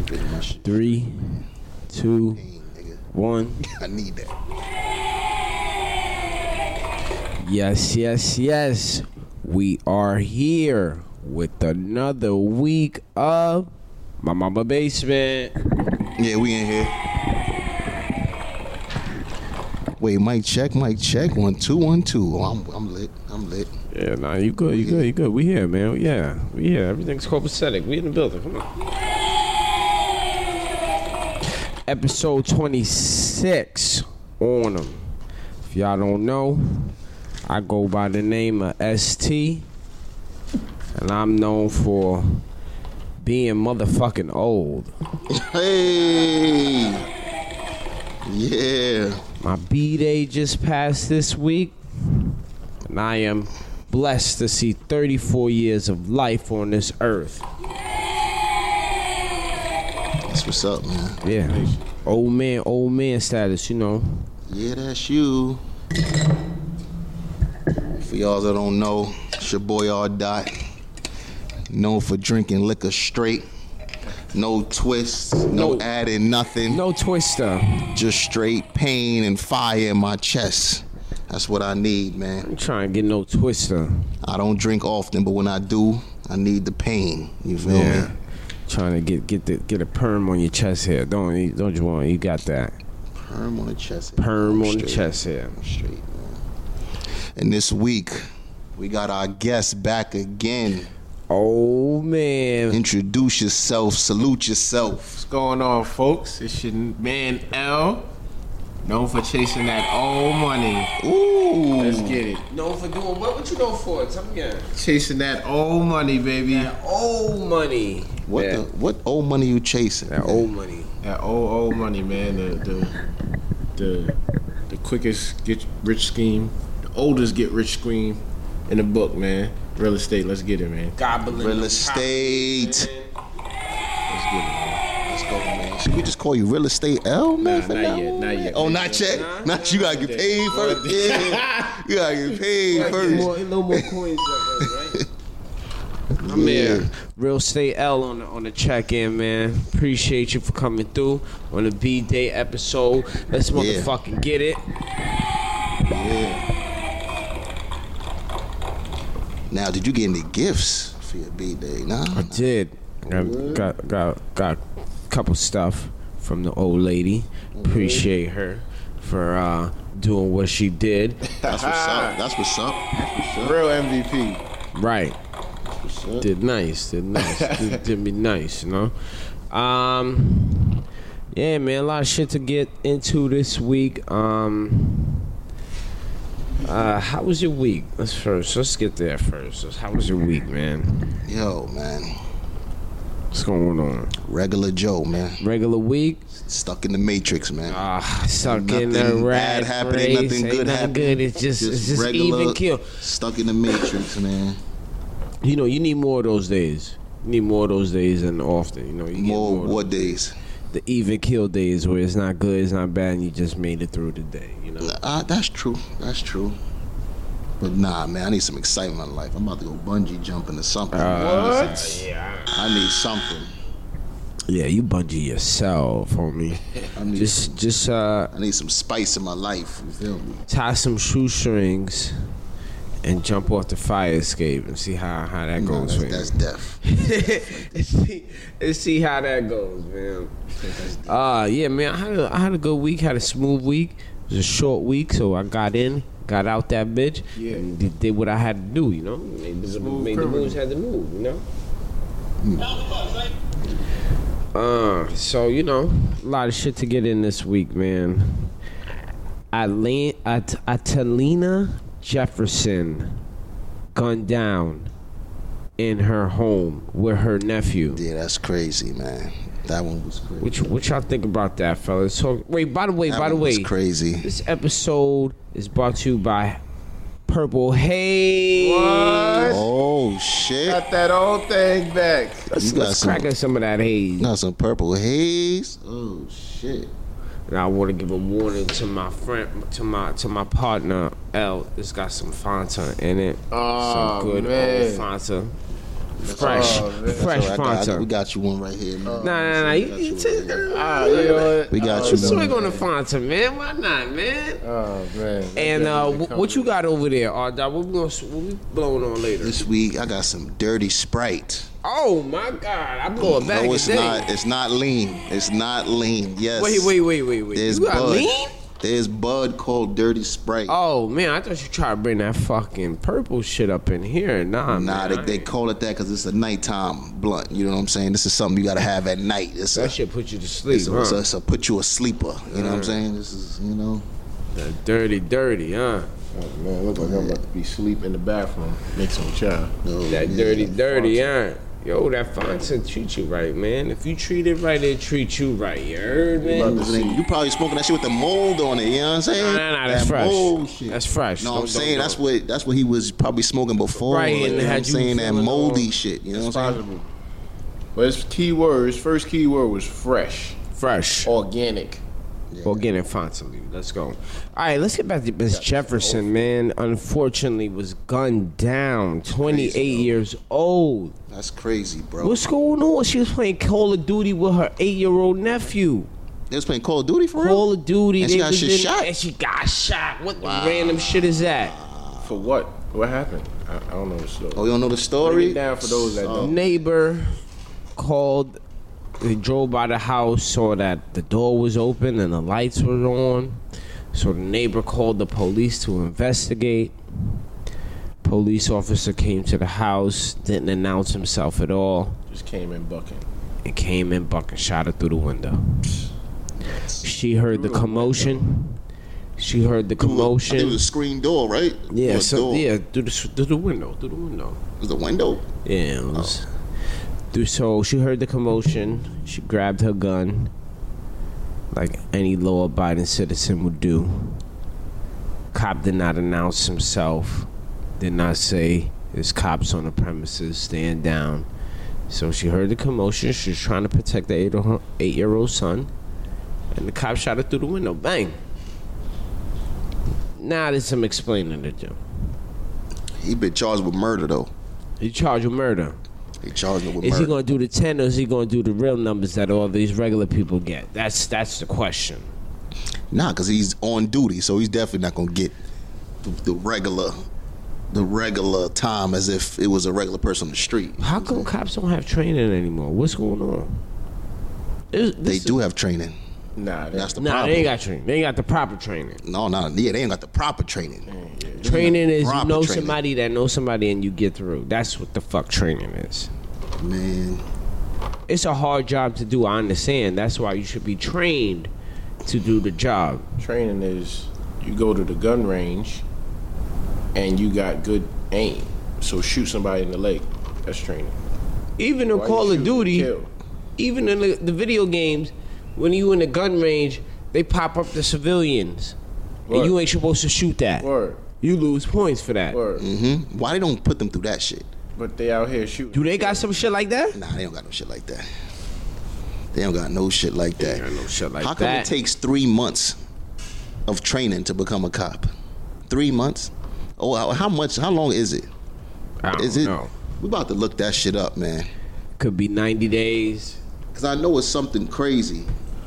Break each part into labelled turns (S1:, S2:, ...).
S1: Nigga, my shit
S2: Three, two,
S1: pain, nigga.
S2: one.
S1: I need that.
S2: Yes, yes, yes. We are here with another week of My Mama Basement.
S1: Yeah, we in here. Wait, mic check, mic check. One, two, one, two. Oh, I'm, I'm lit. I'm lit.
S2: Yeah, nah, you good, you good, you good. We here, man. Yeah, we here. Everything's copacetic. We in the building. Come on. Episode 26 on them. If y'all don't know, I go by the name of ST, and I'm known for being motherfucking old.
S1: Hey. Yeah.
S2: My B day just passed this week, and I am blessed to see 34 years of life on this earth.
S1: That's what's up, man.
S2: Yeah. Old man, old man status, you know.
S1: Yeah, that's you. For y'all that don't know, it's your boy R. Dot. Known for drinking liquor straight. No twists, no,
S2: No.
S1: adding nothing.
S2: No twister.
S1: Just straight pain and fire in my chest. That's what I need, man.
S2: I'm trying to get no twister.
S1: I don't drink often, but when I do, I need the pain. You feel me?
S2: Trying to get get the get a perm on your chest here. Don't you don't you want? You got that
S1: Perm on the chest.
S2: perm on the
S1: Straight.
S2: chest here.
S1: Straight, man. And this week, we got our guest back again.
S2: Oh man,
S1: Introduce yourself, salute yourself.
S3: What's going on, folks? It's your man L, known for chasing that old money.
S1: Ooh.
S3: Let's get it.
S2: known for doing what? What you known for? Tell me again.
S3: Chasing that old money, baby.
S2: That old money.
S1: What
S2: Yeah.
S1: the what old money you chasing?
S2: That old money.
S3: That old old money, man. The the the, the quickest get rich scheme, the oldest get rich scheme in the book, man. Real estate. Let's get it, man.
S2: Gobbling.
S1: Real estate.
S3: Let's get it. Man.
S1: Let's go, man. Should we just call you real estate L, man?
S3: Nah,
S1: for
S3: not
S1: now
S3: yet,
S1: on,
S3: not
S1: man?
S3: yet,
S1: Oh,
S3: man.
S1: not yet.
S2: Nah,
S1: not you gotta get paid first. Yeah. you gotta get paid first.
S2: little more coins, right? I'm
S1: Yeah.
S2: here. Real estate L on the on the check in, man. Appreciate you for coming through on the B Day episode. Let's motherfucking get it.
S1: Yeah. Now, did you get any gifts for your B day? Nah.
S2: I did. Got got got, got a couple stuff from the old lady. Appreciate her for uh, doing what she did.
S1: That's what's up. That's what's up. That's what's up.
S3: Real MVP.
S2: Right. Did nice. Did nice. did, did me nice, you know? Um Yeah, man, a lot of shit to get into this week. Um uh, how was your week? Let's first. Let's get there first. Let's- How was your week, man?
S1: Yo, man.
S2: What's going on?
S1: Regular Joe, man.
S2: Regular week.
S1: Stuck in the matrix, man.
S2: Ah, suck in the
S1: Nothing
S2: rat
S1: bad happening,
S2: race.
S1: nothing
S2: Ain't
S1: good
S2: nothing
S1: happening.
S2: good. It's just, it's just even kill.
S1: Stuck in the matrix, man.
S2: You know, you need more of those days. You need more of those days and often. You know, you get
S1: More
S2: more of
S1: what days?
S2: the even kill days where it's not good, it's not bad, and you just made it through the day. You know,
S1: Uh, that's true. That's true. But nah, man, I need some excitement in life. I'm about to go bungee jumping or something.
S2: Uh,
S3: What?
S1: I need something.
S2: yeah, you bungee yourself, homie.
S1: I need,
S2: Just, just uh,
S1: I need some spice in my life. You feel me?
S2: tie some shoestrings and jump off the fire escape and see how how that
S1: No, that's,
S2: goes for you.
S1: that's death.
S2: and see, and see how that goes, man. Uh yeah, man. I had a, I had a good week. Had a smooth week. It was a short week, so I got in, got out that bitch,
S3: Yeah.
S2: and did, did what I had to do. You know, made, the-
S3: Smooth
S2: made the
S3: criminal.
S2: moves had to move. You know.
S3: Hmm.
S2: Uh, so you know, a lot of shit to get in this week, man. Atlan- At- Atalina Jefferson gunned down in her home with her nephew.
S1: Yeah, that's crazy, man. That one was crazy.
S2: Which what y'all think about that, fellas? So wait, by the way,
S1: that
S2: by the
S1: one was
S2: way,
S1: crazy.
S2: this episode is brought to you by Purple Haze.
S3: What?
S1: Oh shit!
S3: Got that old thing back.
S2: Let's,
S1: You got
S2: let's
S1: some-
S2: crack in some of that haze.
S1: Not some purple haze. Oh shit!
S2: And I want to give a warning to my friend, to my to my partner L. It's got some Fanta in it.
S3: Aw,
S1: Oh,
S2: some good
S3: man.
S2: old Fanta. Fresh,
S4: Oh, man.
S2: fresh
S1: So I got,
S2: Fanta.
S1: we got you one right here, man.
S2: Nah, nah, nah. You, you t-
S4: Ah, you know what?
S1: We got you one.
S2: swing on the Fanta, man. Why not, man?
S4: Oh man. That
S2: And uh,
S4: definitely
S2: wh- what you got over there, R. Dot? What we gonna s- what we blowing on later?
S1: This week I got some dirty Sprite.
S2: Oh my God, I'm going back
S1: Oh, no, it's
S2: today.
S1: not. It's not lean. It's not lean. Yes.
S2: Wait, wait, wait, wait, wait.
S1: There's
S2: you got
S1: bud.
S2: lean?
S1: There's bud called Dirty Sprite.
S2: Oh man, I thought you tried to bring that fucking purple shit up in here.
S1: Nah,
S2: Nah, man,
S1: they,
S2: I
S1: they
S2: ain't-
S1: call it that because it's a nighttime blunt. You know what I'm saying? This is something you gotta have at night. It's a,
S2: that shit put you to sleep,
S1: it's a,
S2: huh?
S1: it's a- it's a put you a sleeper. You know what I'm saying? This is you know.
S2: That dirty, dirty, huh?
S3: Oh, man, look like I'm about to be sleep in the bathroom. Make some child.
S1: oh,
S2: That
S1: yeah.
S2: dirty, dirty, huh? Yo, that Fonta treat you right, man. If you treat it right, it treat you right. You heard, man?
S1: This nigga, You probably smoking that shit with the mold on it. You know what I'm saying?
S2: Nah, nah, nah, that's
S1: that
S2: fresh.
S1: Mold shit.
S2: That's fresh.
S1: No,
S2: Don't-
S1: I'm
S2: don't-
S1: saying that's
S2: don't.
S1: what that's what he was probably smoking before.
S2: Right,
S1: like,
S2: and
S1: you know
S2: had
S1: what I'm
S2: you
S1: saying that
S2: feeling uh, all-
S1: moldy shit. You know
S3: It's
S1: what I'm saying?
S3: possible. Well, his key word, his first key word was fresh,
S2: fresh.
S3: organic.
S2: Organic Fonta. leave. Let's go. All right, let's get back to Miss Jefferson, man. Unfortunately, was gunned down. 28 years old.
S1: That's crazy, bro.
S2: What's going on? She was playing Call of Duty with her eight-year-old nephew.
S1: They was playing Call of Duty for real.
S2: Call of Duty.
S1: And she
S2: they
S1: got
S2: was
S1: shit
S2: in-
S1: shot?
S2: And she got shot. What the random shit is that?
S3: For what? What happened? I, I don't know the story.
S1: Oh, you don't know the story?
S3: Break it down for those that don't.
S2: Neighbor called. They drove by the house, saw that the door was open and the lights were on. So the neighbor called the police to investigate. Police officer came to the house, didn't announce himself at all.
S1: Oh.
S3: Just came in bucking.
S2: and came in buck and shot her through the window. She heard the commotion. She heard the
S1: It was
S2: commotion.
S1: a screen door, right? Or
S2: Yeah,
S1: a
S2: so
S1: door.
S2: yeah, through the s- through the window, through the window.
S1: It was a window.
S2: Yeah, it was. Through, so she heard the commotion. She grabbed her gun, like any law-abiding citizen would do. Cop did not announce himself. Did not say there's cops on the premises. Stand down. So she heard the commotion. She was trying to protect the eight her eight-year-old son, and the cop shot her through the window. Bang. Now there's some explaining to do.
S1: He been charged with murder though.
S2: You charge with murder.
S1: They charged him with
S2: Is
S1: murder.
S2: he gonna do the ten or is he gonna do the real numbers that all these regular people get? That's that's the question.
S1: nah, cause he's on duty, so he's definitely not gonna get the, the regular, the regular time as if it was a regular person on the street.
S2: How come cops don't have training anymore? What's going on? This-
S1: They
S2: this-
S1: do have training.
S3: Nah,
S1: That's the
S2: Nah,
S1: problem.
S2: they ain't got training. They ain't got the proper training.
S1: no, no, yeah, they ain't got the proper training.
S2: Training is you
S1: proper
S2: know
S1: training.
S2: somebody that knows somebody and you get through. That's what the fuck training is.
S1: Man,
S2: It's a hard job to do. I understand. That's why you should be trained to do the job.
S3: training is you go to the gun range and you got good aim. So shoot somebody in the leg. That's training.
S2: Even in
S3: Why you
S2: Call
S3: shoot
S2: of
S3: and
S2: Duty.
S3: kill?
S2: even in the, the video games, when you in the gun range, they pop up the civilians, and
S3: Right.
S2: you ain't supposed to shoot that.
S3: Word,
S2: You lose points for that.
S3: word.
S1: hmm why they don't put them through that shit?
S3: But they out here shooting.
S2: Do they got some shit like that?
S1: Nah, they don't got no shit like that. They don't got no shit like that.
S2: got no shit like
S1: How come
S2: that.
S1: it takes three months of training to become a cop? Three months? Oh, how- how much? How long is it?
S2: I don't
S1: Is it?
S2: know.
S1: We about to look that shit up, man.
S2: Could be ninety days.
S1: Cause I know it's something crazy.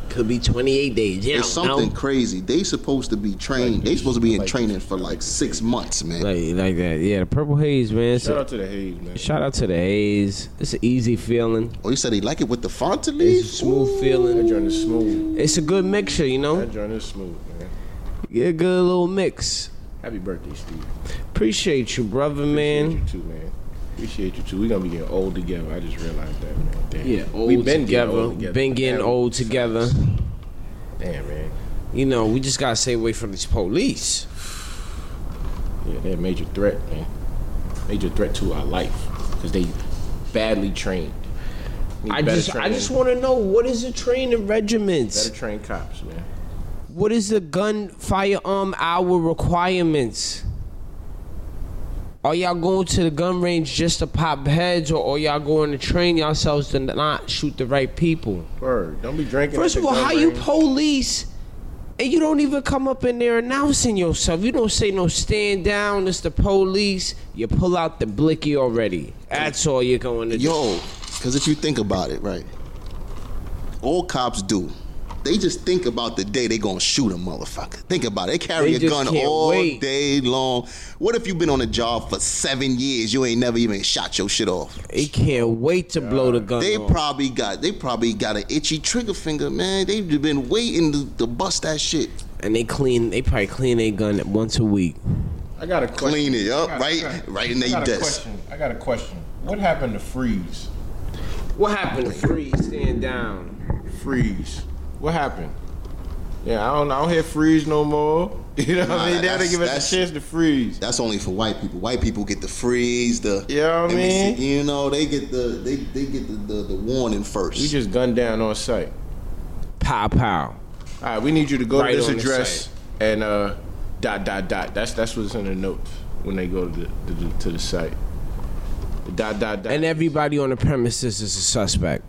S2: Could be twenty eight days. Yeah,
S1: It's something crazy. They supposed to be trained. they supposed to be in training for like six months, man.
S2: like like that. Yeah, the purple haze, man. It's
S3: Shout
S2: a-
S3: out to the Hayes, man.
S2: shout out to the haze. It's an easy feeling.
S1: oh, you said he like it with the Fonta
S2: It's a
S1: leaves?
S2: smooth
S3: That
S2: feeling.
S3: joint is smooth.
S2: It's a good mixture, you know.
S3: That joint is smooth, man.
S2: You Get a good little mix.
S3: Happy birthday, Steve.
S2: Appreciate you, brother,
S3: Appreciate
S2: man.
S3: you too, man. Appreciate you too. We gonna be getting old together. I just realized that, man. Damn.
S2: Yeah, old
S3: we been
S2: together.
S3: Getting old together.
S2: Been getting
S3: Damn.
S2: old together.
S3: Damn, man.
S2: You know, we just gotta stay away from these police.
S3: Yeah, they're a major threat, man. Major threat to our life because they badly trained. Need
S2: I
S3: better
S2: just, I
S3: training,
S2: just want to know what is the training regiments?
S3: better trained cops, man.
S2: What is the gun firearm hour requirements? Are y'all going to the gun range just to pop heads, or are y'all going to train yourselves to not shoot the right people?
S3: Word, don't be drinking.
S2: First
S3: at
S2: of
S3: the
S2: all,
S3: gun
S2: how you
S3: range.
S2: police and you don't even come up in there announcing yourself. You don't say no stand down, it's the police. You pull out the blicky already. That's all you're going to do.
S1: Yo, because if you think about it, right, all cops do. They just think about the day they gonna shoot a motherfucker. Think about it. They carry
S2: They
S1: a
S2: just
S1: gun
S2: can't
S1: all
S2: wait.
S1: day long. What if you been on a job for seven years? You ain't never even shot your shit off.
S2: They can't wait to blow the gun.
S1: They
S2: off.
S1: probably got they probably got an itchy trigger finger, man. They've been waiting to, to bust that shit.
S2: and they clean. They probably clean their gun once a week.
S3: I got a question.
S1: Clean it up,
S3: I got-
S1: right-
S3: I got-
S1: right in
S3: I
S1: they
S3: got a
S1: desk.
S3: question. I got a question. What happened to freeze?
S2: What happened? Freeze, stand down.
S3: Freeze. What happened? Yeah, I don't. I don't hear freeze no more. You know what
S1: Nah,
S3: I mean? They gotta
S1: that's-
S3: give us
S1: that's-
S3: a chance to freeze.
S1: That's only for white people. White people get the freeze, the
S3: You know what I
S1: let me
S3: mean?
S1: see, you know, they get the they, they get the, the, the warning first.
S3: We just gunned down on site.
S2: Pow pow.
S3: All right, we need you to go
S2: Right
S3: to this
S2: on the
S3: address
S2: site.
S3: and uh, dot dot dot. That's that's what's in the notes when they go to the to the, to the site. The dot dot dot.
S2: And everybody on the premises is a suspect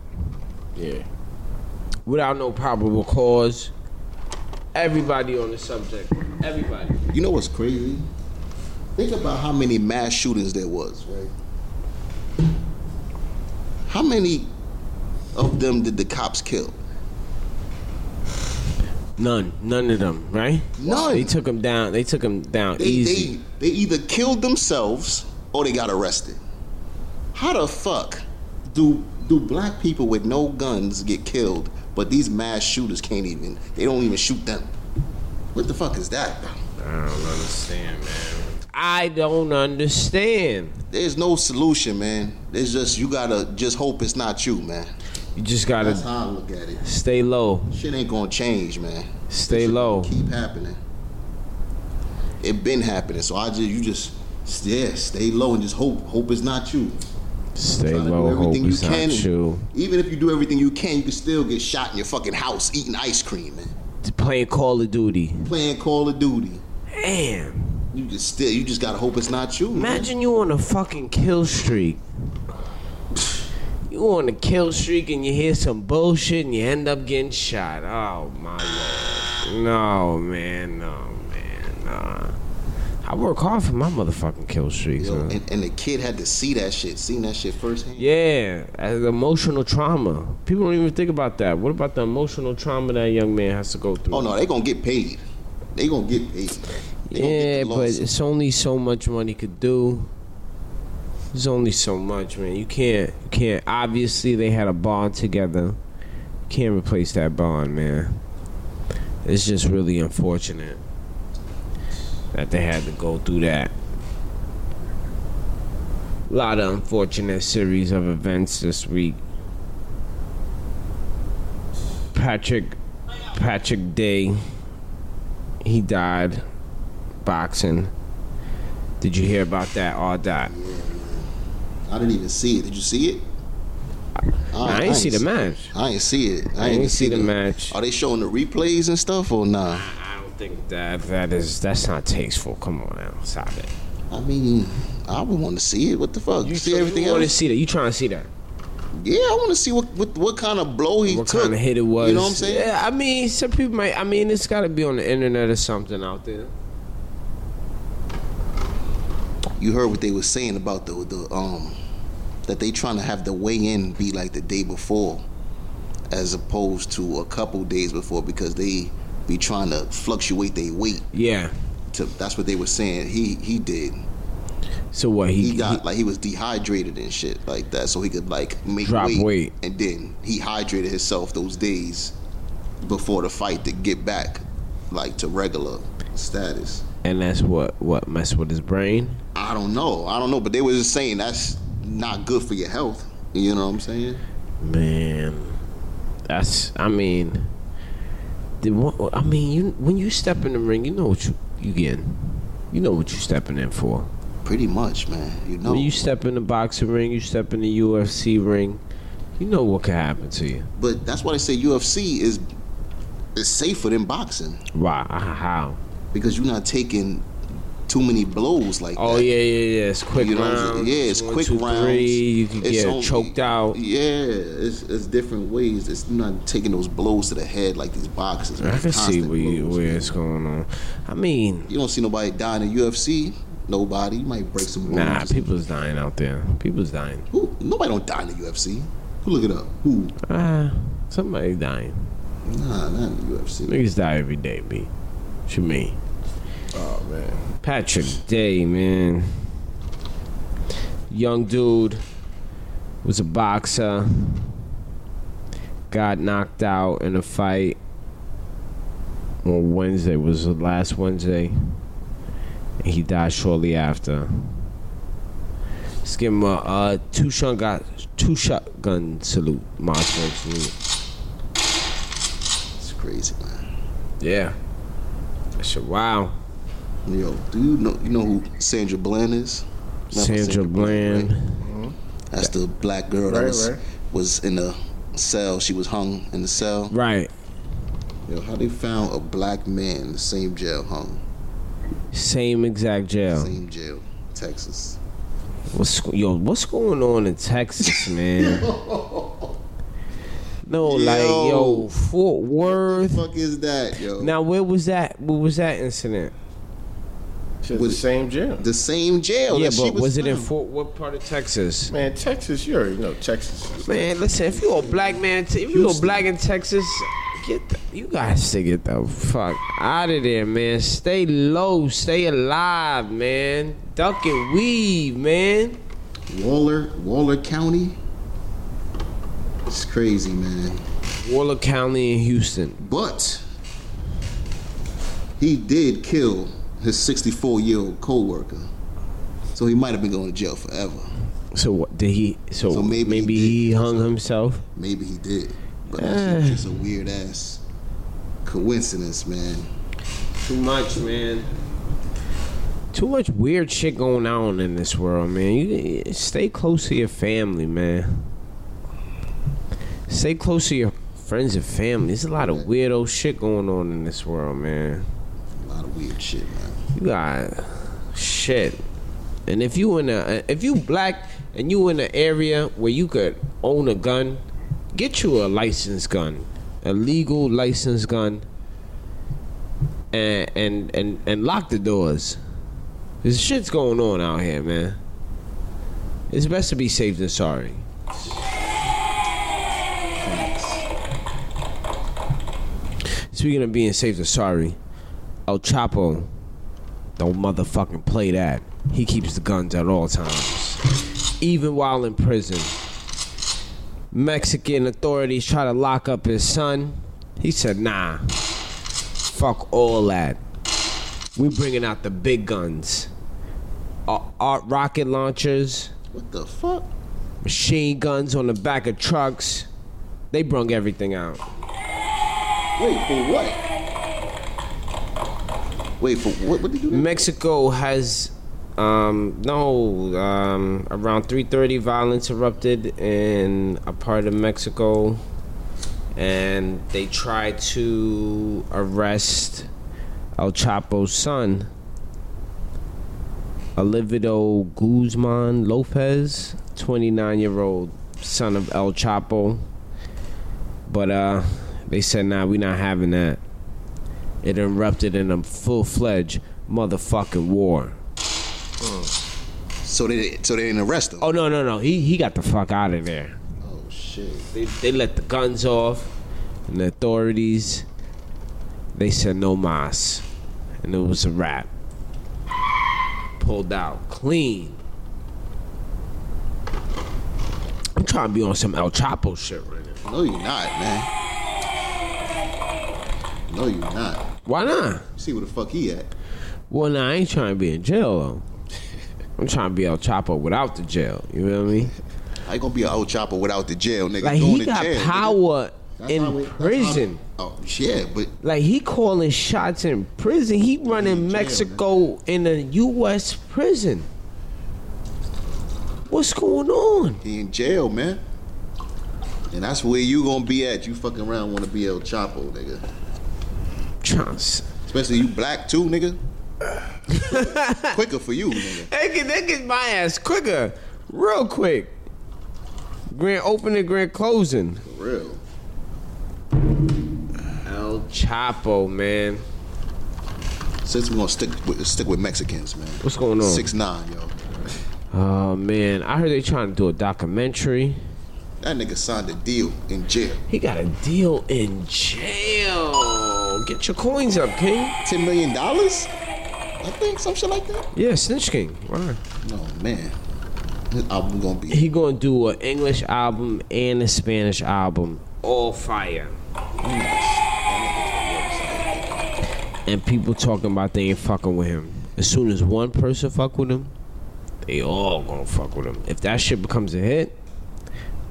S3: yeah.
S2: without no probable cause. Everybody on the subject. Everybody.
S1: You know what's crazy? Think about how many mass shootings there was, right? How many of them did the cops kill?
S2: None. None of them. Right.
S1: None.
S2: They took them down. They took them down
S1: They,
S2: easy.
S1: they, they either killed themselves or they got arrested. How the fuck do do black people with no guns get killed, but these mass shooters can't even they don't even shoot them? What the fuck is that?
S2: I don't understand, man. I don't understand.
S1: There's no solution, man. It's just you gotta just hope it's not you, man.
S2: You just gotta
S1: That's how I look at it.
S2: stay low.
S1: Shit ain't gonna change, man.
S2: Stay low.
S1: Keep happening. It been happening, so I just you just yeah, stay low and just hope hope it's not you. Try
S2: Stay
S1: to
S2: low.
S1: do
S2: Hope
S1: everything
S2: it's
S1: you can.
S2: not you.
S1: Even if you do everything you can, you can still get shot in your fucking house eating ice cream and
S2: Playing Call of Duty.
S1: playing Call of Duty.
S2: Damn.
S1: You just still you just gotta hope it's not you. man.
S2: Imagine you on a fucking kill streak. You on a kill streak and you hear some bullshit and you end up getting shot. Oh my lord. No man, no man, nah. I work hard for my motherfucking kill streaks.
S1: Yo,
S2: man.
S1: and, and the kid had to see that shit, seen that shit firsthand.
S2: Yeah, as emotional trauma. People don't even think about that. What about the emotional trauma that young man has to go through?
S1: Oh no, they gonna get paid. They gonna get paid. They gonna get
S2: yeah,
S1: the
S2: but
S1: lawsuit.
S2: it's only so much money could do. There's only so much, man. You can't, you can't. Obviously, they had a bond together. You can't replace that bond, man. It's just really unfortunate that they had to go through that. A lot of unfortunate series of events this week. Patrick, Patrick Day, he died boxing. Did you hear about that? All that.
S1: I didn't even see it. Did you see it? Oh, Ah,
S2: I ain't see the match.
S1: I ain't see it.
S2: I ain't see the match.
S1: Are they showing the replays and stuff or nah?
S2: I don't think that that is that's not tasteful. Come on now, stop it.
S1: I mean, I would want to see it. What the fuck? You see everything
S2: want to
S1: else?
S2: see that? You trying to see that?
S1: Yeah, I want to see what, what what kind of blow he
S2: What
S1: took.
S2: kind of hit it was?
S1: You know what I'm saying?
S2: Yeah, I mean, some people might. I mean, it's got to be on the internet or something out there.
S1: You heard what they were saying about the the um that they trying to have the weigh in be like the day before, as opposed to a couple days before because they be trying to fluctuate their weight.
S2: Yeah.
S1: To that's what they were saying. He he did.
S2: So what he,
S1: he got like he was dehydrated and shit like that, so he could like make
S2: Drop
S1: weight,
S2: weight.
S1: and then he hydrated himself those days before the fight to get back like to regular status.
S2: and that's what what messed with his brain.
S1: I don't know, I don't know, but they were just saying that's not good for your health. You know what I'm saying?
S2: Man, that's. I mean, the one. I mean, you when you step in the ring, you know what you you getting. You know what you stepping in for.
S1: Pretty much, man. You know,
S2: When you step in the boxing ring, you step in the UFC ring, you know what could happen to you.
S1: but that's why they say UFC is is safer than boxing
S2: Why? How?
S1: because you're not taking too many blows like
S2: Oh
S1: that.
S2: yeah, yeah, yeah. It's quick
S1: You know what I'm saying?
S2: rounds.
S1: Yeah, it's
S2: One,
S1: quick
S2: two,
S1: rounds.
S2: Three. You can
S1: It's
S2: get
S1: only-
S2: choked out.
S1: Yeah, it's, it's different ways. It's not taking those blows to the head like these boxers.
S2: I can see
S1: Constant
S2: where, you,
S1: blows.
S2: where it's going on. I mean,
S1: You don't see nobody die in the UFC. Nobody. You might break some bones.
S2: nah, people's dying out there. People's dying.
S1: Who? Nobody don't die in the UFC. Who look it up? Who?
S2: Ah, somebody dying.
S1: Nah, not in the UFC.
S2: Niggas die every day, B. What you mean?
S3: Oh man,
S2: Patrick Day, man. Young dude was a boxer. Got knocked out in a fight on Wednesday was the last Wednesday. And he died shortly after. Let's give him a uh, two shotgun two shotgun salute, Moscow salute.
S1: It's crazy, man.
S2: Yeah. That shit wow.
S1: Yo, do you know you know who Sandra Bland is? Not
S2: Sandra Bland.
S1: right? That's the black girl that
S3: Right,
S1: was
S3: right.
S1: was in the cell. She was hung in the cell.
S2: Right.
S1: Yo, how they found a black man in the same jail hung.
S2: Same exact jail.
S1: Same jail, Texas.
S2: What's go- yo? What's going on in Texas, man? no, like yo,
S1: Yo.
S2: Fort Worth.
S1: fuck is that, yo?
S2: Now, where was that? What was that incident?
S3: shit, the
S1: Was-
S3: same jail.
S1: the same jail.
S2: yeah,
S1: that she
S2: but was, it in
S1: from.
S2: Fort? What part of Texas?
S3: Man, Texas, you already know Texas. is-
S2: Man, listen. If you a black man, if you a black in Texas, get the, you guys to get the fuck out of there, man. Stay low, stay alive, man. Duck and weave, man.
S1: Waller, Waller County? It's crazy, man.
S2: Waller County in Houston.
S1: But he did kill his 64 year old co worker. So he might have been going to jail forever.
S2: So what did he? So,
S1: So
S2: maybe,
S1: maybe
S2: he,
S1: he
S2: hung himself.
S1: Maybe he did. But that's just a weird ass coincidence, man.
S2: Too much, man. Too much weird shit going on in this world, man. You you- stay close to your family, man. Stay close to your friends and family. There's a lot of weirdo shit going on in this world, man.
S1: A lot of weird shit, man.
S2: You got shit. And if you in a if you black and you in an area where you could own a gun, get you a licensed gun, a legal licensed gun, and and and, and lock the doors. There's shit's going on out here, man. It's best to be safe than sorry. Speaking of being safe than sorry, El Chapo don't motherfucking play that. He keeps the guns at all times, even while in prison. Mexican authorities try to lock up his son. He said, "Nah, fuck all that. We bringing out the big guns, Ar- art rocket launchers,
S1: What the fuck?
S2: machine guns on the back of trucks. They brung everything out.
S1: Wait, for what? Wait, for what? What did you do? that?
S2: Mexico has um, no um, around 3:30 violence erupted in a part of Mexico and they tried to arrest El Chapo's son Olivido Guzman Lopez 29-year-old son of El Chapo but uh they said nah we not having that it erupted in a full-fledged motherfucking war
S1: So they, so they didn't arrest him.
S2: Oh no no no! He he got the fuck out of there.
S1: oh shit.
S2: They they let the guns off, and the authorities. They said no mas, and it was a wrap. Pulled out clean. I'm trying to be on some El Chapo shit right now.
S1: No, you're not, man. No, you're not.
S2: Why not?
S1: You see where the fuck he at?
S2: Well, nah, I ain't trying to be in jail though. I'm trying to be El Chapo without the jail. You know what I mean?
S1: I ain't gonna be an old chopper without the jail, nigga.
S2: Like
S1: Going
S2: he
S1: to
S2: got
S1: jail, nigga.
S2: power
S1: That's how we-
S2: in
S1: that's how-
S2: prison.
S1: oh yeah, but
S2: Like he calling shots in prison. He running
S1: in jail,
S2: Mexico in a U.S. prison. What's going on?
S1: he in jail, man. And that's where you gonna be at. You fucking around wanna be El Chapo, nigga.
S2: Chance.
S1: Especially you black too, nigga. Quicker for you, nigga.
S2: They get they get my ass quicker, real quick. Grand opening, grand closing.
S1: For real.
S2: El Chapo, man.
S1: Since we're gonna stick with stick with Mexicans, man.
S2: What's going on?
S1: Six nine, yo.
S2: Oh man, I heard they trying to do a documentary.
S1: That nigga signed a deal in jail.
S2: He got a deal in jail. Get your coins up, King.
S1: Ten million dollars? I think some shit like that.
S2: Yeah, Snitch King. Word.
S1: No man. This album gonna be
S2: He gonna do an English album and a Spanish album. All fire. And people talking about they ain't fucking with him. As soon as one person fuck with him, they all gonna fuck with him. If that shit becomes a hit,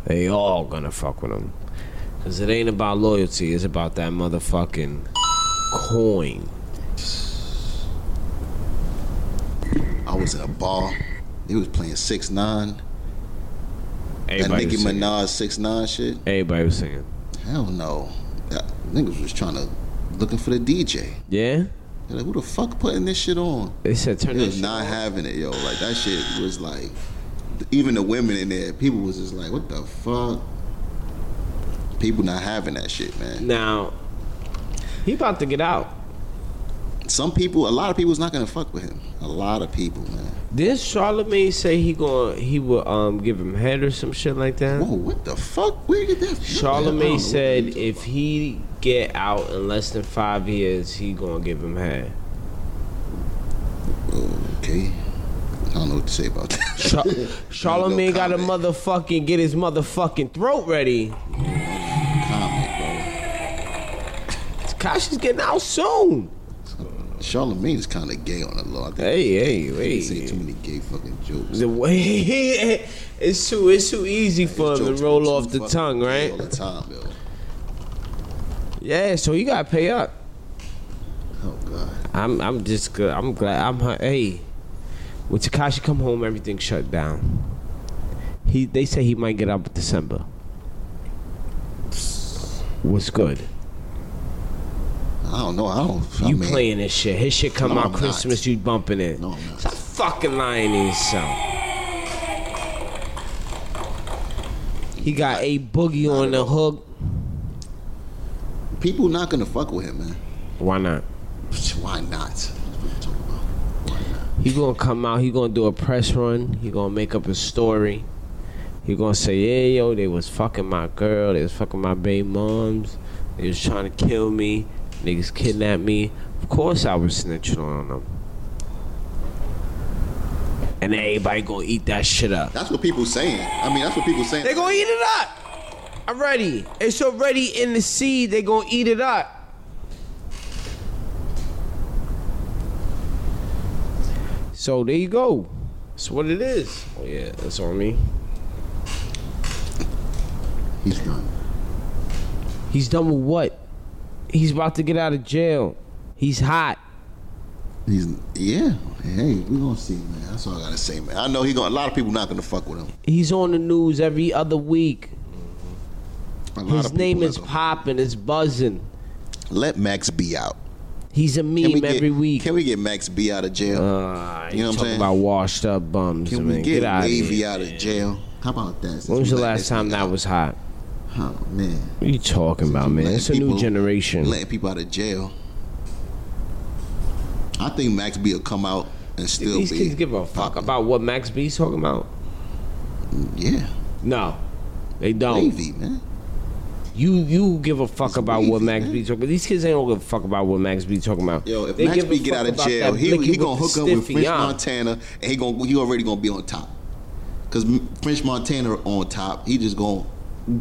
S2: they all gonna fuck with him. Cause it ain't about loyalty, it's about that motherfucking coin.
S1: I was in a bar. He was playing six nine. That
S2: Everybody,
S1: Nicki
S2: was singing.
S1: Minaj six nine shit.
S2: Everybody was singing.
S1: Hell no. That niggas was trying to looking for the DJ.
S2: Yeah?
S1: They're like, who the fuck putting this shit on?
S2: They said turn
S1: He
S2: this
S1: was
S2: shit
S1: not having it, yo. Like that shit was like, even the women in there, people was just like, what the fuck? People not having that shit, man.
S2: Now, he about to get out.
S1: Some people, a lot of people's not gonna fuck with him. A lot of people, man.
S2: Did Charlemagne say he going he would um give him head or some shit like that?
S1: Whoa, what the fuck? Where you get that? I don't know.
S2: Charlemagne Hmm. said if he get out in less than five years, he gonna give him head.
S1: Okay, I don't know what to say about that.
S2: Char- Charlemagne got to
S1: comment.
S2: motherfucking get his motherfucking throat ready.
S1: Comment,
S2: Takashi's getting out soon.
S1: bro. Charlemagne is kind of gay on the low. I think
S2: Hey, hey,
S1: he say too
S2: hey.
S1: many gay fucking jokes.
S2: The way it's too it's too easy for
S1: His
S2: him
S1: jokes
S2: to
S1: be
S2: roll
S1: too
S2: off the
S1: fucking
S2: tongue,
S1: gay
S2: right?
S1: All the time, yo.
S2: Yeah, so he gotta pay up.
S1: Oh god.
S2: I'm I'm just good. I'm glad. I'm hu- hey. When Takashi come home, everything shut down. He they say he might get out in December. What's good?
S1: I don't know. I don't. I
S2: you
S1: mean,
S2: playing this shit? His shit come
S1: No,
S2: out
S1: I'm not.
S2: Christmas. You bumping it?
S1: No, I'm not.
S2: Stop fucking lying to yourself. He got a boogie on the hook.
S1: People not gonna fuck with him, man.
S2: Why not?
S1: Why not? That's what I'm talking about. Why not?
S2: He gonna come out. He gonna do a press run. He gonna make up a story. He gonna say, "Yeah, yo, they was fucking my girl. They was fucking my baby moms. They was trying to kill me. Niggas kidnapped me. Of course, I was snitching on them." And everybody gonna eat that shit up.
S1: That's what people saying. I mean, that's what people saying.
S2: They gonna eat it up. Already, it's already in the seed. They gonna eat it up. So there you go. That's what it is. Oh yeah, that's on me.
S1: He's done.
S2: He's done with what? He's about to get out of jail. He's hot.
S1: He's yeah. Hey, we gonna see, man. That's all I gotta say, man. I know he gonna. A lot of people not gonna fuck with him.
S2: He's on the news every other week.
S1: A lot
S2: His
S1: of
S2: name
S1: people
S2: is
S1: not
S2: popping. It's buzzing.
S1: gonna- Let Max B out.
S2: He's a meme
S1: get,
S2: every week.
S1: Can we get Max B out of jail?
S2: uh,
S1: You know what I'm
S2: talking
S1: saying?
S2: about washed up bums.
S1: can
S2: man.
S1: we get,
S2: out of here.
S1: Wavy out of jail? How about that? since
S2: When was
S1: we
S2: the
S1: let
S2: last
S1: this
S2: time
S1: nigga
S2: that
S1: out?
S2: was hot?
S1: Oh man.
S2: What you talking about, man?
S1: letting
S2: It's a new
S1: people-
S2: generation.
S1: letting people out of jail. I think Max B will come out and still
S2: These
S1: be.
S2: kids give a fuck
S1: popping.
S2: about what Max B's talking about.
S1: Yeah,
S2: No, they don't.
S1: wavy man.
S2: You you give a fuck about what
S1: wavy,
S2: Max
S1: man.
S2: B talking. about. These kids ain't don't give a fuck about what Max B talking about.
S1: Yo, if
S2: They
S1: Max
S2: give a
S1: B get
S2: fuck
S1: out of
S2: about
S1: jail,
S2: that
S1: he
S2: blicky
S1: he gonna hook
S2: the
S1: up with
S2: stiffy,
S1: French
S2: huh?
S1: Montana, and he gonna he already gonna be on top. Cause M- French Montana on top, he just gonna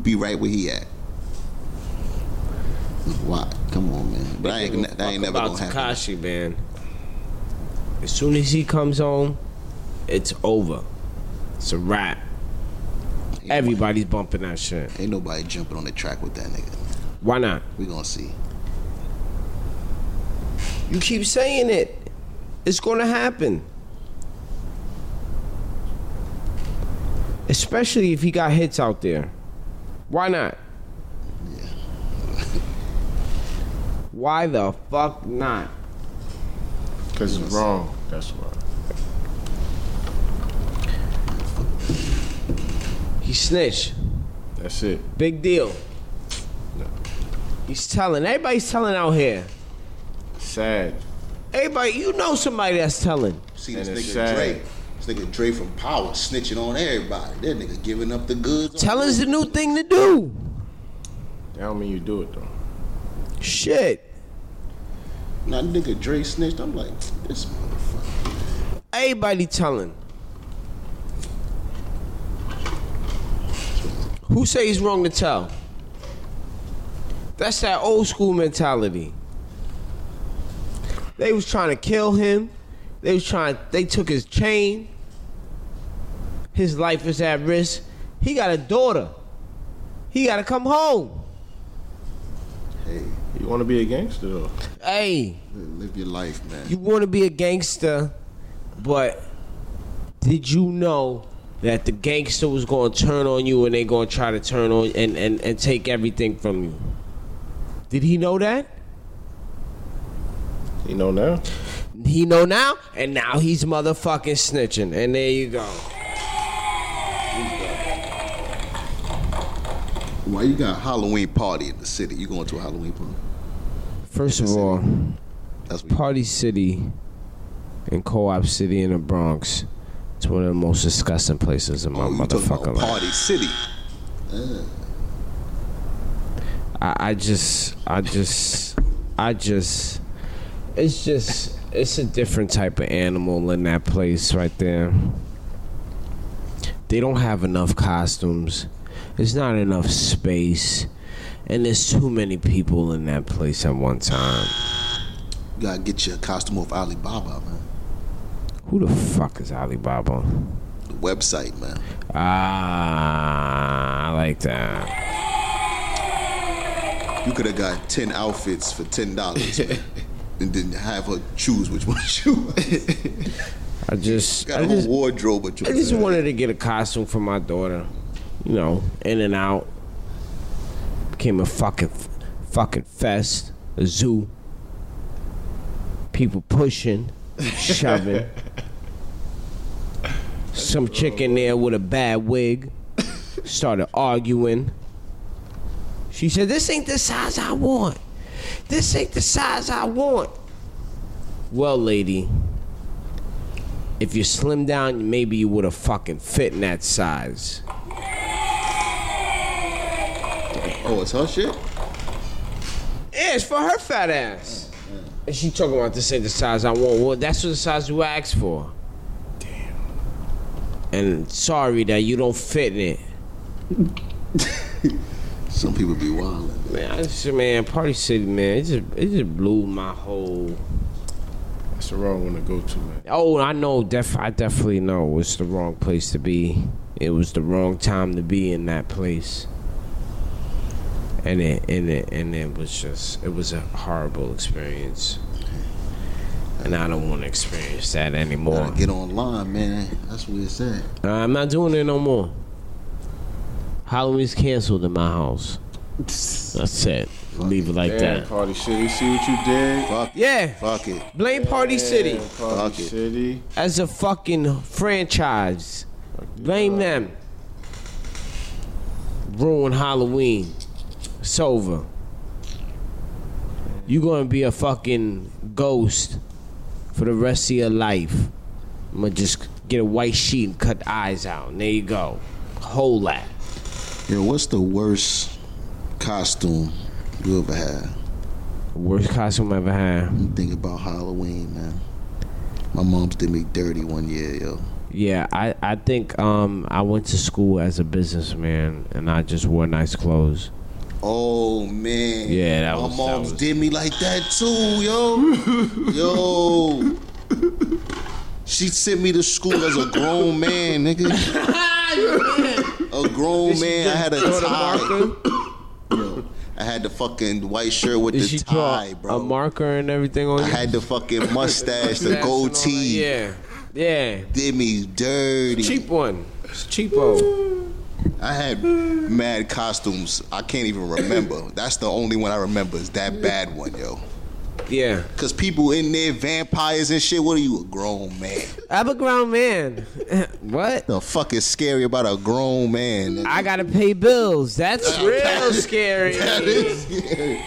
S1: be right where he at. Why? Come on, man. But I
S2: They
S1: ain't
S2: give a
S1: that ain't
S2: fuck
S1: never
S2: about
S1: gonna happen.
S2: Takashi, man. As soon as he comes home, it's over. It's a wrap. Everybody's bumping that shit.
S1: Ain't nobody jumping on the track with that nigga.
S2: Why not?
S1: We gonna see.
S2: You keep saying it. It's gonna happen. Especially if he got hits out there. Why not? Why the fuck not?
S3: Cause it's wrong. That's why.
S2: He snitched.
S3: That's it.
S2: Big deal. He's telling. Everybody's telling out here.
S3: Sad.
S2: Everybody, you know somebody that's telling.
S1: See this
S3: And it's
S1: nigga
S3: sad.
S1: Dre. This nigga Dre from Power snitching on everybody. That nigga giving up the goods.
S2: Telling's the new thing to do.
S3: That don't mean you do it though.
S2: Shit.
S1: Now nigga Dre snitched. I'm like, this motherfucker.
S2: Everybody telling. Who say it's wrong to tell? That's that old school mentality. They was trying to kill him. They was trying. They took his chain. His life is at risk. He got a daughter. He got to come home.
S1: Hey,
S3: You want to be a gangster though.
S2: Hey,
S1: live your life, man.
S2: you want to be a gangster, but did you know that the gangster was going to turn on you and they going to try to turn on and, and, and take everything from you? Did he know that?
S3: You know now.
S2: He know now, and now he's motherfucking snitching. And there you go.
S1: Why you got a Halloween party in the city? You going to a Halloween party?
S2: First of all,
S1: That's what
S2: Party City and Co-op City in the Bronx. It's one of the most disgusting places in my
S1: Oh, you talking
S2: motherfucking
S1: about
S2: life.
S1: Party City.
S2: I, I just, I just, I just, it's just, it's a different type of animal in that place right there. They don't have enough costumes. There's not enough space. And there's too many people in that place at one time.
S1: You gotta get your costume off Alibaba, man.
S2: Who the fuck is Alibaba?
S1: The website, man.
S2: Ah, I like that.
S1: You could have got ten outfits for ten dollars, and then have her choose which one she wants.
S2: I just,
S1: Got
S2: I
S1: a whole
S2: just,
S1: wardrobe, but you
S2: I just wanted to get a costume for my daughter. You know, in and out. Became a fucking fucking fest, a zoo. People pushing, shoving. Some chick in there with a bad wig started arguing. She said, This ain't the size I want. This ain't the size I want. Well, lady, if you slim down, maybe you would have fucking fit in that size.
S1: Oh, it's her shit.
S2: Yeah, it's for her fat ass. And she talking about this ain't the size I want. Well, that's what the size you asked for. Damn. And sorry that you don't fit in it.
S1: Some people be wild.
S2: Man, I just, man, Party City, man, it just, it just blew my whole.
S3: That's the wrong one to go to, man.
S2: Oh, I know. Def- I definitely know. It's the wrong place to be. It was the wrong time to be in that place. And it, and it, and it was just. It was a horrible experience. And I don't want to experience that anymore.
S1: Gotta get online, man. That's where it's at.
S2: Uh, I'm not doing it no more. Halloween's canceled in my house. That's it. Leave it like
S3: Damn,
S2: that.
S3: Party City. See what you did.
S1: Fuck it.
S2: Yeah.
S1: Fuck it.
S2: Blame Party City
S3: Damn, Party
S1: Fuck it.
S3: City.
S2: as a fucking franchise. Blame them. Ruin Halloween. It's over. you gonna be a fucking ghost for the rest of your life. I'm gonna just get a white sheet and cut the eyes out. And there you go. Whole lot.
S1: Yo, what's the worst costume you ever had?
S2: Worst costume I ever had.
S1: I'm thinking about Halloween, man. My mom's did me dirty one year, yo.
S2: Yeah, I, I think um I went to school as a businessman and I just wore nice clothes.
S1: Oh man.
S2: Yeah, that
S1: My
S2: was- that
S1: mom's
S2: was-
S1: did me like that too, yo. yo. She sent me to school as a grown man, nigga. a grown man. I had a tie. Yo, I had the fucking white shirt with
S2: Did
S1: the
S2: she
S1: tie,
S2: draw
S1: bro.
S2: a marker and everything on
S1: I
S2: you?
S1: had the fucking mustache, the
S2: That's all
S1: goatee.
S2: right, Yeah, yeah.
S1: Did me dirty.
S2: Cheap one. It's cheapo.
S1: I had mad costumes. I can't even remember. That's the only one I remember is that bad one, yo.
S2: Yeah.
S1: Cause people in there, vampires and shit. What are you, a grown man?
S2: I'm a grown man. what?
S1: The fuck is scary about a grown man?
S2: I gotta pay bills. That's real scary.
S1: That is scary.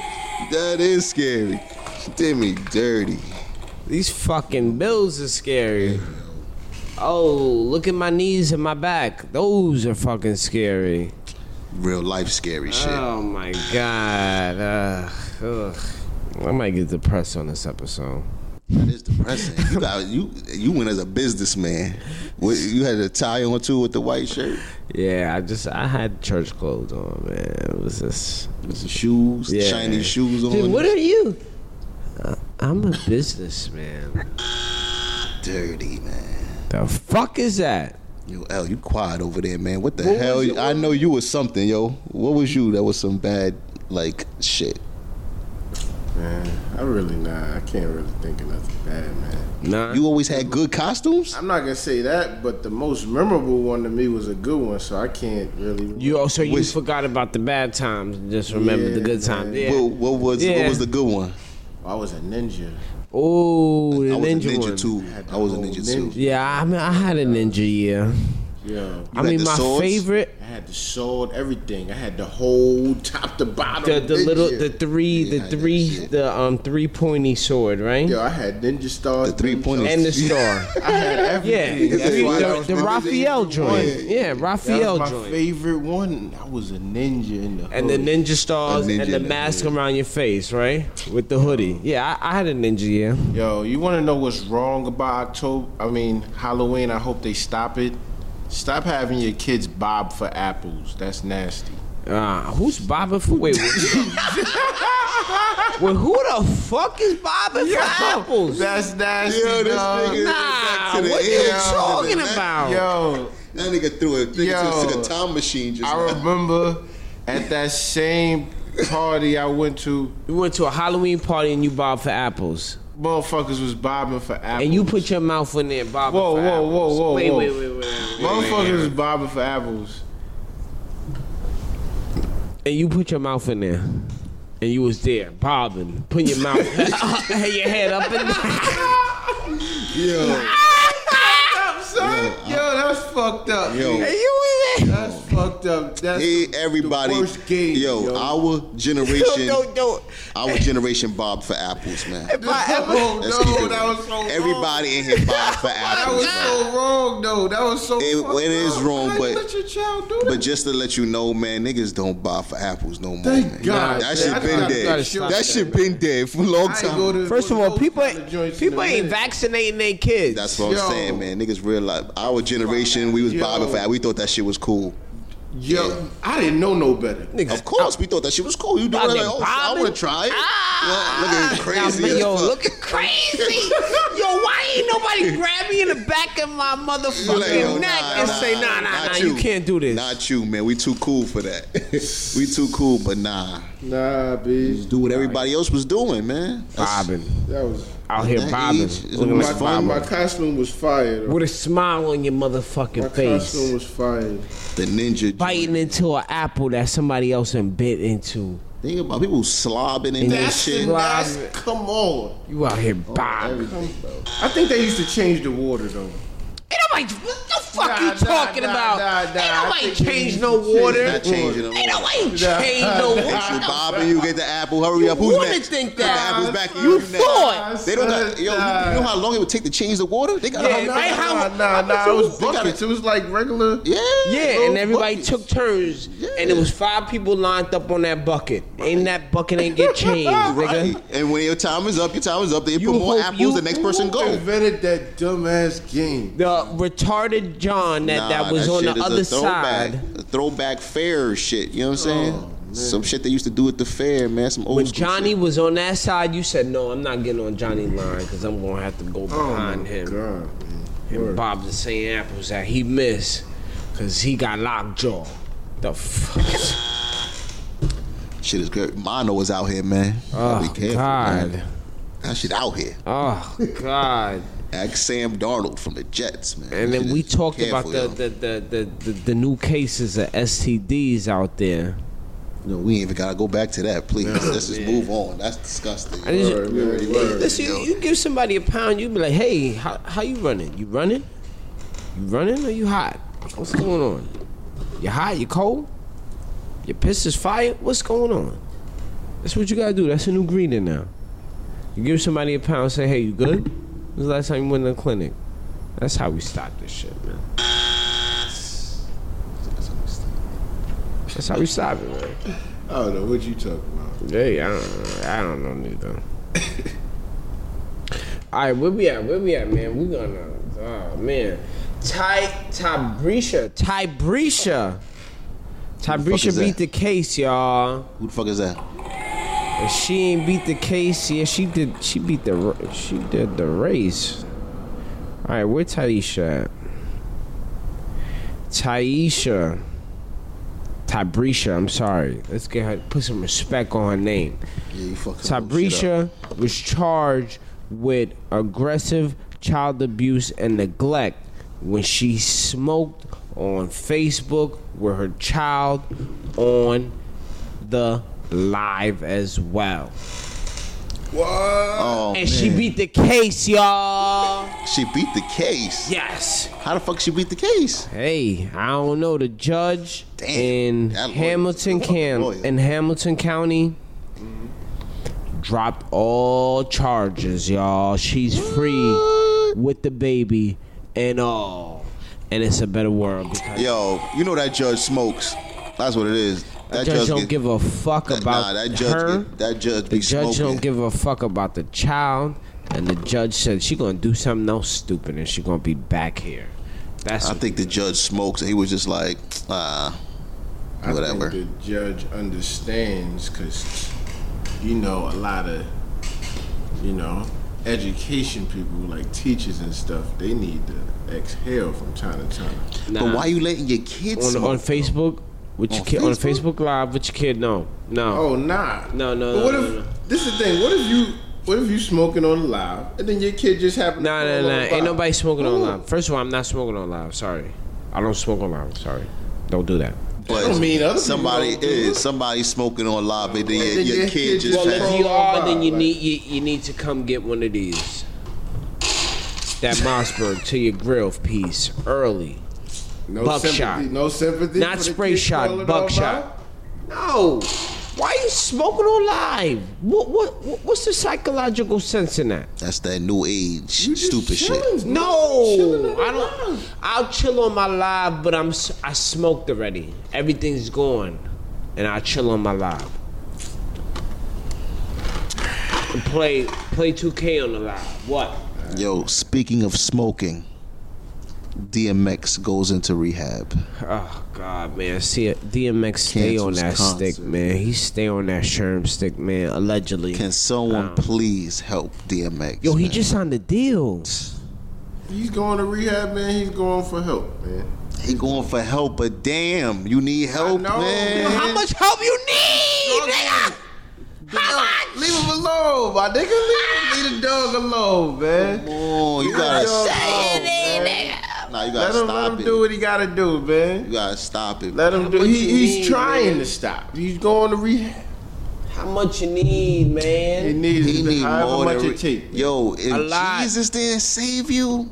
S1: That is scary. Did me dirty.
S2: These fucking bills are scary. Oh, look at my knees and my back. Those are fucking scary.
S1: Real life scary shit.
S2: Oh my god. Ugh. Ugh. I might get depressed on this episode.
S1: That is depressing. You got you you went as a businessman. What, you had a tie on too with the white shirt.
S2: Yeah, I just I had church clothes on, man. It was just
S1: With the shoes,
S2: yeah.
S1: shiny shoes on.
S2: Dude, what are you? Uh, I'm a businessman.
S1: dirty man?
S2: the fuck is that?
S1: Yo, L, you quiet over there, man. What the hell? I know you was something, yo. What was you? That was some bad like shit.
S3: Man, I really nah. I can't really think of nothing bad, man.
S2: Nah.
S1: You always had good costumes.
S3: I'm not gonna say that, but the most memorable one to me was a good one, so I can't really.
S2: You also you
S1: Which-
S2: forgot about the bad times and just remembered the
S3: Yeah,
S2: good
S3: man.
S2: times. Yeah.
S1: What, what was
S2: Yeah.
S1: what was the good one?
S3: I was a ninja.
S2: Oh, the
S1: I was
S2: ninja,
S1: a ninja
S2: one.
S1: too.
S3: Had the
S1: I was a
S3: whole
S1: ninja,
S3: Oh, ninja.
S1: too.
S2: Yeah, I mean, I had a ninja year.
S3: Yo,
S2: I
S1: had
S2: mean,
S1: the
S2: my
S1: swords?
S2: favorite
S3: I had the sword, everything. I had the whole top to bottom.
S2: the, the
S3: ninja.
S2: little the three
S1: Yeah, I
S2: the
S1: had that
S2: three
S1: shit.
S2: the um three pointy sword right
S3: Yo, I had ninja stars.
S1: The three-pointer.
S2: and the star
S3: I had
S2: yeah
S3: everything.
S2: the,
S1: That's why I
S2: the,
S1: was
S2: the
S1: thinking
S2: Raphael
S1: that
S2: joint
S1: one.
S2: yeah
S3: That was
S2: Raphael
S3: my
S2: joint
S3: favorite one. I was a ninja in the
S2: and the
S3: hood.
S2: ninja stars
S1: A ninja
S2: and the
S1: in the
S2: mask
S1: hood.
S2: around your face right with the hoodie yeah I, I had a ninja year
S3: Yo, you want to know what's wrong about October? I mean, Halloween. I hope they stop it. Stop having your kids bob for apples. That's nasty.
S2: ah who's bobbing for wait wait, Well, who the fuck is bobbing for apples
S3: That's nasty.
S1: Yo, this
S3: dog.
S1: nigga-
S2: nah
S1: to the
S2: what are you
S1: ears, to the
S2: talking
S1: neck.
S2: about
S3: Yo,
S1: That nigga threw a thing
S3: Yo.
S1: into a time machine. Just
S3: I
S1: now.
S3: remember at that same party I went to,
S2: you went to a Halloween party and you bobbed for apples.
S3: motherfuckers was bobbing for apples.
S2: And you put your mouth in there, Bob.
S3: Whoa, whoa, whoa, whoa,
S2: Wait,
S3: whoa.
S2: wait, wait, wait, wait, wait.
S3: motherfuckers was bobbing for apples.
S2: And you put your mouth in there. And you was there, bobbing, putting your mouth, had your head up and down.
S1: Yo,
S3: Son, yo, that's fucked up.
S1: Yo.
S3: dude.
S2: And you was there.
S3: That's fucked up. That's
S1: hey,
S3: the-
S1: everybody.
S3: The worst game,
S1: yo,
S3: yo.
S1: our
S2: Yo,
S1: generation,
S2: yo, yo.
S1: our generation bobbed for apples, man.
S2: My
S3: Oh,
S2: apple-
S1: Let's keep
S3: no,
S1: it
S3: that
S1: real.
S3: was so wrong.
S1: Everybody in here bobbed for
S3: That
S1: apples,
S3: was
S1: man.
S3: so wrong, though. That was so.
S1: It-
S3: fucked
S1: it is
S3: up.
S1: wrong,
S3: How you
S1: but-
S3: let your child do
S1: But
S3: that.
S1: just to let you know, man, niggas don't buy for apples no more.
S3: Thank
S1: man.
S3: God.
S1: that
S3: Man,
S1: shit
S3: I
S1: been
S3: gotta-
S1: dead.
S3: gotta stop
S1: That
S3: that,
S1: shit been dead for a long
S3: I ain't
S1: time.
S3: go to-
S2: First of
S3: go to
S2: all,
S3: those
S2: people,
S3: kind of joints in a
S2: people ain't
S3: minute.
S2: vaccinating their kids.
S1: That's what
S3: Yo.
S1: I'm saying, man. Niggas realize our generation, we was
S3: Yo.
S1: bobbing for apples. We thought that shit was cool.
S3: Yo,
S1: Yeah.
S3: I didn't know no better.
S2: Niggas
S1: Of course, we thought that shit was cool. You doing
S2: out
S1: it like,
S2: there
S1: oh, shit, I
S2: bobbing.
S1: want to try it.
S2: Ah,
S1: Well, looking crazy
S2: Now,
S1: as
S2: yo,
S1: fuck.
S2: looking crazy. yo, why ain't nobody grab me in the back of my
S1: You
S2: motherfucking
S1: like, yo,
S2: neck and say, nah, nah,
S1: not
S2: nah, you. can't do this.
S1: Not you, man. We too cool for that. we too cool, but nah.
S3: Nah, bitch.
S1: Do what everybody else was doing, man. That's-
S2: bobbing.
S3: That was.
S2: Out here
S1: That
S2: bobbing.
S1: age is
S2: Looking
S1: always
S2: like
S3: my,
S1: fun.
S2: Bob.
S3: my costume was fire. Though.
S2: With a smile on your motherfucking
S3: My costume
S2: face.
S3: was fire.
S1: The ninja.
S2: Biting
S1: joint.
S2: into an apple that somebody else done bit into.
S1: Think about people slobbing in
S2: And
S1: that
S3: That's,
S1: shit.
S3: that's come on.
S2: You out
S3: Oh,
S2: here bobbing.
S1: Everything, bro.
S3: I think they used to change the water though.
S2: Ain't nobody, what the fuck
S3: Nah,
S2: you
S3: nah,
S2: talking
S3: nah,
S2: about? Ain't
S3: nah, nah. I think
S2: nobody
S3: you
S2: changed
S3: need
S2: no
S3: to change
S2: water.
S1: Not changing them.
S2: Ain't nobody
S3: Nah.
S2: changed no
S1: You
S2: water.
S1: bob and you get the apple. Hurry up.
S2: You
S1: Who's
S2: wanna
S1: next?
S2: think
S1: Put the
S2: that.
S1: apples back. to
S3: Nah,
S1: You
S2: son.
S1: next.
S2: thought.
S1: They don't got, yo, you, you know how long it would take to change the water? They got
S2: Yeah,
S1: a
S2: nah,
S1: whole
S2: right? how-
S3: nah, nah, nah,
S2: how
S3: it was
S1: much was-
S3: buckets. It was like regular.
S1: Yeah.
S2: Yeah,
S1: little
S2: and everybody
S1: buckets.
S2: took turns, and it was five people lined up on that bucket. Ain't that bucket ain't get changed, nigga.
S1: Right. And when your time is up, your time is up. They
S2: You
S1: put more
S2: hope
S1: apples,
S2: you-
S1: the next person
S3: Who
S1: go.
S3: invented that dumbass game?
S2: The retarded John that,
S1: Nah,
S2: that was on
S1: shit is
S2: the
S1: a
S2: other
S1: throwback,
S2: side.
S1: a throwback fair shit. You know what I'm saying? Some shit they used to do at the fair, man. Some old
S2: When
S1: school
S2: Johnny
S1: shit.
S2: was on that side, you said no, I'm not getting on Johnny line because I'm gonna have to
S1: Oh
S2: go behind him
S3: Oh, God,
S2: and Bob the same apples that he missed because he got lockjaw. The fuck?
S1: shit is great. Mono was out here, man. Gotta be careful, man. That shit out here.
S2: Oh God.
S1: Like Sam Darnold from the Jets, man.
S2: And
S1: Shit
S2: then we
S1: is
S2: talked
S1: careful,
S2: about the
S1: yo.
S2: the, the, the, the the new cases of STDs out there.
S1: No, we ain't even gotta go back to that, please. Let's just move on. That's disgusting.
S2: I just-
S1: We already went there,
S2: Listen, you,
S1: yo.
S2: you give somebody a pound, you be like, hey, how, how you running? You running? You running or you hot? What's going on? You hot? You cold? Your piss is fire? What's going on? That's what you gotta do. That's a new greeting now. You give somebody a pound, say, hey, you good? When's the last time you went to the clinic? That's how we stop this shit, man. That's how we stop it, man.
S3: I don't know what you talking about.
S2: Hey, I don't, I don't know neither. All right, where we at? Where we at, man? We gonna, oh man, Ty Tybreesha, Tybreesha, Tybreesha
S1: is
S2: beat
S1: that?
S2: the case, y'all.
S1: Who the fuck is that?
S2: And she ain't beat the case. Yeah, she did. She beat the. r- She did the race. All right, where Taisha at? Taisha. Tabrisha, I'm sorry. Let's get her. Put some respect on her name.
S1: Yeah, you fucking shit up.
S2: Tabrisha was charged with aggressive child abuse and neglect when she smoked on Facebook with her child on the live as well.
S1: Oh,
S2: And she beat the case, y'all.
S1: she beat the case.
S2: Yes.
S1: How the fuck she beat the case?
S2: Hey, I don't know. The judge
S1: Damn,
S2: in
S1: that lawyer-
S2: Hamilton
S1: fucking
S2: Cam
S1: lawyer.
S2: in Hamilton County dropped all charges, y'all. She's free with the baby and all. And it's a better world because
S1: Yo, you know that judge smokes. That's what it is.
S2: the
S1: That
S2: judge, don't
S1: get-
S2: give a fuck
S1: that-
S2: about
S1: nah, that judge
S2: her.
S1: get- that judge
S2: the
S1: be
S2: judge
S1: smoking.
S2: don't give a fuck about the child, and the judge said she gonna do something else stupid, and she gonna be back here. That's
S1: I
S2: what-
S1: think the judge smokes. and He was just like, ah,
S3: I
S1: whatever.
S3: think the judge understands because, you know, a lot of, you know, education people like teachers and stuff, they need to exhale from time to time.
S2: Nah.
S1: But why you letting your kids
S2: on,
S1: smoke?
S2: on Facebook with your
S1: On
S2: kid on
S1: Facebook?
S2: Facebook Live with your kid. No, no.
S3: Oh, nah.
S2: No, no,
S3: But
S2: no,
S3: what
S2: no,
S3: if
S2: no.
S3: this is the thing? What if you what if you smoking on live and then your kid just happened?
S2: Nah,
S3: to
S2: nah,
S3: fall
S2: nah.
S3: off
S2: Ain't
S3: live?
S2: nobody smoking on
S3: Ooh.
S2: live. First of all, I'm not smoking on live. Sorry, I don't smoke on live. Sorry, don't do that.
S1: But
S3: don't mean other people
S1: somebody
S3: don't do it.
S1: is somebody smoking on live, and then your,
S3: then
S1: your
S3: your
S1: kid
S3: kid
S1: just
S2: Well,
S3: just- Well,
S1: passed.
S2: if you are, then you
S3: Like-
S2: need you, you need to come get one of these. That Mossberg to your grill piece early.
S3: No
S2: Buckshot.
S3: sympathy. No sympathy.
S2: Not
S3: for the
S2: spray
S3: kid
S2: shot,
S3: falling off live?
S2: buckshot. No. Why you smoking on live? What, what what what's the psychological sense in that?
S1: That's that new age
S3: You just
S1: stupid shit.
S3: chilling, chilling
S2: No,
S3: on
S2: I
S3: the
S2: don't.
S3: live.
S2: I'll chill on my live, but I'm s- I smoked already. Everything's gone, and I chill on my live. And play play 2K on the live. What?
S1: Yo, speaking of smoking, DMX goes into rehab.
S2: Oh God, man. See, DMX stay on
S1: Cancels
S2: that stick,
S1: concert.
S2: man. He stay on that Sherm stick, man. Allegedly.
S1: Can someone please help DMX?
S2: Yo, he
S1: man?
S2: just signed a deal.
S3: He's going to rehab, man. He's going for help, man.
S1: he going for help, but damn, you need help,
S3: know.
S1: man.
S3: Yo,
S2: How much help you need, nigga? How much?
S3: Leave him alone, my nigga. Leave, leave the dog alone, man.
S1: Oh, you
S3: Leave
S1: gotta
S3: the dog
S1: stop.
S3: alone, man.
S1: Nah, you gotta
S3: Let him, let
S1: stop
S3: him
S1: it.
S3: do what he gotta do,
S1: You
S3: man.
S1: gotta stop it.
S3: Let him do.
S2: What
S3: He,
S2: you
S3: he's
S2: mean,
S3: trying
S2: man?
S3: to stop. He's going to rehab.
S2: How much you need,
S3: He
S2: man?
S3: needs
S1: he need
S3: however
S1: more
S3: much
S1: than
S3: it take. man.
S1: yo.
S2: A
S1: If
S2: lot.
S1: Jesus didn't save you,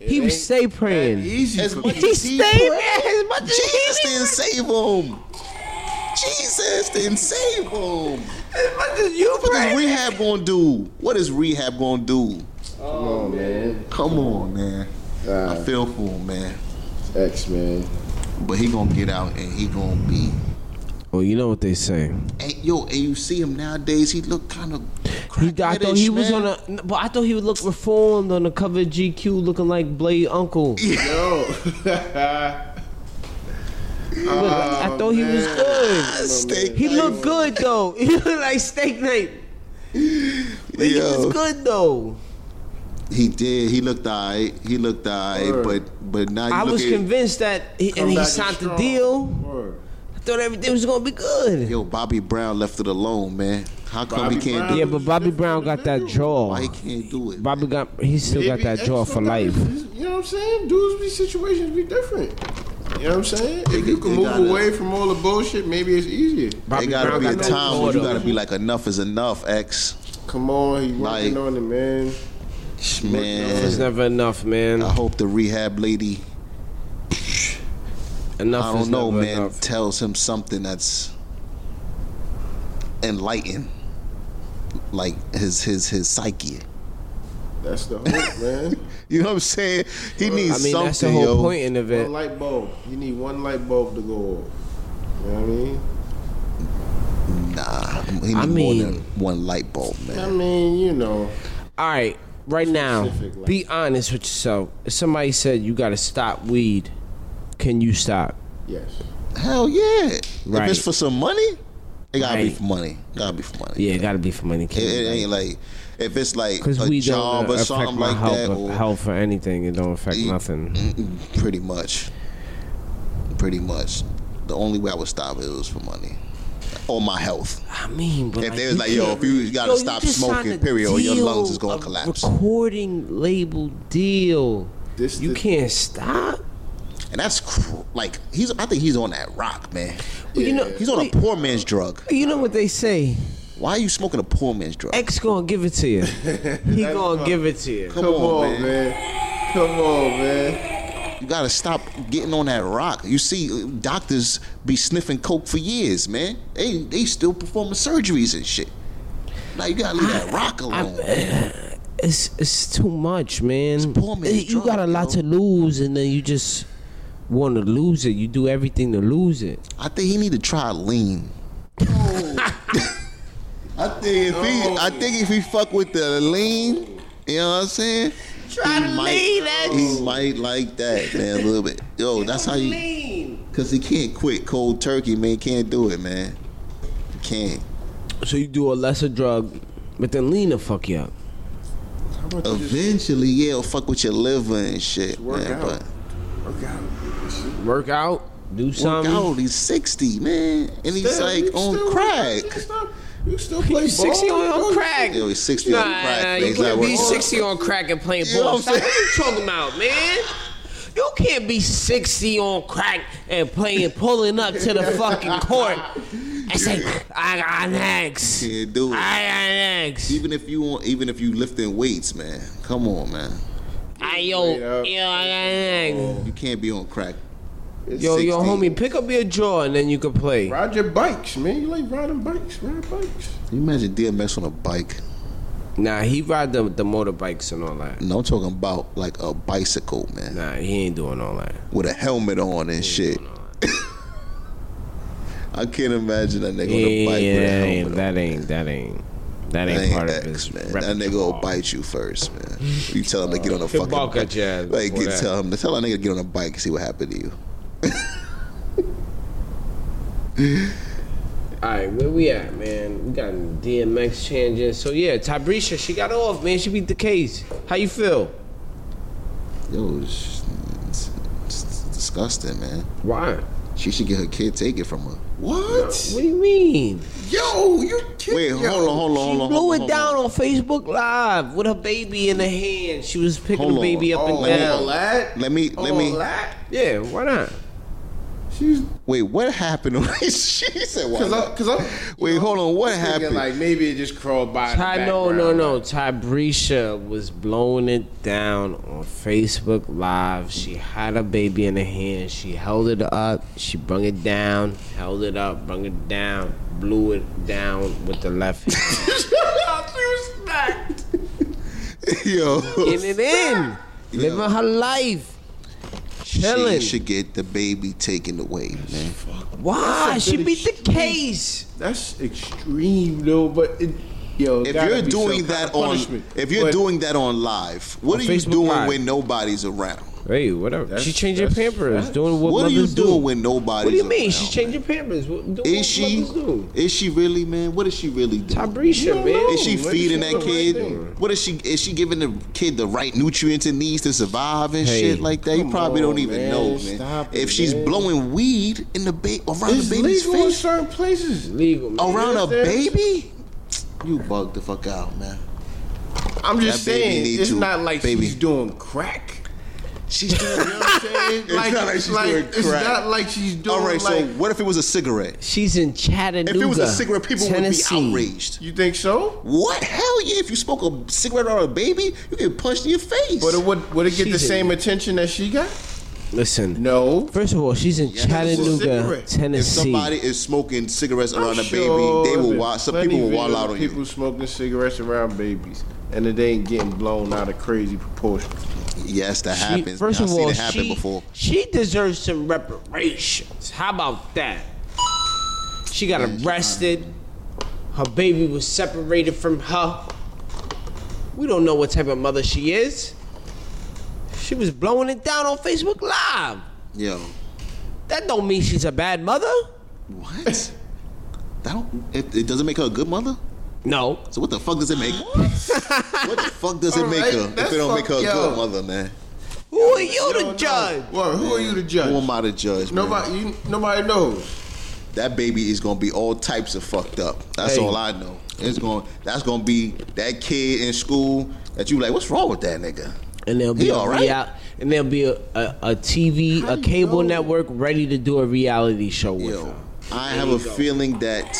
S2: He
S3: ain't
S2: stay praying.
S3: Easy
S1: as
S3: for
S1: much
S3: people.
S2: He
S1: as
S2: stayed
S1: he
S2: there as much as he
S1: Jesus didn't save him. Jesus didn't save him.
S2: As much as you
S1: What is rehab gonna do? What is rehab gonna do?
S3: Oh man,
S1: Come on, man. I
S3: uh,
S1: feel for him, man.
S3: X man.
S1: But he gonna get out and he gonna be.
S2: Well, Oh, you know what they say.
S1: And yo, and you see him nowadays. He look kind of.
S2: He, I thought he was on a, but I thought he would look reformed on the cover of GQ, looking like Blade Uncle.
S3: Yo,
S2: But I thought he was
S3: man.
S2: good.
S1: steak.
S2: He looked good though. He looked like steak night. But he was good though.
S1: He did. He looked alright. He looked alright.
S3: Word.
S1: But but now you
S2: I
S1: look
S2: was
S1: at
S2: convinced that, he, and he signed the deal. I thought everything was gonna be good.
S1: yo Bobby Brown left it alone, man. How come
S3: Bobby
S1: he can't
S3: Brown?
S1: do
S2: Yeah,
S1: it?
S2: but Bobby Brown got that jaw.
S1: Why he can't do it?
S2: Bobby got he still got that jaw for life.
S3: You know what I'm saying? Dudes, be situations be different. You know what I'm saying? If
S1: They-
S3: you can
S1: they
S3: move
S1: gotta-
S3: away from all the bullshit, maybe it's easier.
S1: They gotta
S2: Brown
S1: be a
S2: got no
S1: time where you
S2: order.
S1: gotta be like enough is enough, X.
S3: Come on, he working
S1: Like-
S3: on it, man.
S2: It's
S1: Man,
S2: never enough, man.
S1: I hope the rehab lady.
S2: Enough
S1: I
S2: is
S1: don't know,
S2: never
S1: man.
S2: enough.
S1: Tells him something that's enlightened, like his his his psyche.
S3: That's the hope, man.
S1: You know what I'm saying? He
S2: I mean,
S1: needs something,
S2: that's the whole
S1: yo.
S2: point in the
S3: One
S2: event.
S3: light bulb. You need one light bulb to go off. You know what I mean?
S1: Nah, he need more
S2: I mean-
S1: than one light bulb,
S3: I
S1: man.
S3: mean, you know.
S2: All right, right now,
S3: Specific, like-
S2: be honest with yourself. If somebody said you got to stop weed, can you stop?
S3: Yes.
S1: Hell yeah! If
S2: Right.
S1: it's for some money, it gotta be
S2: Right.
S1: for money. Gotta be for money.
S2: Yeah, it got to be for money.
S1: It, it ain't like if it's like
S2: because
S1: a
S2: we don't
S1: job or
S2: affect
S1: something
S2: my
S1: like
S2: health,
S1: that. Or,
S2: health or anything. It don't affect
S1: Yeah.
S2: nothing.
S1: Mm, Pretty much. Pretty much. The only way I would stop it was for money. Or my health.
S2: I mean, but
S1: If
S2: like,
S1: they
S2: you
S1: was like, yo,
S2: can't
S1: if you
S2: re-
S1: gotta
S2: Yo,
S1: stop
S2: just
S1: smoking,
S2: signed a
S1: period, or your
S2: deal,
S1: lungs is gonna
S2: a
S1: collapse.
S2: Recording label deal.
S3: This
S2: you
S3: the-
S2: can't stop.
S1: And that's cr- like he's I think he's on that rock, man.
S2: Well, you know,
S1: He's on a poor man's drug.
S2: You know what they say?
S1: Why are you smoking a poor man's drug?
S2: X gonna give it to you. He gonna give it to you.
S1: Come,
S3: Come
S1: on, man.
S3: Come on, man.
S1: You gotta stop getting on that rock. You see, uh, doctors be sniffing coke for years, man. They they still performing surgeries and shit. Now you gotta leave that rock alone.
S2: It's it's too much, man.
S1: It's poor man's
S2: Eh, you got a
S1: drug,
S2: lot
S1: yo.
S2: to lose, and then you just want to lose it. You do everything to lose it.
S1: I think he need to try lean. I think if
S3: Oh.
S1: he, I think if he fuck with the lean, you know what I'm saying? Try he
S2: lean,
S1: might, He might like that, man, a little bit. Yo, that's how you, cause he can't quit cold turkey, man. He can't do it, man. He can't.
S2: So you do a lesser drug, but then lean will fuck you up.
S3: How about you just
S1: Eventually, yeah, it'll fuck with your liver and shit,
S3: work
S1: man.
S3: out?
S1: But
S3: work out?
S2: Work out, do
S1: work
S2: something.
S1: out, he's 60, man, and he's
S3: Damn, you
S1: like on
S3: still-
S1: crack.
S3: You still, you still play ball?
S2: 60 on, on crack.
S1: Yo, he's 60 on crack, man.
S2: you
S1: He's not
S2: can't be
S1: working.
S2: 60 on crack and playing
S1: You know
S2: ball.
S1: what
S2: Stop
S1: I'm
S2: what you talking about, man. You can't be 60 on crack and playing, pulling up to the fucking court and say, I got an axe.
S1: Can't do
S2: I
S1: it.
S2: got an axe.
S1: Even if you want, even if you lifting weights, man, come on, man.
S2: I, yo, yo, I got an axe.
S1: You can't be on crack.
S3: It's
S2: Yo, yo,
S1: 16.
S2: homie, pick up your jaw and then you can play.
S3: Ride your bikes, man. You like riding bikes? Ride bikes.
S1: Can you imagine DMX on a bike?
S2: Nah, he ride the, the motorbikes and all that.
S1: No, I'm talking about like a bicycle, man,
S2: Nah, he ain't doing all that.
S1: with a helmet on and shit. I can't imagine that nigga on a bike with
S2: Yeah,
S1: a helmet
S2: that ain't,
S1: on.
S2: that ain't, that ain't,
S1: That
S2: that ain't,
S1: ain't
S2: part
S1: X,
S2: of his
S1: man. That nigga will bite you first, man. You tell him to get on a
S2: He'll
S1: fucking
S2: bark
S1: bike.
S2: at your ass
S1: Like,
S2: before
S1: get,
S2: that.
S1: tell him to tell a nigga to get on a bike and see what happened to you.
S2: All right, where we at, man? We got DMX changes. So yeah, Tabrisha, she got off, man. She beat the case. How you feel?
S1: Yo, it's, it's, it's disgusting, man.
S2: Why?
S1: She should get her kid take it from her.
S3: What?
S2: What do you mean?
S3: Yo, you kidding?
S1: Wait, hold on, hold on, hold on.
S2: She
S1: hold
S2: blew
S1: on,
S2: it
S1: hold
S2: down
S1: on.
S2: on Facebook Live with her baby in her hand. She was picking
S1: Hold
S2: the baby
S1: on.
S2: up
S3: Oh, All
S2: and down.
S3: that?
S1: Let me, let
S3: All
S1: me.
S3: that?
S2: Yeah, why not?
S3: She's
S1: Wait, what happened? she said, "Why?"
S3: cause I'm
S1: not?
S3: cause I'm
S1: Wait, hold on. What
S3: thinking,
S1: happened?
S3: Like maybe it just crawled by. in the
S2: Ty, no, no,
S3: background.
S2: no. Tabrisha was blowing it down on Facebook Live. She had a baby in her hand. She held it up. She brung it down. Held it up. Brung it down. Blew it down with the left hand.
S1: Yo,
S2: Getting it in. Living her life. Chilling.
S1: she should get the baby taken away, man.
S2: Why?
S3: That's a
S2: She
S3: good
S2: beat the case.
S3: That's extreme though. But it, yo,
S1: If
S3: gotta
S1: you're
S3: be some
S1: doing
S3: kind
S1: that
S3: of
S1: on,
S3: punishment.
S1: if you're
S3: But
S1: doing that on live, what
S2: On
S1: are you
S2: Facebook
S1: doing
S2: Live.
S1: when nobody's around?
S2: Hey, whatever.
S3: That's-
S2: she changed her
S3: that's-
S2: pampers.
S3: that's-
S2: Doing what,
S1: What, are you
S2: mothers
S1: doing
S2: do.
S1: when nobody's?
S2: What do you mean?
S1: around,
S2: She's changing pampers. What, do
S1: man?
S2: what
S1: Is she?
S2: mothers do.
S1: Is she really, man? What is she really doing?
S2: Tabrisha, man.
S1: Is she
S3: Maybe
S1: feeding that
S3: she's doing the right
S1: kid?
S3: thing.
S1: what is she? Is she giving the kid the right nutrients it needs to survive and
S2: Hey,
S1: shit like that? You
S3: come
S1: probably
S3: on,
S1: don't even
S3: man.
S1: know, man.
S3: Stop it,
S1: if she's
S3: man.
S1: blowing weed in the ba- around
S3: It's
S1: the baby's
S3: legal in
S1: face,
S3: certain places.
S2: Legal. man.
S1: around a
S3: Yes, it is.
S1: baby, you bug the fuck out, man.
S3: I'm just
S1: That baby
S3: saying,
S1: need
S3: it's
S1: to-
S3: not like
S1: baby.
S3: she's doing crack. She's doing, you know what I'm saying?
S1: It's not like she's doing
S3: It's
S1: crack.
S3: not like she's doing.
S1: All right, so
S3: like-
S1: what if it was a cigarette?
S2: She's in Chattanooga.
S1: If it was a cigarette, people
S2: Tennessee.
S1: would be outraged.
S3: you think so?
S1: What? Hell yeah! If you smoke a cigarette on a baby, you get punched in your face.
S3: But it would would it get the
S2: She's
S3: same attention that she got?
S2: Listen.
S3: No.
S2: First of all, she's in Chattanooga,
S3: cigarette. If
S1: if
S2: Tennessee.
S1: somebody is smoking cigarettes around
S3: I'm
S1: a baby,
S3: sure
S1: they will
S3: there's
S1: wild. Some
S3: plenty
S1: people will
S3: of
S1: wild
S3: video
S1: out
S3: of
S1: on
S3: People
S1: you.
S3: smoking cigarettes around babies, and it ain't getting blown out of crazy proportions.
S1: Yes, that
S2: She-
S1: happens.
S2: First
S1: I've
S2: of
S1: seen
S2: all,
S1: it happen
S2: she,
S1: before.
S2: she deserves some reparations. How about that? She got arrested. Her baby was separated from her. We don't know what type of mother she is. She was blowing it down on Facebook Live.
S1: Yo,
S2: That don't mean she's a bad mother.
S1: what? that don't. It, it doesn't make her a good mother.
S2: No.
S1: So what the fuck does it make? what the fuck does it
S3: All
S1: make
S3: right,
S1: her if
S3: that's
S1: it don't make her a
S3: fuck- yo.
S1: good mother, man?
S2: Who are you
S3: No,
S2: to
S3: no.
S2: judge?
S3: Well, who are you to judge?
S1: Who am I to judge? man?
S3: Nobody, you, nobody knows.
S1: that baby is gonna be all types of fucked up. That's
S2: Hey.
S1: all I know. It's going. to That's gonna be that kid in school that you like. What's wrong with that nigga?
S2: And there'll
S1: He
S2: be a
S1: all right?
S2: rea- and there'll be a, a, a TV, a cable network ready to do a reality show with
S1: Yo,
S2: her.
S1: I have a feeling that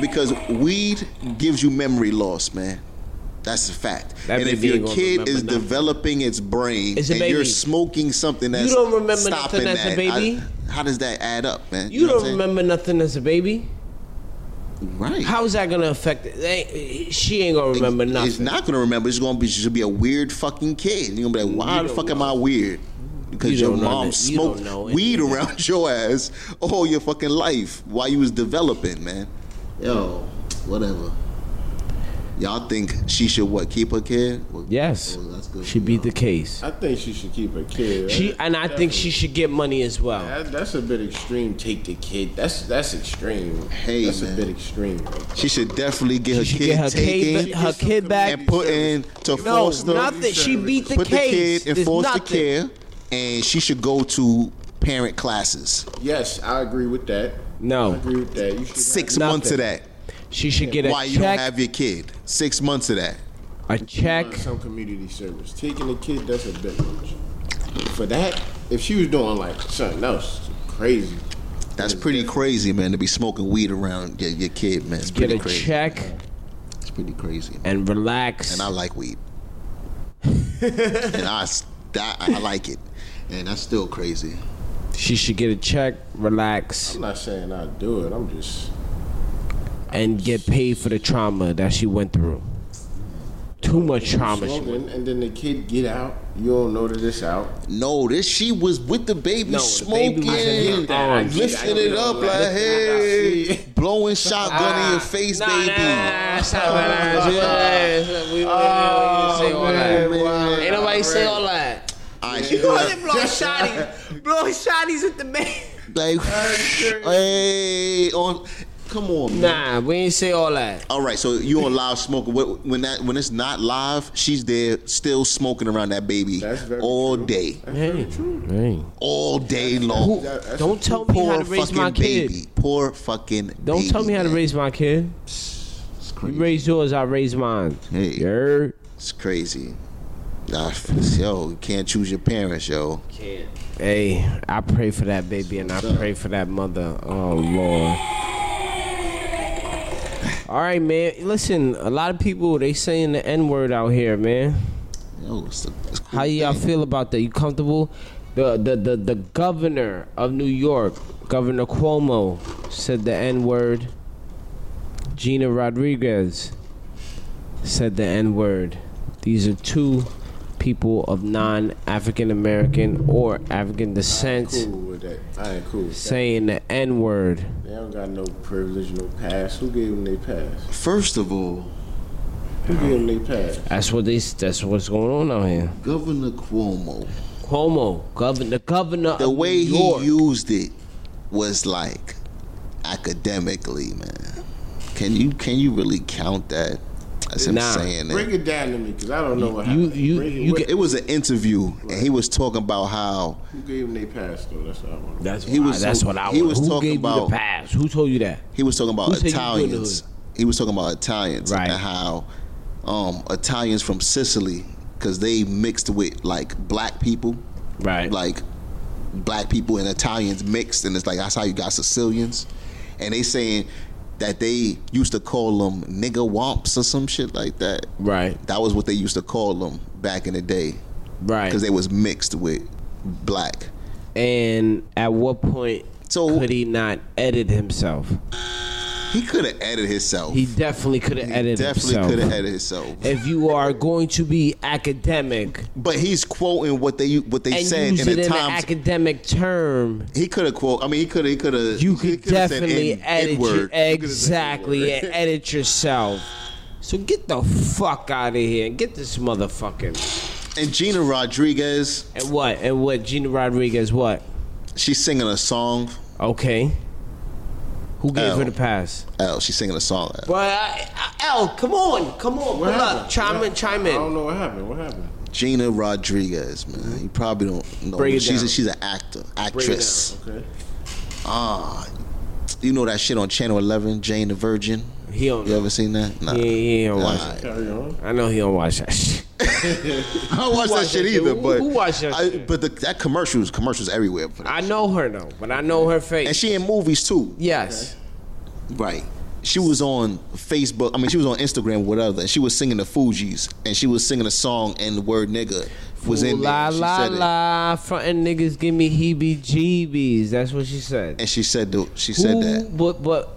S1: because weed gives you memory loss, man. That's a fact.
S2: That
S1: and if
S2: baby ain't
S1: your
S2: gonna
S1: kid
S2: remember
S1: is
S2: nothing.
S1: developing its brain
S2: It's a
S1: and you're
S2: baby.
S1: smoking something that's
S2: don't remember nothing
S1: stopping
S2: as a
S1: that, I-
S2: baby?
S1: how does that add up, man?
S2: You
S1: know what
S2: don't
S1: I'm
S2: remember nothing as a baby.
S1: saying? right?
S2: How is that gonna affect it? They- She ain't gonna
S1: It's-
S2: remember nothing.
S1: It's not gonna remember. It's gonna be she'll be a weird fucking kid. And You're gonna be like, why the fuck am I weird? Because
S2: You
S1: your
S2: don't know
S1: mom
S2: that- you don't
S1: smoked
S2: know
S1: weed around your ass all your fucking life while you was developing, man. Yo, whatever. Y'all think she should what keep her kid? Well,
S2: yes,
S1: well, Oh, that's good
S2: she
S1: for
S2: beat
S1: y'all.
S2: the case.
S3: I think she should keep her kid.
S2: She and I think she should get money as well.
S3: That, that's a bit extreme. Take the kid. That's that's extreme.
S1: Hey,
S3: that's
S1: man.
S3: a bit extreme. Like,
S1: She should definitely get her
S2: She should
S1: kid
S2: get her
S1: taken
S2: kid, her kid back.
S1: and put in to
S2: No,
S1: foster.
S2: not that she beat the
S1: put the
S2: case.
S1: kid in
S2: There's
S1: foster
S2: nothing.
S1: care, and she should go to parent classes.
S3: yes, I agree with that. I
S2: No,
S3: agree with that. You should
S1: Six
S2: Nothing.
S1: months of that.
S2: she should get a
S1: why you don't
S2: check.
S1: have your kid. Six months of that.
S2: a check.
S3: have some community service. Taking the kid, that's a bit much. For that, if she was doing like something else crazy,
S1: That's pretty crazy, man, to be smoking weed around your, your kid, man. It's
S2: Get
S1: pretty
S2: a
S1: crazy.
S2: check
S1: It's pretty crazy. Man.
S2: and relax.
S1: And I like weed. and I, s- I, I like it. And that's still crazy.
S2: she should get a check, relax,
S3: I'm not saying I'd do it. I'm just
S2: and get paid for the trauma that she went through. Too much trauma. She
S3: smoking, and then the kid get out. You don't know that it's out.
S1: No, this she was with the baby
S2: No, the
S1: smoking,
S2: baby was in her arms.
S1: lifting
S3: Oh, I
S1: it
S3: know,
S1: up
S3: like,
S1: like,
S3: I
S1: hey,
S3: see.
S1: blowing shotgun in your face,
S2: Ah, Nah,
S1: baby. Oh,
S2: nah, nah, stop that. Nah, we- we- we- we- we- we- we- we- say all that. Ain't nobody say all that.
S1: All right, she
S2: You go
S1: doing
S2: ahead and blow shotties. Blow shotties at the man.
S1: like, hey, on, come on, man.
S2: Nah, we ain't say all that.
S1: All right, so you on live smoking? What, when that when it's not live, she's there still smoking around that baby
S3: That's very
S1: all
S3: true.
S1: day,
S2: Hey, hey.
S1: all day long.
S3: That- that's
S2: Don't tell me how
S1: Poor
S2: to raise
S1: fucking
S2: my kid.
S1: baby. Poor fucking.
S2: Don't
S1: baby,
S2: tell me how to
S1: man.
S2: raise my kid.
S1: It's
S2: You
S1: crazy.
S2: raise yours, I raise mine.
S1: Hey.
S2: You heard?
S1: It's crazy. Nah, yo, you can't choose your parents, yo.
S2: Hey, I pray for that baby and I pray for that mother. Oh Lord. All right, man. Listen, a lot of people they saying the N word out here, man.
S1: Yo, it's a, it's a cool
S2: How y'all
S1: thing.
S2: feel about that? You comfortable? The the the, the governor of New York, Governor Cuomo, said the N word. Gina Rodriguez said the N word. These are two people of non African American or African descent
S3: Cool with that. I ain't cool. With that.
S2: saying the N word.
S3: They don't got no privilege, no pass. Who gave them their pass?
S1: First of all,
S3: Who gave them their pass?
S2: That's what they. That's what's going on out here.
S1: Governor Cuomo,
S2: Cuomo, governor, the governor
S1: the
S2: of
S1: way
S2: New York.
S1: he used it was like academically, man. Can you can you really count that? That's him
S2: Nah.
S1: saying that.
S3: Break it down to me, cause I don't know what
S2: You-
S3: happened.
S2: you-
S3: Break it-
S2: you
S3: what-
S1: It was an interview, and he was talking about how
S3: who gave them their pass though? That's what I want. to
S2: That's
S1: He
S2: why-
S1: was-
S2: that's what I.
S1: he
S2: want.
S1: was
S2: Who
S1: talking
S2: gave you
S1: about-
S2: the pass? Who told you that?
S1: he was talking about
S2: Who said you good
S1: Italians. He was talking about Italians
S2: Right.
S1: and how um, Italians from Sicily because they mixed with like black people,
S2: Right.
S1: like black people and Italians mixed, and it's like that's how you got Sicilians, and they saying that they used to call them nigger womps or some shit like that.
S2: Right.
S1: That was what they used to call them back in the day
S2: Right.
S1: because they was mixed with black.
S2: and at what point
S1: So-
S2: could he not edit himself?
S1: He could have edited himself.
S2: He definitely could have edited
S1: definitely
S2: himself.
S1: could have edited himself.
S2: If you are going to be academic
S1: But he's quoting what they what they
S2: and
S1: said
S2: use
S1: in
S2: it
S1: the
S2: in an
S1: times.
S2: academic term,
S1: he could have quote. I mean, he could he could have.
S2: you
S1: he
S2: could
S1: coulda said
S2: definitely
S1: N-
S2: edit your,
S1: N-word.
S2: exactly and edit yourself. So get the fuck out of here and get this motherfucking
S1: And Gina Rodriguez,
S2: and what and what Gina Rodriguez what?
S1: she's singing a song.
S2: Okay, who gave
S1: Oh.
S2: her the pass?
S1: Oh, she's singing a song.
S2: But I, I, L, come on, come on, pull
S3: What
S2: up,
S3: happened?
S2: chime
S3: What
S2: in, chime
S3: I don't
S2: in.
S3: know what happened. What happened?
S1: Gina Rodriguez, man, you probably don't know.
S2: Break it
S1: she's
S2: down.
S1: A, she's an actor, actress.
S3: Okay.
S1: Ah, you know that shit on Channel Eleven, Jane the Virgin.
S2: He don't.
S1: You ever seen that? Nah.
S2: Yeah, he don't watch.
S1: Nah.
S2: it.
S3: Carry on.
S2: I know he don't watch that shit.
S1: I don't watch that
S2: watched
S1: shit
S2: that shit?
S1: either.
S2: Who-
S1: But
S2: who watched that
S1: I,
S2: shit?
S1: But the, that commercials, commercials everywhere. For that.
S2: I know her though, but I know her face.
S1: And she in movies too.
S2: yes.
S1: Right. She was on Facebook. I mean, she was on Instagram, whatever. And she was singing the Fugees, and she was singing a song, and the word "nigga" was
S2: Ooh,
S1: in there.
S2: la
S1: and she
S2: la
S1: said it.
S2: la, frontin' niggas give me heebie-jeebies. That's what she said.
S1: And she said, the, she said
S2: who,
S1: that.
S2: But but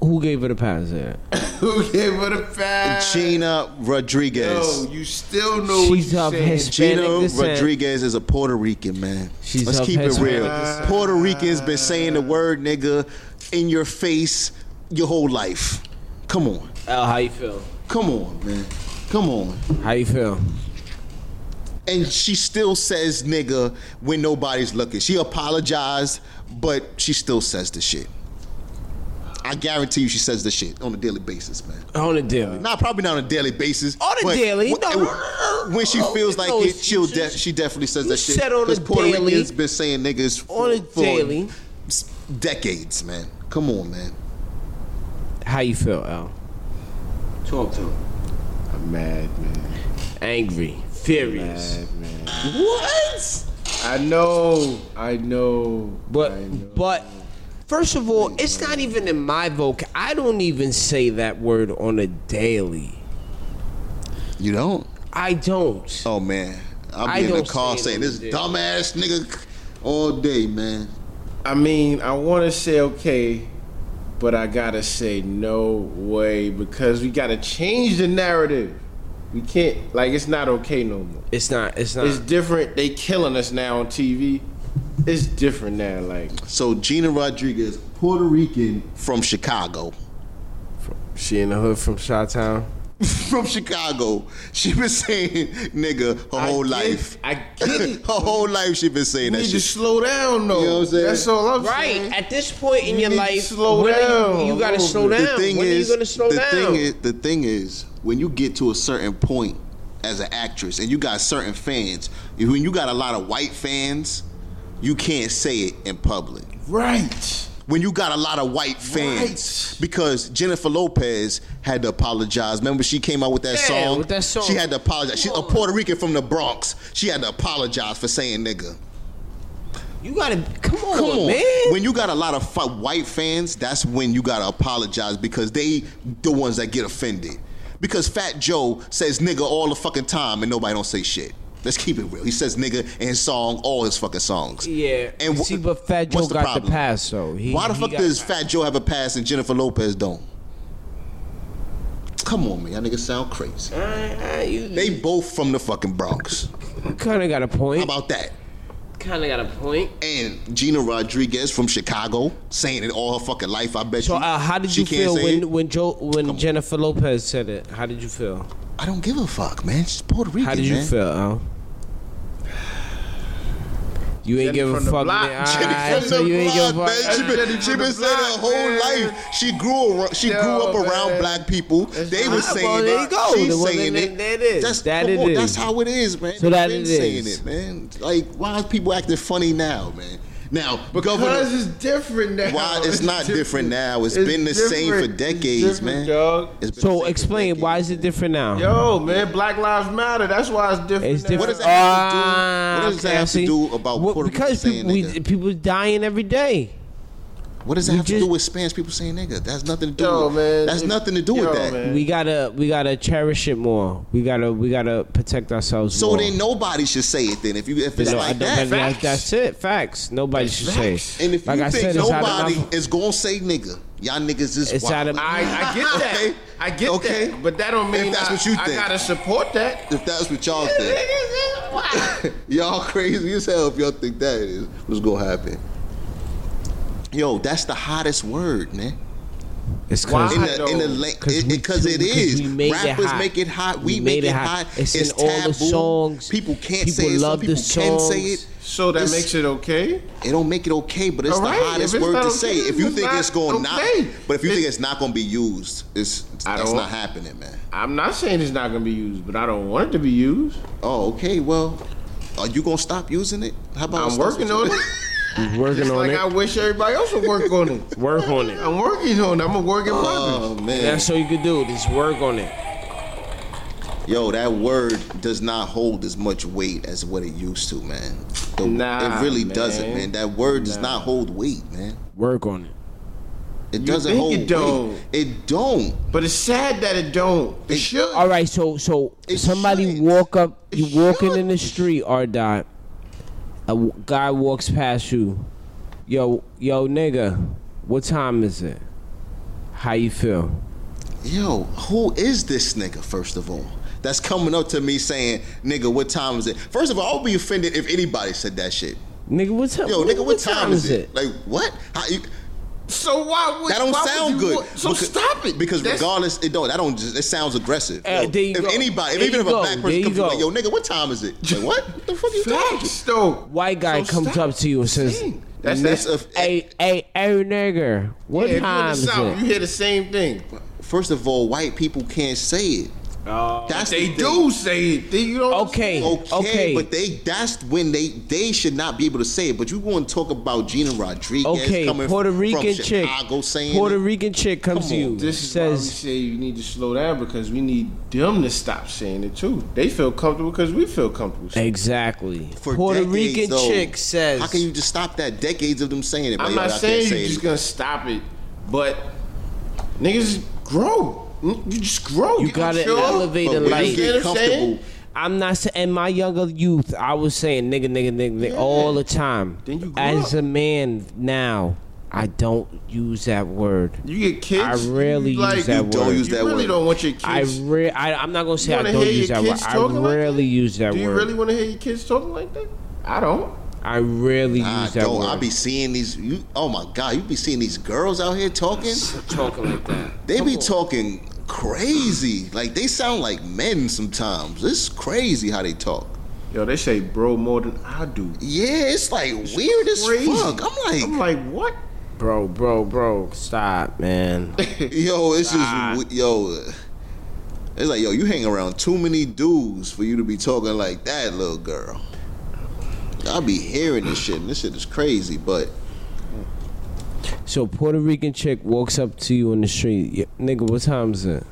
S2: who gave her the pass? There?
S3: Who gave her the pass?
S1: Gina Rodriguez.
S3: Yo, you still know
S2: She's
S3: what
S2: of
S3: you saying.
S2: Hispanic
S1: Gina
S2: descent.
S1: Rodriguez is a Puerto Rican man.
S2: She's
S1: Let's
S2: of
S1: keep it
S2: Hispanic
S1: real.
S2: descent.
S1: Puerto Ricans been saying the word "nigga" in your face your whole life. Come on,
S2: L, how you feel?
S1: come on, man, come on.
S2: How you feel?
S1: and she still says nigga when nobody's looking. She apologized, but she still says the shit. I guarantee you she says the shit on a daily basis, man.
S2: On the deal.
S1: Not probably not on a daily basis.
S2: On a
S1: but
S2: daily,
S1: when,
S2: no.
S1: when she feels like
S2: No,
S1: it, she'll
S2: she-
S1: de- she definitely says that shit.
S2: said on a
S1: Because Puerto
S2: daily.
S1: Ricans been saying niggas
S2: On a
S1: for- for
S2: daily.
S1: s- decades, man. Come on, man.
S2: How you feel, L? Talk to him.
S3: I'm mad, man.
S2: Angry, furious.
S3: Mad, man.
S2: What?
S3: I know. I know. I know.
S2: But but first of all, it's not even in my voc. I don't even say that word on a daily.
S1: You don't?
S2: I don't.
S1: Oh man,
S2: I
S1: I'll be in
S2: don't
S1: the car
S2: say
S1: saying
S2: it on a
S1: this
S2: daily.
S1: dumbass nigga all day, man.
S3: I mean, I want to say okay, but I gotta say no way because we gotta change the narrative. We can't like it's not okay no more.
S2: It's not. It's not.
S3: It's different. They killing us now on TV. It's different now. Like
S1: So Gina Rodriguez, Puerto Rican from Chicago.
S2: she in the hood from Chi-Town.
S1: from Chicago. She been saying nigga her whole
S3: I get-
S1: life.
S3: I get it.
S1: her whole life she been saying
S3: we
S1: that
S3: need to
S1: shit.
S3: slow down though.
S1: You know what I'm saying?
S3: That's all I'm
S2: Right
S3: saying.
S2: at this point in
S3: You
S2: your
S3: need to
S2: life,
S3: slow
S2: when are
S3: down
S2: you,
S3: a
S2: you gotta
S3: little
S2: slow
S3: bit.
S2: down. when are you gonna slow
S1: the
S2: down?
S1: thing is, the thing is, when you get to a certain point as an actress and you got certain fans, when you got a lot of white fans, you can't say it in public.
S3: Right.
S1: When you got a lot of white fans,
S3: Right.
S1: because Jennifer Lopez had to apologize. Remember, she came out with that
S2: Yeah,
S1: song.
S2: with that song.
S1: she had to apologize. She's a Puerto Rican from the Bronx. She had to apologize for saying nigga.
S2: you gotta come on,
S1: Come on,
S2: man.
S1: When you got a lot of fu- white fans, that's when you gotta apologize because they the ones that get offended. Because Fat Joe says nigga all the fucking time and nobody don't say shit. Let's keep it real. He says nigga in his song, all his fucking songs.
S2: yeah,
S1: And
S2: and
S1: wh-
S2: see, but Fat Joe
S1: what's the
S2: got the
S1: problem?
S2: pass, so he,
S1: Why the
S2: he
S1: fuck
S2: got
S1: does
S2: the
S1: Fat Joe have a pass and Jennifer Lopez don't? Come on, man. Y'all niggas sound crazy.
S2: pass. Alright, alright, you,
S1: They both from the fucking Bronx.
S2: kind of got
S1: How
S2: a point.
S1: about that?
S2: Kind of got a point.
S1: And Gina Rodriguez from Chicago saying it all her fucking life. I bet
S2: So,
S1: you.
S2: uh, how did
S1: she
S2: you
S1: can't
S2: feel
S1: say it.
S2: when when Joe when Jennifer Lopez said it? How did you feel?
S1: I don't give a fuck, man. She's Puerto Rican.
S2: How did you
S1: man.
S2: feel? Al? You ain't
S3: Jenny
S2: give a
S3: from the
S2: fuck.
S3: block.
S2: man. All
S1: Jenny
S2: right,
S1: from
S2: so
S1: the
S2: you ain't give a
S1: block,
S2: fuck.
S1: man. She been,
S3: Jenny
S1: she
S3: from
S1: been
S3: the
S1: saying her
S3: block,
S1: whole
S3: man.
S1: life. She grew ar- she
S3: Yo,
S1: grew up around
S3: man.
S1: black people. They
S3: That's
S1: were
S3: right.
S1: saying
S2: Well, there you
S1: it.
S2: go.
S1: She's
S2: Well,
S1: saying
S2: then
S1: it.
S2: that is.
S1: That's,
S2: That
S1: come
S2: it
S1: on,
S2: is.
S1: That's how it is, man.
S2: So that
S1: They've been
S2: it is.
S1: saying it, man. Like, why is people acting funny now, man? Now,
S3: Because
S1: Governor,
S3: it's different now.
S1: why it's not different now? it's been the same for
S3: different. It's
S1: decades,
S3: different,
S1: man.
S3: dog.
S1: It's been the same
S2: So
S1: for
S2: explain
S1: decades.
S2: why is it different now?
S3: Yo, man, Black Lives Matter. That's why it's different.
S2: It's
S3: now.
S2: different. Ah,
S1: What does that have to do- what does that
S2: okay, I
S1: have to
S2: see.
S1: do about
S2: Well,
S1: Puerto Rican
S2: because
S1: saying
S2: people, we,
S1: nigga?
S2: people dying every day.
S1: What does that
S2: You
S1: have to
S2: just-
S1: do with Spanish people saying nigga? That's nothing to do.
S3: Yo,
S1: with,
S3: man.
S1: That's
S3: If-
S1: nothing to do
S3: yo,
S1: with that.
S3: man.
S2: We gotta we gotta cherish it more. We gotta we gotta protect ourselves.
S1: So
S2: more.
S1: then nobody should say it. Then if you if it's
S2: No, I
S1: like
S2: don't-
S1: that,
S2: that- that's it. Facts. Nobody should
S3: facts.
S2: say.
S1: and if
S2: like
S1: you
S2: I
S1: think
S2: said, it's out of
S1: nobody
S2: my-
S1: is gonna say nigga, y'all niggas is
S2: It's out
S1: wild.
S2: of my-
S3: I, I get that.
S1: Okay.
S3: I get
S1: Okay.
S3: that. But that don't
S1: If
S3: mean
S1: that's
S3: I,
S1: what you
S3: I
S1: think.
S3: gotta support that.
S1: if that's what y'all think, y'all crazy as hell. If y'all think that is what's gonna happen. Yo, that's the hottest word, man.
S2: it's
S3: Why?
S1: In
S2: cause,
S1: the in the
S3: though.
S1: la- it-
S2: 'Cause
S1: it-
S2: we
S1: because
S2: too-
S1: it
S2: because
S1: is.
S2: we made it
S1: Rappers
S2: hot.
S1: make it hot. We,
S2: We
S1: make
S2: made
S1: it hot. It's,
S2: It's in all the
S1: taboo.
S2: songs.
S1: People can't
S2: People
S1: say it. Some
S2: love the
S1: people can say
S2: songs.
S1: it.
S3: So that
S1: It's-
S3: makes it okay.
S1: It don't make it okay, but it's
S3: All right,
S1: the hottest
S3: if it's
S1: word to
S3: not
S1: say.
S3: okay,
S1: If you
S3: it's
S1: think
S3: not
S1: it's going to
S3: okay.
S1: not, but if you
S3: It-
S1: think it's not going to be used, it's
S3: I
S1: that's
S3: don't-
S1: not happening, man.
S3: I'm not saying it's not gonna be used, but I don't want it to be used.
S1: Oh, okay. Well, are you going to stop using it? How about
S3: I'm
S1: stop
S3: working
S1: using
S3: on it.
S2: working
S3: Just
S2: on
S3: like
S2: it.
S3: I wish everybody else would work on it. Uh,
S2: work on it.
S3: I'm working on it. I'm a work in progress.
S1: Oh man,
S2: That's all you could do. Just work on it.
S1: yo, that word does not hold as much weight as what it used to, man. The-
S3: Nah,
S1: it really
S3: man.
S1: doesn't, man. That word does not hold weight, man.
S2: Work on it.
S1: It
S3: You
S1: doesn't
S3: think
S1: hold
S3: it don't.
S1: weight. It don't.
S3: But it's sad that it don't. It, should.
S2: All right. So so
S1: It
S2: somebody
S1: should.
S2: walk up. You
S1: It
S2: walking
S1: should.
S2: in the street, R dot. A w- guy walks past you. Yo yo nigga, what time is it? How you feel?
S1: Yo, who is this nigga, first of all? That's coming up to me saying, nigga, what time is it? First of all, I would be offended if anybody said that shit.
S2: Nigga, what time?
S1: Yo, nigga, what time is it? Like, what? How you,
S3: So why would
S1: that don't
S3: why would
S1: sound
S3: you
S1: good.
S3: want- so
S1: Because-
S3: stop it.
S1: Because
S3: That's-
S1: regardless, it don't. That don't. Just, it sounds aggressive.
S2: Uh,
S1: Yo,
S2: there you
S1: if
S2: go.
S1: anybody, if
S2: There
S1: even
S2: you
S1: if a
S2: go.
S1: black
S2: There
S1: person
S2: you
S1: comes to
S2: go.
S1: me like, yo, nigga, what time is it? Like, what? What the fuck you talking?
S3: facts though.
S2: White guy
S3: So
S2: comes
S3: stop
S2: up to you and says,
S3: saying. That's
S1: That's eh,
S3: that's.
S1: a,
S2: "Hey hey hey nigga, what
S3: yeah, if you're in
S2: time
S3: the
S2: is
S3: South, you
S2: it?"
S3: hear the same thing.
S1: first of all, white people can't say it. That's
S3: Oh, They
S1: the thing.
S3: do say it. They, you know.
S2: Okay,
S1: okay,
S2: okay,
S1: but they that's when they they should not be able to say it. But you want to talk about Gina Rodriguez
S2: okay.
S1: coming
S2: Puerto
S1: from
S2: Rican chick,
S1: Chicago saying
S2: Puerto
S1: it?
S2: Rican chick comes
S1: Come
S2: to you,
S1: on,
S3: This is why we
S2: says,
S3: say you need to slow down because we need them to stop saying it too. They feel comfortable because we feel comfortable.
S2: "Exactly."
S1: for
S2: Puerto
S1: decades,
S2: Rican
S1: though.
S2: chick says,
S1: How can you just stop that? Decades of them saying it.
S3: I'm
S1: but, yo, I
S3: not
S1: can't
S3: saying
S1: say
S3: you're
S1: it.
S3: just gonna stop it, but niggas grow. You just grow.
S2: You gotta elevate
S1: But
S2: the
S1: when
S2: light.
S1: you get comfortable,
S2: I'm not saying in my younger youth, I was saying nigga, nigga, nigga, nigga all the time.
S3: Then you grew
S2: As
S3: up.
S2: a man now, I don't use that word.
S3: You get kids.
S2: I rarely
S3: you,
S2: use that
S3: you
S2: word.
S1: Don't use that
S3: You really
S1: word.
S3: don't want your kids.
S2: I re- I, I'm not gonna say I
S3: You wanna
S2: don't
S3: hear
S2: use
S3: your
S2: that word.
S3: kids
S2: I
S3: talking like
S2: rarely
S3: that?
S2: use that
S3: Do you
S2: word.
S3: really want to hear your kids talking like that? I don't.
S2: I rarely
S1: Nah,
S2: use that
S1: dog,
S2: word.
S1: I be seeing these. You, oh my god, you be seeing these girls out here talking.
S2: talking like that.
S1: They be talking crazy. Like they sound like men sometimes. It's crazy how they talk.
S3: Yo, they say bro more than I do.
S1: Yeah, it's like weird as
S3: Crazy.
S1: fuck. I'm like,
S3: I'm like, what?
S2: Bro, bro, bro, stop, man.
S1: yo, it's just
S2: Ah.
S1: we- yo. uh, It's like yo, you hang around too many dudes for you to be talking like that, little girl. I be hearing this shit, and this shit is crazy. But
S2: so Puerto Rican chick walks up to you on the street. "Yeah, nigga, what time is it?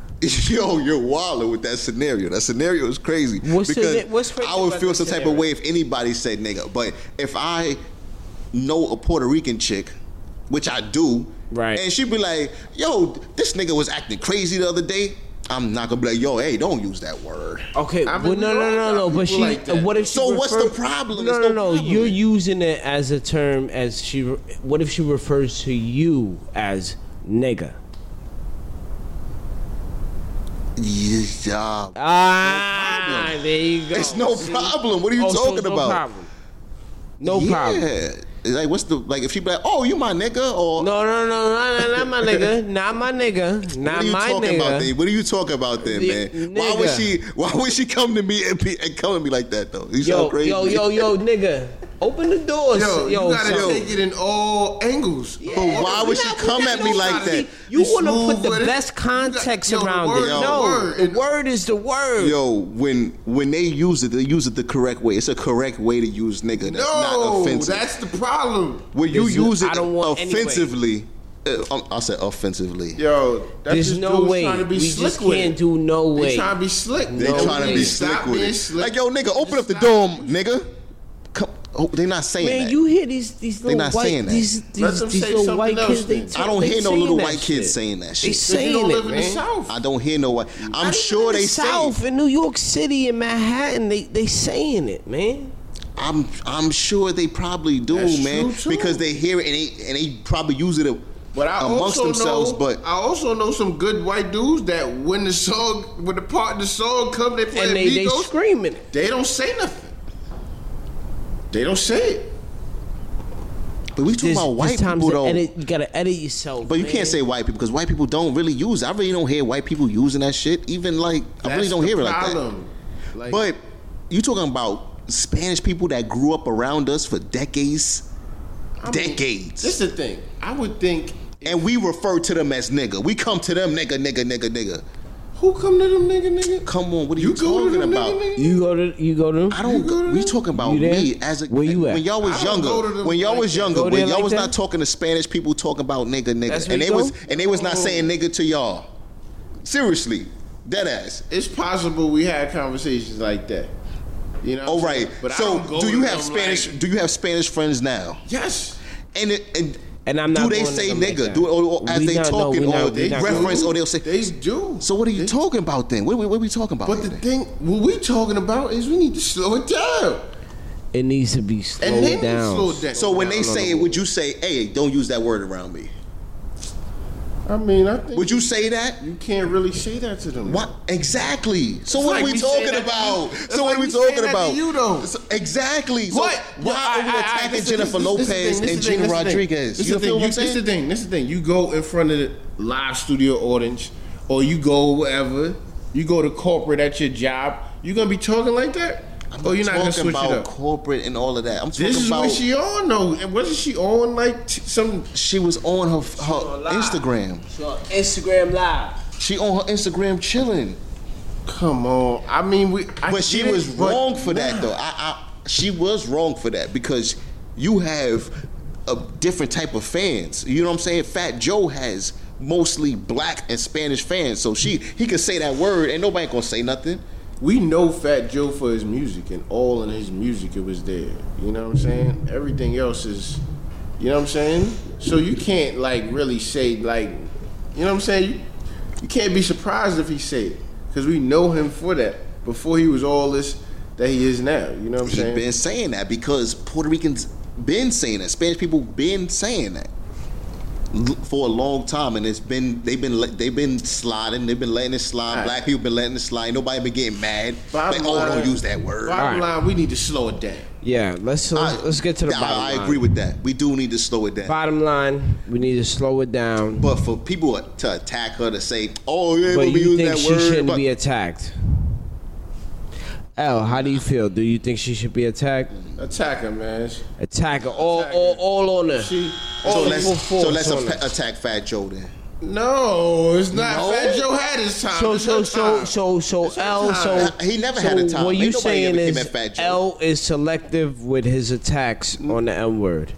S1: Yo, you're wilding with that scenario. That scenario is crazy.
S2: What's the-
S1: because
S2: what's crazy
S1: I would
S2: about
S1: feel
S2: that
S1: some type of
S2: scenario?
S1: way if anybody said nigga. But if I know a Puerto Rican chick, which I do,
S2: Right.
S1: and she'd be like, "Yo, this nigga was acting crazy the other day." I'm not gonna be like, "Yo, hey, don't use that word."
S2: Okay,
S3: I mean,
S2: well,
S3: we
S2: no, no,
S3: all
S2: no,
S3: got
S2: no.
S3: people
S2: But she,
S3: like that.
S2: what if she?
S1: So what's
S2: refer-
S1: the problem?
S2: No,
S1: There's
S2: no,
S1: no
S2: no.
S1: problem.
S2: You're using it as a term. As she, re- what if she refers to you as nigga?
S1: Yeah,
S2: Ah, there you go.
S1: it's no
S2: See?
S1: problem. What are you
S2: Oh, so
S1: talking
S2: no
S1: about?
S2: Problem. No
S1: yeah.
S2: problem.
S1: Like, what's the like? If she be like, "Oh, you my nigga," or
S2: No, no, no, no, no, not my nigga, not my nigga,
S1: What
S2: not
S1: are you
S2: my
S1: talking about
S2: nigga.
S1: then? What are you talking about then,
S2: The-
S1: man? Why would
S2: nigga.
S1: she? Why would she come to me and, be, and come to me like that though? You sound
S2: Yo,
S1: crazy.
S2: yo, yo, yo, nigga. Open the doors.
S3: Yo,
S2: Yo,
S3: you gotta
S2: son.
S3: take it in all angles.
S1: But why would she
S2: Nah, but
S1: come
S2: that
S1: at me
S2: don't
S1: like
S2: matter.
S1: that?
S2: You
S3: Be
S2: want to
S3: smooth
S2: put the
S3: with it.
S2: best context
S3: Yo, the
S2: around
S3: word-
S2: it.
S1: yo,
S2: No,
S3: word.
S2: the word is the word.
S1: Yo, when when they use it, they use it the correct way. It's a correct way to use nigga. That's not
S3: No,
S1: offensive.
S3: that's the problem.
S1: when you
S2: There's-
S1: use it
S2: I don't want any way.
S1: offensively, uh, um, I said offensively.
S3: Yo, that's
S2: There's
S3: just
S2: no
S3: dudes
S2: way.
S3: Trying to be
S2: we
S3: slick
S2: just
S3: with it.
S2: can't do no
S3: They
S2: way.
S3: trying to be slick.
S1: They
S3: No
S1: trying to
S3: way.
S1: be
S3: Stop
S1: slick with
S3: being
S1: it.
S3: Slick.
S1: Like yo, nigga, open up the
S3: stop.
S1: dome, nigga. Come, oh, they not saying
S2: Man,
S1: that.
S2: you hear these these little
S1: not saying
S2: white
S1: that.
S2: these
S3: Let
S2: these,
S3: them
S2: these
S3: say
S2: little
S3: something
S2: white
S3: else
S2: kids. They
S3: then.
S2: talk-
S1: I don't
S2: they
S1: hear no
S2: saying
S1: little
S2: that
S1: white
S2: shit.
S1: kids saying that
S2: They
S1: shit.
S3: Cause you
S2: saying
S3: don't
S2: it,
S3: live in the
S2: man.
S3: South.
S1: I don't hear no white. I'm
S2: Not
S1: sure
S2: even in
S1: they
S2: the
S1: say.
S2: South in New York City and Manhattan. They they saying it, man.
S1: I'm I'm sure they probably do,
S3: That's
S1: man,
S3: true, too.
S1: because they hear it and they and they probably use it a-
S3: But I
S1: amongst
S3: also
S1: themselves.
S3: know,
S1: but
S3: I also know some good white dudes that when the song, when the part of the song come, they play
S2: And they they
S3: Migos,
S2: screaming it.
S3: they don't say nothing. They don't say it.
S1: but we talking
S2: There's-
S1: about
S2: there's
S1: white
S2: times
S1: people
S2: to
S1: though.
S2: edit- you gotta edit yourself.
S1: But you
S2: man.
S1: can't say white people because white people don't really use. I really don't hear white people using that shit. Even like I really
S3: That's
S1: don't
S3: the
S1: hear it like that.
S3: problem.
S1: Like- But you talking about Spanish people that grew up around us for decades,
S3: I mean,
S1: decades,
S3: This is the thing. I would think,
S1: and we refer to them as nigga. We come to them nigga, nigga, nigga, nigga.
S3: who come to them nigga nigga?
S1: Come on, what are you,
S3: You go to
S1: talking
S3: them
S1: about?
S3: nigga nigga?
S2: You go to you go to.
S1: I don't.
S3: You go to
S1: we
S3: them?
S1: talking about
S2: You there?
S1: me as a
S2: Where you
S1: when
S2: at?
S1: y'all was
S3: I don't go to
S1: younger.
S3: them
S1: When y'all
S3: like
S1: was
S3: that.
S1: younger,
S2: Go
S1: when
S2: there
S1: y'all
S2: like
S1: was not
S2: that?
S1: talking to Spanish people talking about nigga, nigga,
S2: That's where
S1: and
S2: you
S1: they was
S2: go?
S1: and they was not
S3: Oh.
S1: saying nigga to y'all. Seriously, dead ass.
S3: It's possible we had conversations like that. You know. what
S1: All
S3: I'm
S1: Oh, right.
S3: saying? But I
S1: so
S3: don't go
S1: do
S3: to
S1: you have
S3: them
S1: Spanish?
S3: like-
S1: do you have Spanish friends now?
S3: yes.
S1: And it, and
S2: And I'm not.
S1: do they
S2: going to
S1: say
S2: them like
S1: nigga?
S2: that.
S1: do or, or as
S2: We
S1: they
S2: not- no,
S1: talking
S2: we not-
S1: or
S2: we
S1: they
S2: not
S1: reference
S3: do.
S1: or they'll say.
S3: they do.
S1: so what are you
S3: They-
S1: talking about then? What, what, what are we talking about?
S3: But the
S1: then?
S3: thing, what we talking about is we need to slow it down.
S2: It needs to be slowed
S3: And then
S2: down.
S3: slow it down.
S1: so when they
S2: no,
S1: say
S2: no.
S1: it, would you say, "Hey, don't use that word around me"?
S3: I mean, I think
S1: Would you say that?
S3: you can't really say that to them.
S1: What exactly? So
S3: It's
S1: what
S3: like
S1: are we
S3: we
S1: talking
S3: saying that to
S1: about?
S3: you. It's
S1: So what
S3: like
S1: are we
S3: we saying that
S1: talking
S3: to
S1: about?
S3: you, though.
S1: So- exactly. So
S3: What?
S1: why
S3: I-
S1: are we
S3: I- I-
S1: attacking
S3: this is-
S1: Jennifer
S3: this- this- this
S1: Lopez
S3: is the
S1: and Gina
S3: thing, this is the thing.
S1: Rodriguez?
S3: This
S1: You
S3: is the
S1: feel
S3: thing.
S1: what I'm
S3: You- This is the
S1: saying?
S3: thing. This is the thing. You go in front of the live studio audience, or you go wherever. You go to corporate at your job. You gonna be talking like that?
S1: I'm
S3: or oh, you're not gonna
S1: talking
S3: switch it
S1: about
S3: up?
S1: corporate and all of that. I'm
S3: This
S1: talking
S3: is what
S1: about
S3: she on though, and wasn't she on like t- some?
S1: she was on her
S2: on
S1: her
S2: live.
S1: Instagram.
S2: So Instagram live.
S1: She on her Instagram chilling.
S3: Come on, I mean we. I
S1: but she
S3: get it,
S1: was
S3: but
S1: wrong for that
S3: nah.
S1: though. I, I she was wrong for that because you have a different type of fans. You know what I'm saying? Fat Joe has mostly black and Spanish fans, so she he could say that word and nobody gonna say nothing.
S3: we know Fat Joe for his music and all in his music it was there. You know what I'm saying? Everything else is you know what I'm saying? So you can't like really say like you know what I'm saying? You, you can't be surprised if he say it cuz we know him for that before he was all this that he is now. You know what I'm
S1: He's
S3: saying?
S1: been saying that because Puerto Ricans been saying that. Spanish people been saying that l- for a long time, and it's been they've been let- they've been sliding, they've been letting it slide.
S3: Right.
S1: Black people been letting it slide. Nobody been getting mad. Like,
S3: Bottom
S1: oh,
S3: line-
S1: don't use that word.
S3: Bottom
S2: Alright.
S3: line, we need to slow it down.
S2: Yeah, let's let's, let's get to the
S1: I,
S2: bottom.
S1: I
S2: line.
S1: agree with that. We do need to slow it down.
S2: Bottom line, we need to slow it down.
S1: But for people to attack her to say, "Oh, yeah,
S2: But
S1: we
S2: you
S1: use
S2: think
S1: that
S2: she
S1: word,"
S2: shouldn't
S1: but
S2: be attacked? L, how do you feel? Do you think she should be attacked?
S3: Attack her, man.
S2: Attack her, all,
S3: Attack her.
S2: all, all on her.
S3: She
S1: so
S2: all
S1: let's
S2: evil
S1: so
S2: force
S1: let's
S2: on
S1: atta-
S2: her.
S1: attack Fat Joe then.
S3: No, it's not
S1: No.
S3: Fat Joe had his time.
S2: So
S3: It's
S2: so
S3: her
S2: so
S3: time.
S2: so so
S3: It's her
S2: L so
S3: time.
S1: He never
S2: so
S1: had a time.
S2: What
S1: Ain't
S2: you
S1: nobody
S2: saying
S1: ever came
S2: is
S1: at Fat Joe.
S2: L is selective with his attacks on the N word.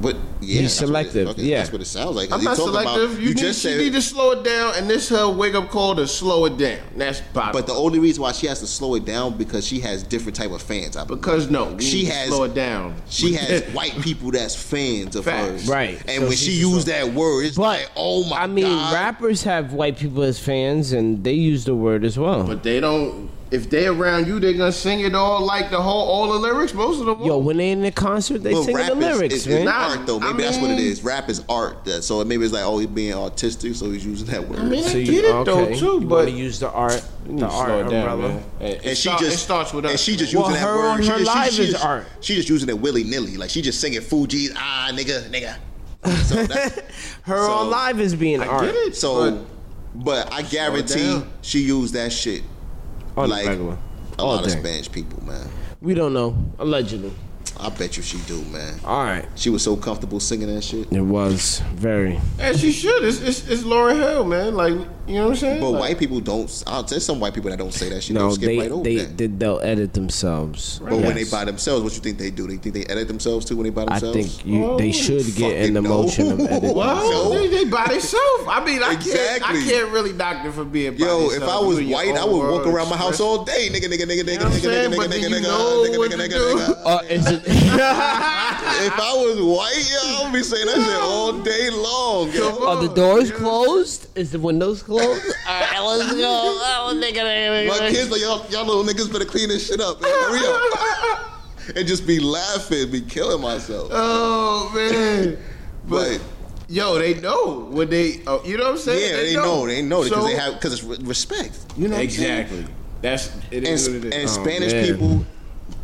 S1: But yeah,
S2: He's
S1: that's what it-
S2: selective,
S1: okay,
S2: yeah.
S1: that's what it sounds like.
S3: I'm
S1: You
S3: not
S1: talking about-
S3: selective. you
S1: you
S3: need,
S1: just
S3: she
S1: said,
S3: need to slow it down, and this her wake up call to slow it down. That's bottom.
S1: but the only reason why she has to slow it down because she has different type of fans. I believe.
S3: because no, we
S1: She
S3: need to
S1: has-
S3: slow it down.
S1: She has white people that's fans of
S3: Facts.
S1: hers,
S2: Right.
S1: And
S2: So
S1: when
S2: she's
S1: she
S2: just
S1: used that word, it's
S2: But
S1: like, oh my
S2: I mean,
S1: god!
S2: rappers have white people as fans, and they use the word as well.
S3: but they don't. If they around you, they gonna sing it all like the whole all the lyrics. Most of them.
S2: Yo,
S3: won't.
S2: when they in the concert, they
S1: Well,
S2: sing the
S1: rap is-
S2: lyrics,
S1: is, is
S2: man.
S3: not-
S1: art though.
S3: I
S1: Maybe that's what it
S3: mean-
S1: is. Rap is art. that- So maybe it's like, oh, he's being artistic, so he's using that word.
S3: I mean, I
S2: So you-
S3: get it though
S2: okay, you
S3: too,
S2: wanna
S3: but
S2: use the art,
S3: You need
S2: the
S3: to
S2: art
S3: slow it down,
S2: umbrella.
S3: man. And,
S1: and she
S3: start-
S1: just
S3: it starts with us.
S1: and she just
S2: Well,
S1: using that
S2: her
S1: word.
S2: on
S1: she
S2: her
S1: just,
S2: live
S1: she, she
S2: is
S1: just,
S2: art.
S1: She just using it willy nilly, like she just singing Fuji's ah nigga nigga. So that,
S2: Her
S1: So-
S2: on live is being
S3: man.
S2: art.
S3: get it.
S1: so, but I guarantee
S3: down.
S1: she used that shit
S2: On the
S1: like
S2: regular.
S1: a
S2: All
S1: lot of
S2: day.
S1: Spanish people, man.
S2: We don't know. Allegedly.
S1: I bet you she do, man.
S2: All right.
S1: She was so comfortable singing that shit.
S2: It was very.
S3: And she should. It's, it's, it's Lauryn Hill, man. Like, you know what I'm saying?
S1: But
S3: Like,
S1: white people don't. uh, There's some white people that don't say that shit.
S2: no,
S1: they skip
S2: they
S1: right over
S2: they,
S1: that.
S2: they they'll edit themselves.
S1: but when they
S2: Yes.
S1: by themselves, what you think they do? They think they edit themselves too when they by
S2: I
S1: themselves.
S2: think you they
S3: Oh,
S2: should get in the
S1: fucking
S2: motion of
S1: no.
S2: editing.
S3: Well,
S1: No.
S3: they, they by themselves. I mean, I
S1: Exactly.
S3: can't. I can't really knock them for being. By
S1: Yo, if
S3: themselves.
S1: I was
S3: Doing your
S1: white, I
S3: own
S1: would walk
S3: words,
S1: around my house
S3: express-
S1: all day, nigga, nigga, nigga, nigga,
S3: know what I'm
S1: nigga,
S3: saying?
S1: nigga,
S3: But
S1: nigga,
S3: then you
S1: nigga,
S3: know
S1: nigga,
S3: what
S1: nigga,
S3: to
S1: nigga,
S3: do.
S1: nigga. Oh,
S2: Uh, is it?
S1: If I was white, yo, I would be saying that shit all day long. yo.
S3: Come
S2: Are
S3: on.
S2: the doors closed? Is the windows closed? All right, let's go. Oh, nigga, nigga,
S1: My
S2: nigga.
S1: kids, like, y'all, y'all little niggas better clean this shit up. Man. Hurry up. and just be laughing, be killing myself.
S3: Oh man,
S1: But
S3: but. Yo, they know when they, oh, you know what I'm saying?
S1: yeah, they know, they know because
S3: So-
S1: they have because it's re- respect.
S3: you know what I'm Oh. exactly. That's it
S1: And,
S3: is what it
S1: and
S3: is.
S1: Spanish
S2: Oh, man.
S1: people,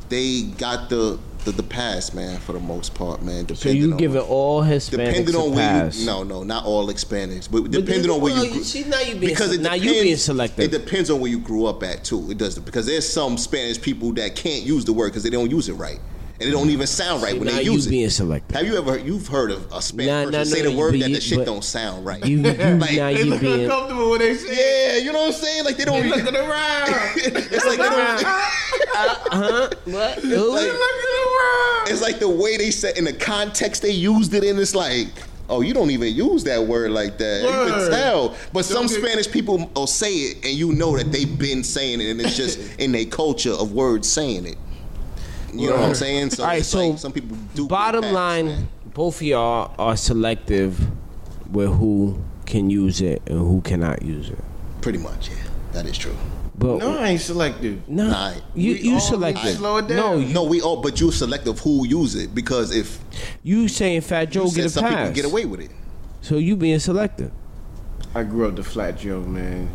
S1: they got the, the the pass, man, for the most part, man.
S2: So
S1: Depending
S2: you
S1: on,
S2: give it all Hispanics
S1: depending on
S2: a
S1: where
S2: pass.
S1: you no no not all Hispanics, but
S2: But
S1: depending
S2: then-
S1: on where
S2: well,
S1: you gr-
S2: see, now you being
S1: because it
S2: now
S1: depends,
S2: you being
S1: It
S2: selective.
S1: depends on where you grew up at too. It does because there's some Spanish people that can't use the word because they don't use it right, and it don't even sound right
S2: See,
S1: when
S2: now
S1: they
S2: you
S1: use it.
S2: being selective.
S1: Have you ever you've heard of a Spanish
S2: Nah,
S1: person
S2: nah,
S1: say
S2: nah,
S1: the word
S2: but
S1: that
S2: you-
S1: the shit
S2: but-
S1: don't sound right?
S2: You, you
S1: Like,
S2: now
S3: They
S2: you
S3: look
S2: being
S3: uncomfortable when they say, it.
S1: yeah, you know what I'm saying? Like they don't.
S3: they looking around.
S1: it's like they don't.
S2: Uh-huh. what?
S3: they looking around.
S1: It's like the way they said in the context they used it in. It's like, oh, you don't even use that word like that. You can
S3: Word.
S1: tell. But some
S3: Don't get-
S1: Spanish people will say it, and you know that they've been saying it, and it's just in their culture of words saying it. You know what I'm
S2: Word.
S1: saying? So,
S2: All right,
S1: it's
S2: so
S1: like some people do. get
S2: Bottom
S1: past,
S2: line,
S1: man.
S2: both of y'all are selective with who can use it and who cannot use it.
S1: pretty much, yeah, that is true.
S2: But
S3: no, I ain't selective.
S2: no,
S1: Nah,
S2: you
S3: we
S2: you
S3: all
S2: selective.
S3: need to slow it
S2: No,
S3: down.
S2: you,
S1: No, we all, but you're selective who use it because if
S2: you saying Fat Joe
S1: you said
S2: get a
S1: some people
S2: pass,
S1: get away with it.
S2: so you being selective,
S3: I grew up the flat Joe, man.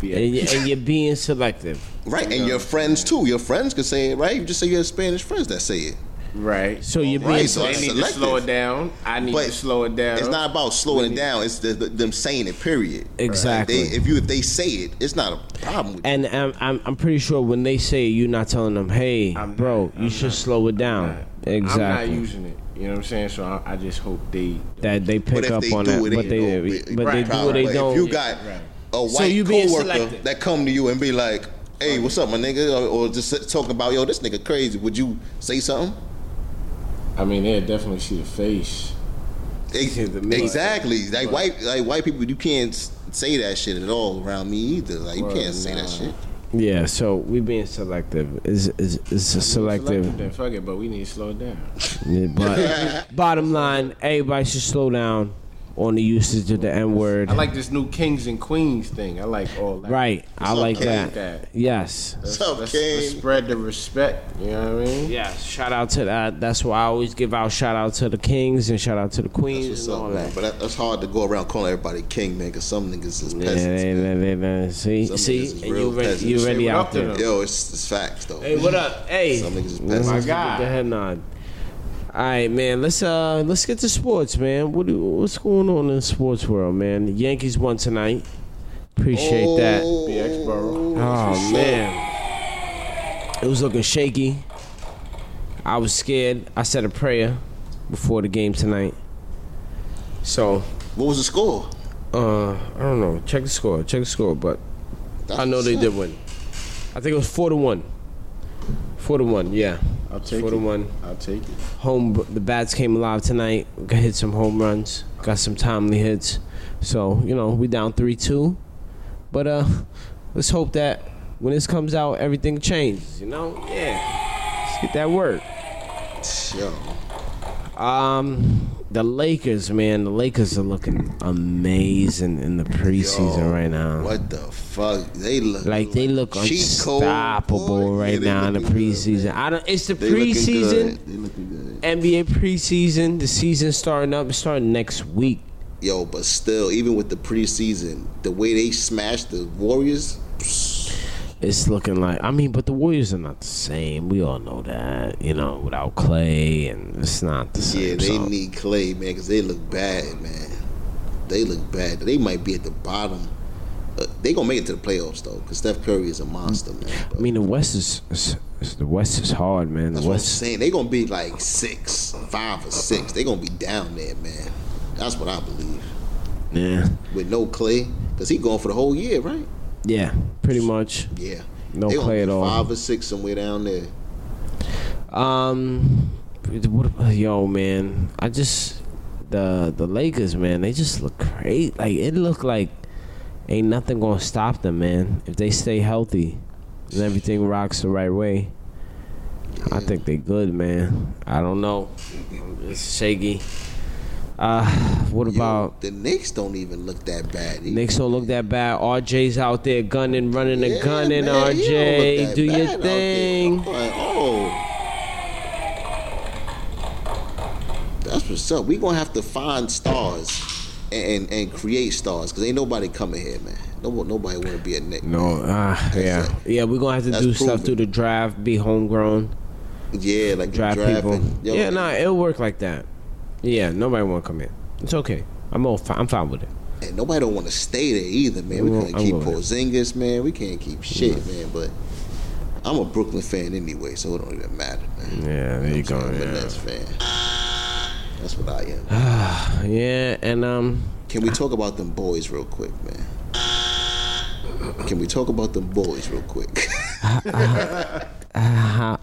S3: Yeah.
S2: and, you, and you're being selective.
S1: Right, and your friends too. Your friends can say it, right? You just say you have Spanish friends that say it.
S3: Right.
S2: So you're being
S1: Right, so
S3: So
S2: selective.
S3: they need
S1: selective.
S3: to slow it down. I need
S1: But
S3: to slow it down.
S1: It's not about slowing it down. It's the, the, them saying it. Period.
S2: Exactly.
S1: Like, they, if you if they say it, it's not a problem. With
S2: and I'm, I'm I'm pretty sure when they say it, you're not telling them, hey,
S3: I'm
S2: bro,
S3: not,
S2: you
S3: I'm
S2: should
S3: not,
S2: slow it down.
S3: I'm not-
S2: Exactly.
S3: I'm not using it. You know what I'm saying? So I, I just hope they.
S2: that they pick
S1: but if
S2: up
S1: they
S2: on
S1: do
S2: that,
S1: it,
S2: but
S1: it
S2: they
S1: don't be-
S2: but they
S3: Right,
S2: do what they
S1: But
S2: don't.
S1: If you got a white
S2: you being
S1: coworker
S2: selective.
S1: that come to you and be like, "Hey, what's up, my nigga?" or, or just sit- talking about, "Yo, this nigga crazy," would you say something?
S3: I mean, they definitely see the face.
S1: Ex-
S2: Yeah, the mid-
S1: Exactly. Like white, like white people, you can't s- say that shit at all around me either. Like you
S3: Right,
S1: can't say that
S3: nah.
S1: shit.
S2: yeah, so we being selective is is is a selective.
S3: Then fuck it, but we need to slow it down.
S2: Yeah, But bottom line, everybody should slow down on the usage of the N word.
S3: I like this new kings and queens thing. I like all that.
S2: right. I
S1: It's
S2: like
S1: okay.
S2: that.
S3: That.
S2: Yes.
S3: Let's,
S1: What's up,
S3: let's,
S1: king?
S3: let's spread the respect. You know what I mean?
S2: Yeah, shout out to that. That's why I always give out shout out to the kings and shout out to the
S1: That's
S2: queens
S1: what's
S2: and
S1: up,
S2: all
S1: man.
S2: that.
S1: But that, that's hard to go around calling everybody king, man. Cause some niggas is
S2: Yeah,
S1: peasants.
S2: they,
S1: man.
S2: they, they, they, see,
S1: Some
S2: see,
S1: niggas is
S2: and
S1: real
S2: you ready,
S1: peasants.
S2: you
S1: Say
S2: ready
S3: what
S2: out
S3: up to
S2: there.
S3: them.
S1: Yo, it's, it's facts though.
S2: Hey, what up? Hey,
S1: Some niggas is
S2: Let's
S1: peasants.
S2: get the head nod. All right, man. Let's uh let's get to sports, man. What do, what's going on in the sports world, man? The Yankees won tonight. Appreciate
S1: Oh,
S2: that.
S3: BX Borough.
S2: Oh man, it was looking shaky. I was scared. I said a prayer before the game tonight. So
S1: What was the score?
S2: uh I don't know. Check the score. Check the score. But
S1: That's
S2: I know they
S1: what's
S2: did win. I think it was four to one. Four to one. Yeah.
S3: I'll take
S2: four to
S3: it.
S2: one.
S3: I'll take it.
S2: home the bats came alive tonight got hit some home runs got some timely hits so you know we down 3-2 but uh let's hope that when this comes out everything changes you know yeah let's get that work
S1: up. Yo.
S2: um the lakers man the lakers are looking amazing in the preseason
S1: Yo,
S2: right now
S1: What the fuck? They look
S2: like they look
S1: cheat code,
S2: unstoppable
S1: boy.
S2: right
S1: Yeah, they
S2: now in the
S1: looking good,
S2: preseason i don't it's the
S1: They looking
S2: preseason
S1: good. They looking good.
S2: NBA preseason. The season starting up. It's starting next week.
S1: Yo, but still, even with the preseason, the way they smashed the Warriors,
S2: It's looking like I mean, but the Warriors are not the same. We all know that, you know, without Clay, and it's not the same.
S1: yeah, they
S2: so-
S1: need Clay, man, because they look bad, man. They look bad. They might be at the bottom Uh, they gonna make it to the playoffs though, because Steph Curry is a monster, man.
S2: I mean, the West is, is, is the West is hard, man. The
S1: That's what I'm
S2: West.
S1: saying. They gonna be like six, five or six. They gonna be down there, man. That's what I believe.
S2: Yeah.
S1: With no Clay, cause he going for the whole year, right?
S2: Yeah. Pretty much.
S1: Yeah.
S2: No
S1: They gonna
S2: Clay
S1: be
S2: at all.
S1: Five or six somewhere down there.
S2: Um, what, yo, man, I just the the Lakers, man, they just look great. Like it look like ain't nothing gonna stop them, man. If they stay healthy and everything rocks the right way, I think they good, man. I don't know, it's shaky. Uh, what
S1: Yo,
S2: about
S1: the Knicks? Don't even look that bad. either.
S2: Knicks don't look that bad. RJ's out there gunning, running and
S1: Yeah,
S2: gunning.
S1: man, he don't look
S2: RJ,
S1: that
S2: do
S1: bad
S2: your
S1: out
S2: thing.
S1: there. I'm like, oh. That's what's up. We gonna have to find stars and and, and create stars because ain't nobody coming here, man. No, nobody wanna be a Nick.
S2: No, uh, yeah, yeah. We're gonna have to
S1: That's
S2: do stuff
S1: proven.
S2: through the draft, be homegrown,
S1: Yeah, like
S2: draft,
S1: the draft
S2: people.
S1: and- yo,
S2: yeah, nah, it'll work like that. Yeah, nobody wanna come in. It's okay. I'm all fine. I'm fine with it.
S1: And nobody don't want to stay there either, man.
S2: Well,
S1: We can't
S2: I'm
S1: keep
S2: going.
S1: Porzingis, man. We can't keep shit, man. But I'm a Brooklyn fan anyway, so it don't even matter, man.
S2: Oh, Yeah, there
S1: I'm a Nets fan. That's what I am.
S2: Yeah. yeah, and um,
S1: Can we talk about them boys real quick, man? Can we talk about them boys real quick?
S2: how how,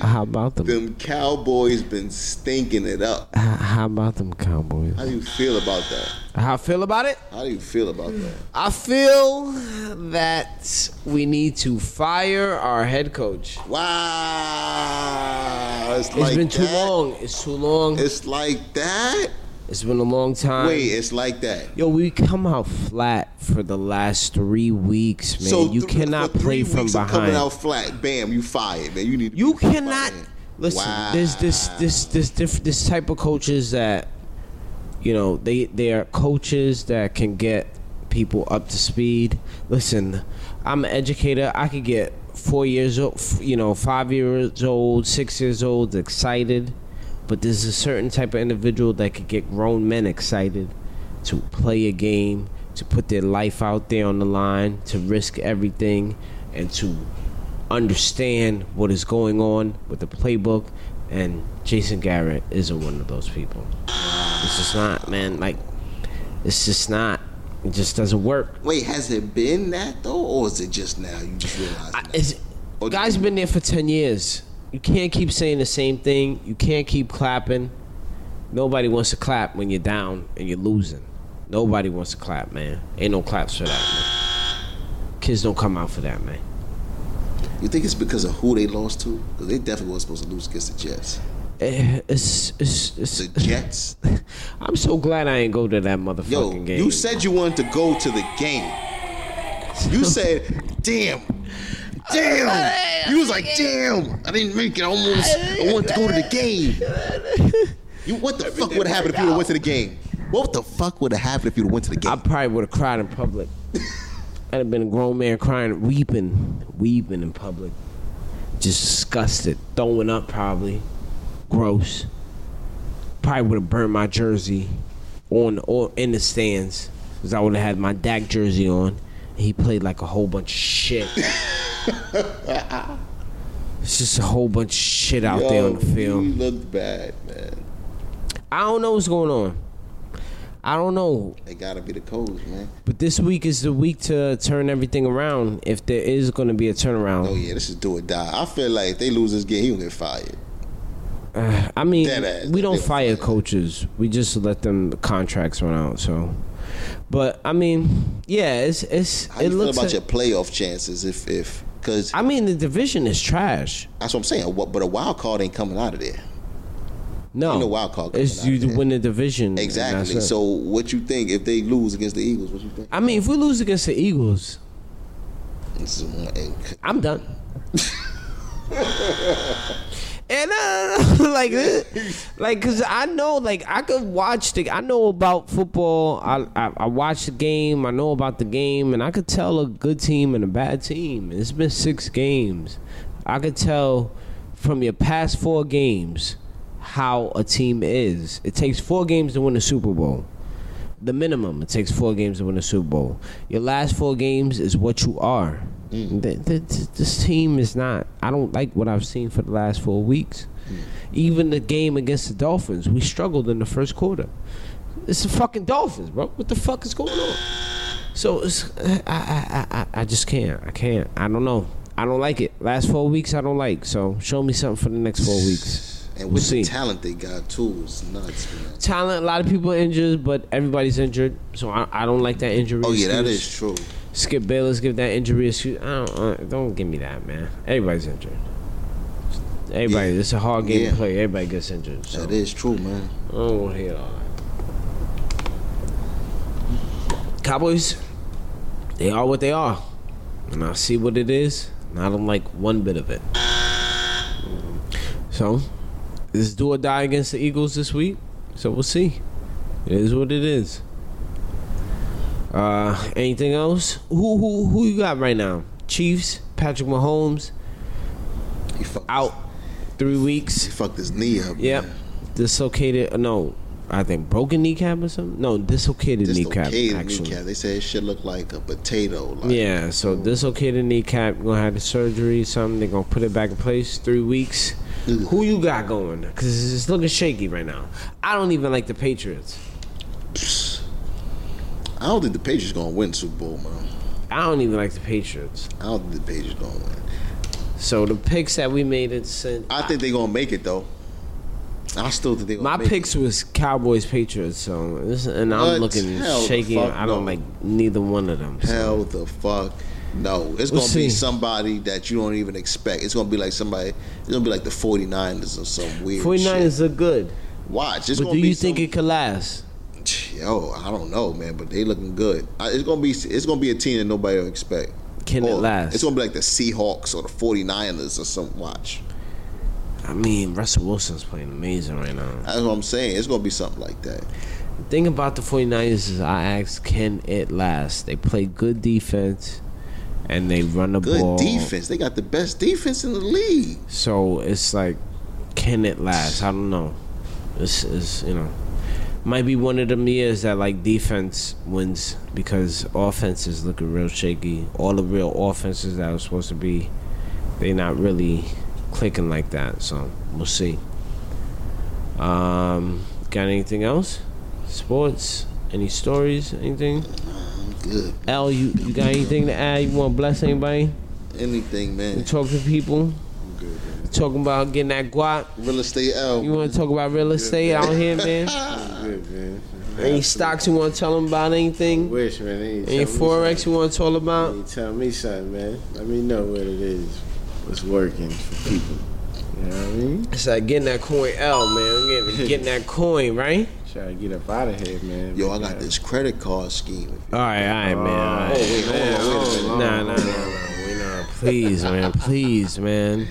S2: how about them?
S1: them Cowboys been stinking it up.
S2: How, how about them Cowboys?
S1: How do you feel about that?
S2: How I feel about it?
S1: How do you feel about that?
S2: I feel that we need to fire our head coach.
S1: Wow, it's,
S2: It's
S1: like
S2: been too
S1: that.
S2: long. It's too long.
S1: It's like that.
S2: It's been a long time.
S1: Wait, it's like that.
S2: Yo, we come out flat for the last three weeks, man. you
S1: th-
S2: cannot
S1: for
S2: play
S1: three
S2: from
S1: weeks of Coming
S2: behind.
S1: out flat, bam, you fired, man. You need. To
S2: You
S1: be fired.
S2: cannot listen. There's this
S1: Wow.
S2: this this diff, this type of coaches that you know they they are coaches that can get people up to speed. Listen, I'm an educator. I could get four years old, you know, five years old, six years old excited, but there's a certain type of individual that could get grown men excited to play a game, to put their life out there on the line, to risk everything, and to understand what is going on with the playbook. And Jason Garrett isn't one of those people. It's just not, man. Like, it's just not. It just doesn't work.
S1: Wait, has it been that though, or is it just now? You just realized.
S2: I,
S1: that?
S2: it's,
S1: Oh,
S2: guys been there for ten years. You can't keep saying the same thing. You can't keep clapping. Nobody wants to clap when you're down and you're losing. Nobody wants to clap, man. Ain't no claps for that. Man. Kids don't come out for that, man.
S1: you think it's because of who they lost to? Because they definitely was supposed to lose against the Jets.
S2: Eh, It's, it's,
S1: The
S2: it's,
S1: Jets.
S2: I'm so glad I ain't go to that motherfucking
S1: Yo,
S2: game.
S1: you said you wanted to go to the game. You said, damn. Damn! You was like, damn! I didn't make it. I almost I wanted to go to the game. You what the fuck would have happened if you went to the game? What the fuck would have happened if you went to the
S2: I
S1: game?
S2: probably would have cried in public. I'd have been a grown man crying, weeping, weeping in public. Just disgusted, throwing up probably. Gross. Probably would have burned my jersey on or in the stands because I would have had my Dak jersey on. And he played like a whole bunch of shit. it's just a whole bunch of shit out there on the field.
S1: You looked bad, man.
S2: I don't know what's going on. I don't know.
S1: They gotta be the coach, man.
S2: But this week is the week to turn everything around. If there is going to be a turnaround,
S1: Oh yeah, this is do or die. I feel like if they lose this game, he gonna get fired.
S2: Uh, I mean,
S1: Oh, Dead ass.
S2: we don't
S1: They don't
S2: fire
S1: fire.
S2: coaches. We just let them contracts run out. So, but I mean, yeah, it's it's.
S1: How
S2: it
S1: you feel
S2: looks.
S1: about
S2: like-
S1: your playoff chances if if because
S2: I mean, the division is trash.
S1: that's what I'm saying. What but a wild card ain't coming out of there.
S2: No,
S1: Ain't no wild card coming
S2: It's
S1: out
S2: you
S1: of
S2: to
S1: there.
S2: win the division. and that's
S1: Exactly.
S2: it.
S1: So what you think if they lose against the Eagles? What you think?
S2: I mean, if we lose against the Eagles,
S1: It's, uh, and-
S2: I'm done. and uh, like, this- like, cause I know, like, I could watch the. I know about football. I, I I watch the game. I know about the game, and I could tell a good team and a bad team. And it's been six games. I could tell from your past four games how a team is. It takes four games to win the Super Bowl. the minimum. It takes four games to win a Super Bowl. Your last four games is what you are.
S1: Mm.
S2: Th- th- th- this team is not. I don't like what I've seen for the last four weeks.
S1: Mm.
S2: Even the game against the Dolphins, we struggled in the first quarter. It's the fucking Dolphins, bro. What the fuck is going on? So it's, I, I, I, I- I just can't. I can't. I don't know. I don't like it. Last four weeks, I don't like. So show me something for the next four weeks.
S1: And
S2: we'll
S1: with
S2: see.
S1: the talent they got too is nuts, man.
S2: Talent. A lot of people injured, but everybody's injured. So I, I don't like that injury.
S1: Oh yeah, that
S2: excuse.
S1: is true.
S2: Skip Bayless give that injury excuse. I don't. Uh, don't give me that, man. Everybody's injured. Everybody.
S1: Yeah.
S2: It's a hard game
S1: Yeah.
S2: to play. Everybody gets injured. So
S1: That is true, man.
S2: I don't want to hear all that. Cowboys. They are what they are, and I see what it is, and I don't like one bit of it. So, it's do or die against the Eagles this week. So we'll see. It is what it is. Uh, anything else? Who who who you got right now? Chiefs, Patrick Mahomes
S1: He fucked,
S2: out three
S1: He
S2: weeks.
S1: fucked his knee up.
S2: Yep,
S1: man.
S2: dislocated. uh, No, I think broken kneecap or something. No, dislocated kneecap.
S1: Dislocated
S2: actually,
S1: kneecap. Oh. They said it should look like a potato. Like,
S2: yeah. So dislocated kneecap. Gonna have the surgery. or Something. They're gonna put it back in place. Three weeks.
S1: Ugh.
S2: Who you got going? Because it's looking shaky right now. I don't even like the Patriots.
S1: I don't think the Patriots gonna win Super Bowl, man.
S2: I don't even like the Patriots.
S1: I don't think the Patriots gonna win.
S2: So the picks that we made it sent.
S1: I think they gonna make it though. I still think they gonna
S2: My
S1: make
S2: picks was Cowboys Patriots, so this, and I'm
S1: What?
S2: looking
S1: Hell the
S2: shaky.
S1: fuck
S2: I don't
S1: no.
S2: like neither one of them.
S1: it.
S2: so.
S1: Hell the fuck. No, it's
S2: We'll
S1: gonna
S2: see.
S1: be somebody that you don't even expect. It's gonna be like somebody. It's gonna be like the 49ers or some weird. 49ers.
S2: 49ers look good.
S1: Watch. It's
S2: But
S1: gonna
S2: do
S1: be
S2: you think
S1: some-
S2: it could last?
S1: Yo, I don't know, man, but they looking good. I, it's gonna be it's gonna be a team that nobody will expect.
S2: Can it
S1: Or
S2: last?
S1: It's gonna be like the Seahawks or the 49ers or some watch.
S2: I mean, Russell Wilson's playing amazing right now.
S1: That's what I'm saying. It's gonna be something like that.
S2: The thing about the 49ers is I asked, can it last? They play good defense and they run the
S1: Good
S2: ball.
S1: defense. They got the best defense in the league.
S2: So it's like, can it last? I don't know. This is, you know, might be one of them years that like defense wins because offense is looking real shaky. All the real offenses that are supposed to be, they not really clicking like that. So we'll see. Um, got anything else? Sports? Any stories? Anything?
S1: Good.
S2: L, you, you got anything to add? You want to bless anybody?
S1: Anything, man.
S2: Talk to people.
S3: Good,
S2: Talking about getting that guap.
S1: Real estate
S2: You
S1: L.
S2: want to talk about real estate out here, man?
S3: man. Good, man.
S2: Any stocks you want to tell them about? Anything?
S3: Wish, man. They ain't
S2: Any
S3: tell me
S2: forex
S3: something.
S2: you want to tell
S3: They
S2: about?
S3: ain't tell me something, man. Let me know what it is. What's working for people. You know what I mean?
S2: It's like getting that coin L, man. Getting, getting that coin, right?
S3: Try to get up out of here, man. Oh,
S1: Yo, I got this credit card scheme.
S2: All right, all right, man. All right.
S3: wait, man.
S2: Nah,
S3: Hold
S2: nah,
S3: on,
S2: nah,
S3: hold on.
S2: nah. We not. Please, man. Please, man.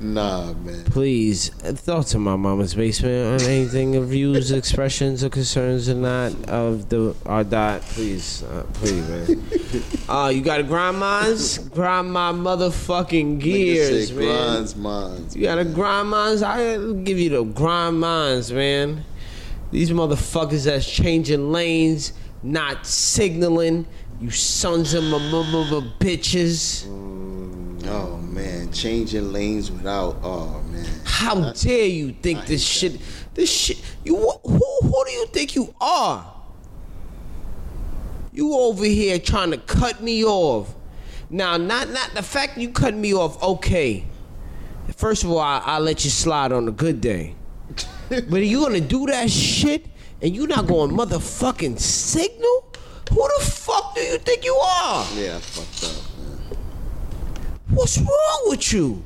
S1: Nah, man.
S2: Please. Uh, Thoughts in my mama's basement on anything of views, expressions, or concerns, or not of the our dot. Please, uh, please, man. Uh, you got a grind mines? Grind my motherfucking gears,
S1: Nigga said
S2: man.
S1: Grinds minds.
S2: You gotta grind mines. I give you the grind mines, man. These motherfuckers that's changing lanes, not signaling. You sons of a bitches.
S1: Oh man, changing lanes without. Oh man.
S2: How dare you think this shit? This shit. You wh- who? Who do you think you are? You over here trying to cut me off. Now, not not the fact you cut me off. Okay. First of all, I, I let you slide on a good day. but are you gonna do that shit and you not going motherfucking signal? Who the fuck do you think you are?
S1: Yeah, I fucked up. Man.
S2: What's wrong with you?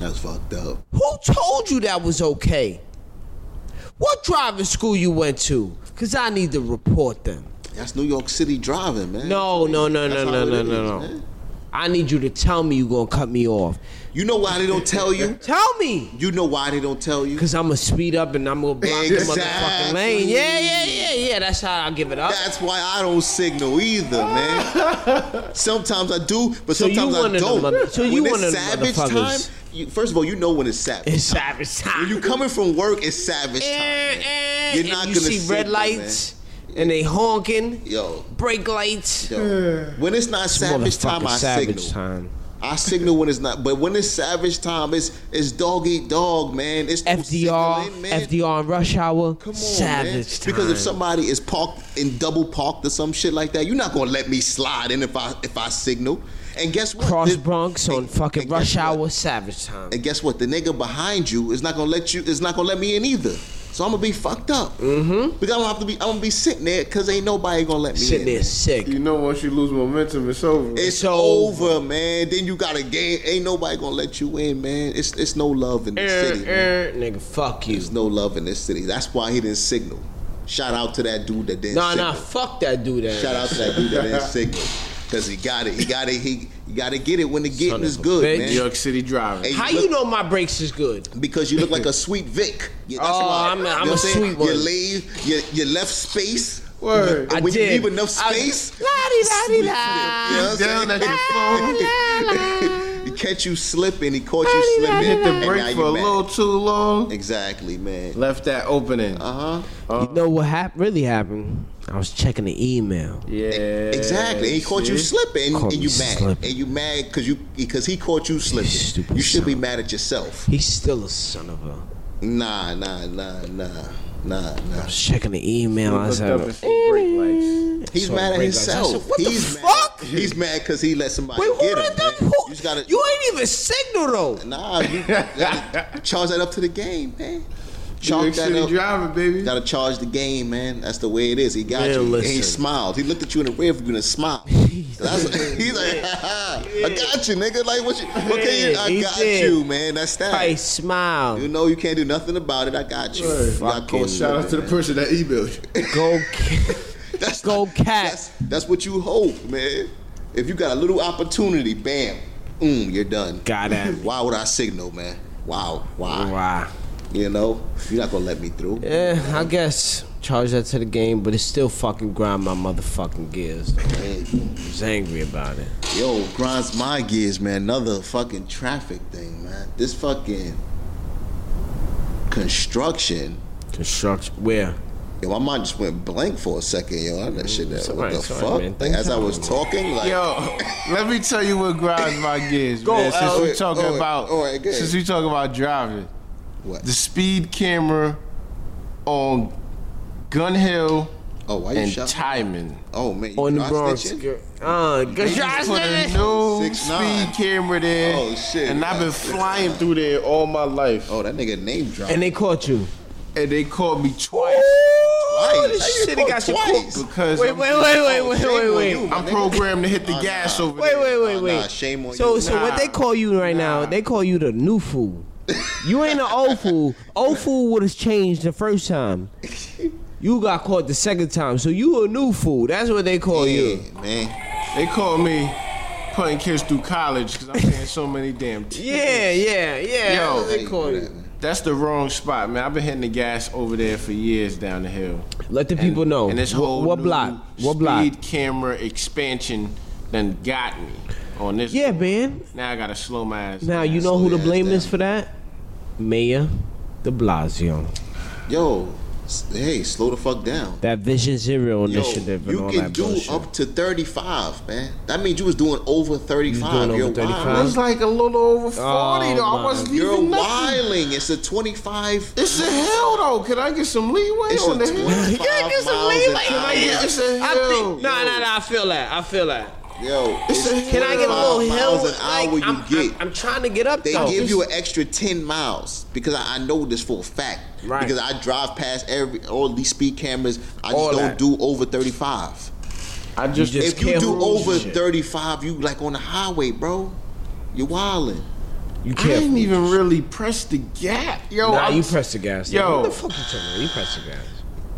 S1: That's fucked up.
S2: Who told you that was okay? What driving school you went to? Cause I need to report them.
S1: That's New York City driving, man.
S2: No, no, no,
S1: That's
S2: no,
S1: how
S2: no,
S1: it
S2: no,
S1: is,
S2: no, no.
S1: man.
S2: I need you to tell me you gonna cut me off.
S1: You know why they don't tell you?
S2: Tell me.
S1: You know why they don't tell you?
S2: Cause I'ma speed up and I'm gonna block the motherfucking
S1: Exactly.
S2: lane. Yeah, yeah, yeah, yeah. That's how I give it up.
S1: That's why I don't signal either, man. sometimes I do, but
S2: So you
S1: sometimes
S2: one
S1: I
S2: of them
S1: don't.
S2: mother- so you
S1: when
S2: one of
S1: it's
S2: them
S1: savage time,
S2: motherfuckers.
S1: you, first of all, you know when it's savage.
S2: It's savage time.
S1: When you coming from work, it's savage time.
S2: Eh, eh,
S1: You're
S2: and
S1: not
S2: you
S1: gonna
S2: see red
S1: signal,
S2: lights. and they honking,
S1: Yo,
S2: brake lights.
S1: yo. When it's not savage time,
S2: Motherfucking
S1: I
S2: savage
S1: signal.
S2: time.
S1: I signal when it's not, but when it's savage time, it's it's dog eat dog, man. It's no
S2: FDR,
S1: signaling, man.
S2: FDR and rush hour.
S1: Come on,
S2: savage
S1: man.
S2: time.
S1: Because if somebody is parked in double parked or some shit like that, you're not gonna let me slide in if I if I signal. And guess what?
S2: cross
S1: The-
S2: Bronx on
S1: and-
S2: fucking
S1: and guess
S2: rush
S1: what?
S2: hour, savage time.
S1: And guess what? The nigga behind you is not gonna let you. Is not gonna let me in either. So I'm gonna be fucked up. Mm-hmm. Because I'm gonna have to be. I'm gonna be sitting there because ain't nobody gonna let me
S2: Sitting
S1: in.
S2: there sick.
S3: You know, once you lose momentum, it's over.
S1: It's,
S2: It's
S1: over, man. Then you got a game. Ain't nobody gonna let you in, man. It's it's no love in this city. man.
S2: Er, Nigga, fuck you.
S1: There's no love in this city. That's why he didn't signal. Shout out to that dude that didn't
S2: Nah,
S1: signal.
S2: nah, fuck that dude. eh. That
S1: Shout out to that dude that didn't signal. Cause he got it. He got it. He you gotta get it when the getting
S2: of
S1: is
S2: a
S1: good,
S2: bitch.
S1: man.
S3: New York City driving.
S1: Hey,
S2: How
S1: look-
S2: you know my brakes is good?
S1: Because you look like a sweet Vic. Yeah,
S2: Oh, I'm a-
S1: you know
S2: I'm
S1: what
S2: a
S1: saying?
S2: sweet one.
S1: You leave, you, you left space.
S3: Word.
S1: And
S2: I
S1: when
S2: did.
S1: you leave enough
S2: I-
S1: space,
S2: La-di-da-di-da.
S1: you know what I'm
S3: Down at
S1: saying?
S3: your phone.
S1: he catch you slipping. He caught you slipping.
S3: Hit
S1: and
S3: the
S1: now
S3: brake for
S1: you
S3: a
S1: mad.
S3: little too long.
S1: Exactly, man.
S3: Left that opening.
S1: Uh huh.
S2: You know what hap- really happened? I was checking the email.
S3: Yeah.
S1: Exactly. And he caught you
S3: see?
S1: slipping, and,
S2: Caught
S1: and
S2: me
S1: you mad,
S2: slipping.
S1: and you mad because you because he caught you slipping.
S2: stupid
S1: you should be
S2: son.
S1: mad at yourself.
S2: He's still a son of a.
S1: Nah, nah, nah, nah, nah, nah.
S2: I was checking the email. I
S3: Looked
S2: said,
S3: up and see brake lights.
S1: He's
S2: So
S1: mad at
S2: break lights. I
S1: himself.
S2: said, "What the
S1: he's
S2: fuck?"
S1: Mad. He's mad because he let somebody
S2: "Wait, who
S1: get
S2: done
S1: him.
S2: done?
S1: man.
S2: Who?
S1: You just gotta.
S2: You ain't even signal though.
S1: nah, you, you gotta charge that up to the game, man.
S3: New York
S1: Charge that
S3: City
S1: up.
S3: driving, baby.
S1: Gotta charge the game, man. That's the way it is. He got
S2: Man,
S1: you. And he
S2: listen.
S1: smiled. He looked at you in the rear view and smiled. That's he's like, ha, ha, I got you, nigga. Like, what you? What can you?
S2: Yeah, he
S1: I got
S2: did.
S1: you, man. That's that.
S2: Hey, smile.
S1: You know you can't do nothing about it. I got you.
S3: Right.
S1: You got
S2: Fucking
S1: caught
S3: Shout out to the
S1: slipping,
S3: person that emailed you.
S2: Go. K-
S1: man. That's
S2: Go Cats.
S1: That's, that's what you hope, man. If you got a little opportunity, bam, mm, you're done.
S2: Got at me.
S1: Why would I signal, man? Wow, why?
S2: Wow.
S1: You know, you're not gonna let me through.
S2: Yeah, Eh, I guess charge that to the game, but it still fucking grind my motherfucking gears. I
S1: Man,
S2: was angry about it.
S1: Yo, grinds my gears, man. Another fucking traffic thing, man. This fucking construction.
S2: Construction. Where?
S1: Yo, my mind just went blank for a second, yo. I that shit. That, what
S2: alright,
S1: the
S2: it's alright,
S1: fuck?
S2: man.
S1: Like,
S2: Things
S1: as I was talking, like,
S3: Yo, let me tell you what grinds my gears,
S1: Go, oh,
S3: man. Since
S1: Al.
S3: we talking
S1: Alright,
S3: about
S1: alright, good.
S3: since we talking about driving,
S1: what?
S3: the speed camera on Gun Hill
S1: oh, why you
S3: and
S1: shot?
S3: Timon.
S1: oh man, you
S2: On the
S1: dry
S2: Bronx.
S1: snitching?
S2: girl. Uh, good
S3: They
S2: job,
S3: just put a
S2: nigga.
S3: new
S1: Six
S3: speed
S1: nine.
S3: camera there.
S1: Oh, shit.
S3: And I've been
S1: Six
S3: flying through there all my life.
S1: Oh, that nigga name dropped.
S2: And they caught you.
S3: And they caught me twice.
S1: Twice.
S2: This shit they got you
S1: Twice.
S2: caught.
S3: Because
S2: Wait,
S3: I'm,
S2: wait, wait, wait, wait,
S1: Oh, shame on
S2: wait,
S1: you,
S2: wait.
S1: my
S3: I'm
S1: nigga.
S3: programmed to hit the
S1: Oh,
S3: gas
S1: nah.
S3: over
S2: Wait,
S3: there.
S2: wait, wait,
S1: Nah,
S2: wait.
S1: nah, shame on
S2: so,
S1: you.
S2: So, what
S3: Nah.
S2: they call you right now,
S3: Nah.
S2: they call you the new fool. You ain't an old fool. Old fool would have changed the first time. You got caught the second time, so you a new fool. That's what they call you.
S1: Yeah, man.
S3: They called me putting kids through college because I'm paying so many damn. T-
S2: Yeah, yeah, yeah.
S3: Yo.
S2: That's what they call you.
S3: That's the wrong spot, man. I've been hitting the gas over there for years down the hill.
S2: Let the people know.
S3: And this
S2: Wh-
S3: whole
S2: Oh, what
S3: new
S2: block? What
S3: speed
S2: block?
S3: camera expansion done got me on this.
S2: Yeah,
S3: one.
S2: man.
S3: Now I gotta slow my ass.
S2: Now you
S3: down.
S2: know who to
S1: yeah,
S2: blame is
S1: damn.
S2: for that? Mayor De Blasio.
S1: Yo, s- hey, slow the fuck down.
S2: That Vision
S1: Yo,
S2: Zero initiative and
S1: you
S2: all
S1: can
S2: that
S1: do
S2: bullshit.
S1: up to 35, man. That means you was doing over 35.
S2: doing over
S1: You're
S2: 35.
S3: I
S1: wild.
S3: was like a little over forty though.
S2: Oh, my
S3: I wasn't
S1: You're
S3: even nothing.
S1: wilding. It's a 25.
S3: It's a hill though. Can I get some leeway
S1: It's
S3: on
S1: a
S3: the hill?
S1: 25 miles an
S3: Can I
S1: hour.
S3: get it's a
S2: I
S3: hill?
S2: think, nah, nah, nah. I feel that. I feel that.
S1: Yo, it's
S3: a-
S2: Can I
S1: 25
S2: get a little hill?
S1: miles an
S2: Like,
S1: hour you
S2: I'm,
S1: get.
S2: I'm, I'm trying to get up
S1: They
S2: though.
S1: give you an extra ten miles because I, I know this for a fact.
S2: Right.
S1: Because I drive past every all these speed cameras. I just
S2: All
S1: don't
S2: that.
S1: do over thirty five.
S3: I just,
S2: You just-
S1: If you
S2: can't
S1: do
S2: roll
S1: over
S2: shit.
S1: thirty five, you like on the highway, bro. You're wilding.
S2: You
S3: I didn't
S2: careful.
S3: even really press the gas. Yo,
S2: Nah,
S3: I'm-
S2: you press the gas.
S3: Yo.
S2: what the fuck you talking about? You press the gas.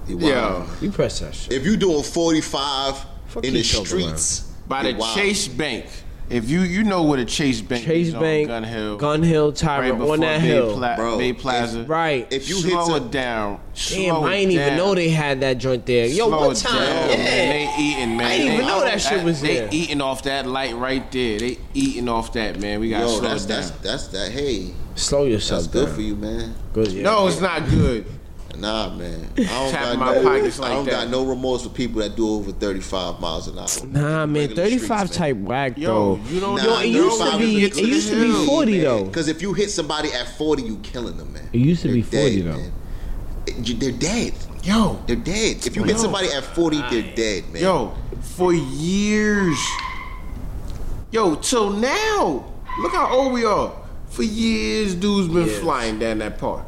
S1: You're
S3: Yo,
S1: wilding.
S2: You press that shit.
S1: If you doing forty five
S2: Fuck
S1: in
S2: you
S1: the
S2: talking about.
S1: streets,
S3: by the
S1: you're wilding.
S3: Chase Bank. If you you know what a Chase Bank
S2: Chase
S3: is
S2: Bank,
S3: on Gun Hill,
S2: Gun Hill,
S3: right
S2: Tyra,
S3: before
S2: on that
S3: Bay,
S2: hill.
S3: Pla-
S1: Bro,
S3: Bay
S1: if-
S3: Plaza.
S2: right.
S1: if you
S3: slow
S1: hit
S3: it down.
S2: Damn,
S3: Slow
S2: I didn't
S3: it
S2: even
S3: down.
S2: know they had that joint there. Yo,
S3: Slow
S2: what
S3: it
S2: time?
S3: down,
S2: Yeah.
S3: man. They eating, man.
S2: I didn't even
S3: They-
S2: know that shit was
S3: they
S2: there.
S3: They eating off that light right there. They eating off that, man. We gotta
S1: yo,
S3: slow
S1: that's
S3: it down.
S1: that's that's that. Hey,
S2: Slow
S1: that's
S2: yourself
S1: good
S2: down.
S1: for you, man.
S2: Good, yeah.
S3: no, it's not good.
S1: Nah, man. I don't, got
S3: Tapping my
S1: no,
S3: pockets
S1: I don't
S3: like
S1: got
S3: that.
S1: no remorse for people that do over 35 miles an hour.
S2: Nah, man,
S1: Regular streets,
S2: 35
S1: man.
S2: type whack
S3: Yo,
S2: though.
S3: you don't
S1: Nah,
S2: Yo,
S3: know.
S2: it used to be it used to be 40 though.
S1: Because if you hit somebody at 40, you killing them, man.
S2: It used to be 40 though.
S1: man. It- you- They're dead.
S3: Yo,
S1: They're dead. If you hit
S3: Yo.
S1: somebody at 40, they're dead, man.
S3: yo, for years. Yo, till now. Look how old we are. For years, dudes been
S2: Yes.
S3: flying down that park.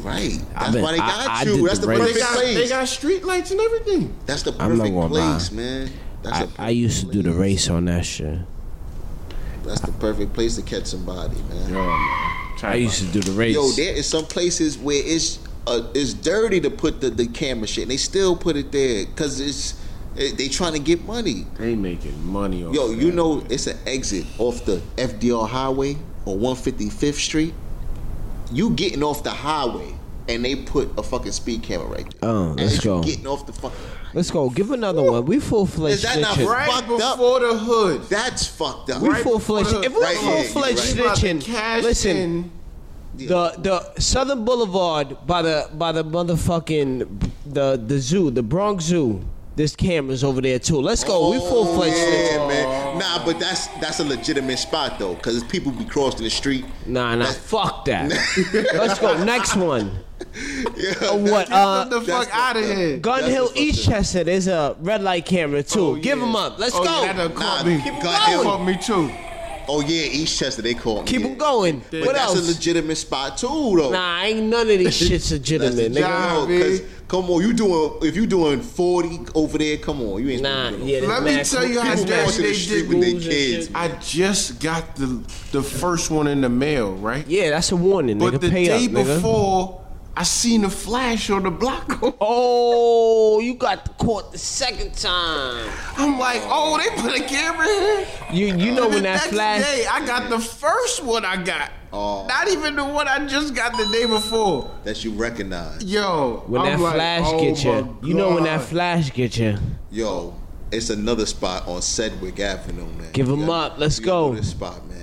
S1: Right.
S2: I
S1: That's
S2: bet-
S1: why they
S2: I-
S1: got
S2: I
S1: you.
S2: did
S1: That's
S2: the
S1: the
S2: race.
S3: They
S1: perfect
S3: got, they
S1: place.
S3: got street lights and everything.
S1: That's the
S2: I'm not
S1: perfect
S2: gonna lie.
S1: place, man. That's
S2: I,
S1: the
S2: I used to do the
S1: perfect
S2: race on that shit.
S1: place. That's the perfect place to catch somebody, man.
S3: Yo, man.
S2: I used to do the race.
S1: Yo, there is some places where it's uh, it's dirty to put the, the camera shit, and they still put it there because it's it, they trying to get money.
S3: They making money off
S1: Yo,
S3: that,
S1: you know
S3: man.
S1: it's an exit off the FDR Highway on 155th Street. You getting off the highway, and they put a fucking speed camera right there.
S2: Oh,
S1: And
S2: let's
S1: as you
S2: go.
S1: Getting off the fuck.
S2: Let's go. Give another one. We full fledged.
S1: Is that not
S2: snitching.
S1: right?
S3: right
S1: fucked up.
S3: before the hood.
S1: That's fucked up.
S2: We
S3: Right
S2: full fledged.
S3: before the-
S2: If we
S1: right
S2: full
S1: here,
S2: fledged
S1: right.
S3: You about to
S2: snitching,
S3: cash
S2: listen.
S3: in.
S2: The the Southern Boulevard by the by the motherfucking the the zoo, the Bronx Zoo. There's cameras over there too. Let's go.
S3: Oh,
S2: we full fledged.
S1: Yeah, man. Nah, but that's that's a legitimate spot though, because people be crossing the street.
S2: Nah, nah. Fuck that. Let's go. Next one.
S1: Yeah.
S2: Uh, what?
S3: Get
S2: Uh,
S3: the
S1: that's
S3: fuck out of
S1: fucked up.
S3: here.
S2: Gun
S1: That's
S2: Hill,
S1: what's up.
S2: Eastchester. There's a red light camera too.
S3: Oh,
S2: Give
S3: yeah.
S2: them up. Let's
S3: Oh,
S2: go.
S3: Yeah, that
S1: Nah,
S3: caught me.
S1: keep
S3: That
S1: going.
S3: caught me too.
S1: Oh yeah, Eastchester they call me.
S2: Keep
S1: yeah.
S2: them going.
S1: But
S2: what
S1: that's
S2: else?
S1: a legitimate spot too, though.
S2: Nah, ain't none of this shit's
S1: that's
S2: legitimate,
S1: legit-
S2: nigga.
S3: job.
S1: no, 'cause come on, you doing if you doing forty over there, come on, you ain't.
S2: Nah,
S1: supposed to
S2: yeah.
S1: do no-
S3: Let me
S2: Max,
S3: tell you how
S1: People
S2: Max,
S1: going
S3: dirty
S1: to
S3: they
S1: the
S3: did
S1: street
S3: me.
S1: with their
S2: rules and
S1: kids.
S2: shit.
S3: I just got the the first one in the mail, right?
S2: Yeah, that's a warning,
S3: But
S2: nigga.
S3: the
S2: Pay
S3: day
S2: up, nigga.
S3: before, I seen a flash on the block.
S2: Oh, you got caught the second time.
S3: I'm like, oh, they put a camera here.
S2: You you know
S3: And
S2: when
S3: the
S2: that
S3: next
S2: flash.
S3: day, I got the first one I got.
S1: Oh.
S3: Not even the one I just got the day before.
S1: That you recognize,
S3: Yo,
S2: When
S3: I'm
S2: that
S3: like,
S2: flash
S3: oh
S2: get you,
S3: my
S2: you know when
S3: God.
S2: that flash get you.
S1: yo. It's another spot on Sedgwick Avenue, man.
S2: Give
S1: You
S2: 'em
S1: gotta-
S2: up. Let's
S1: you gotta
S2: go.
S1: This spot, man.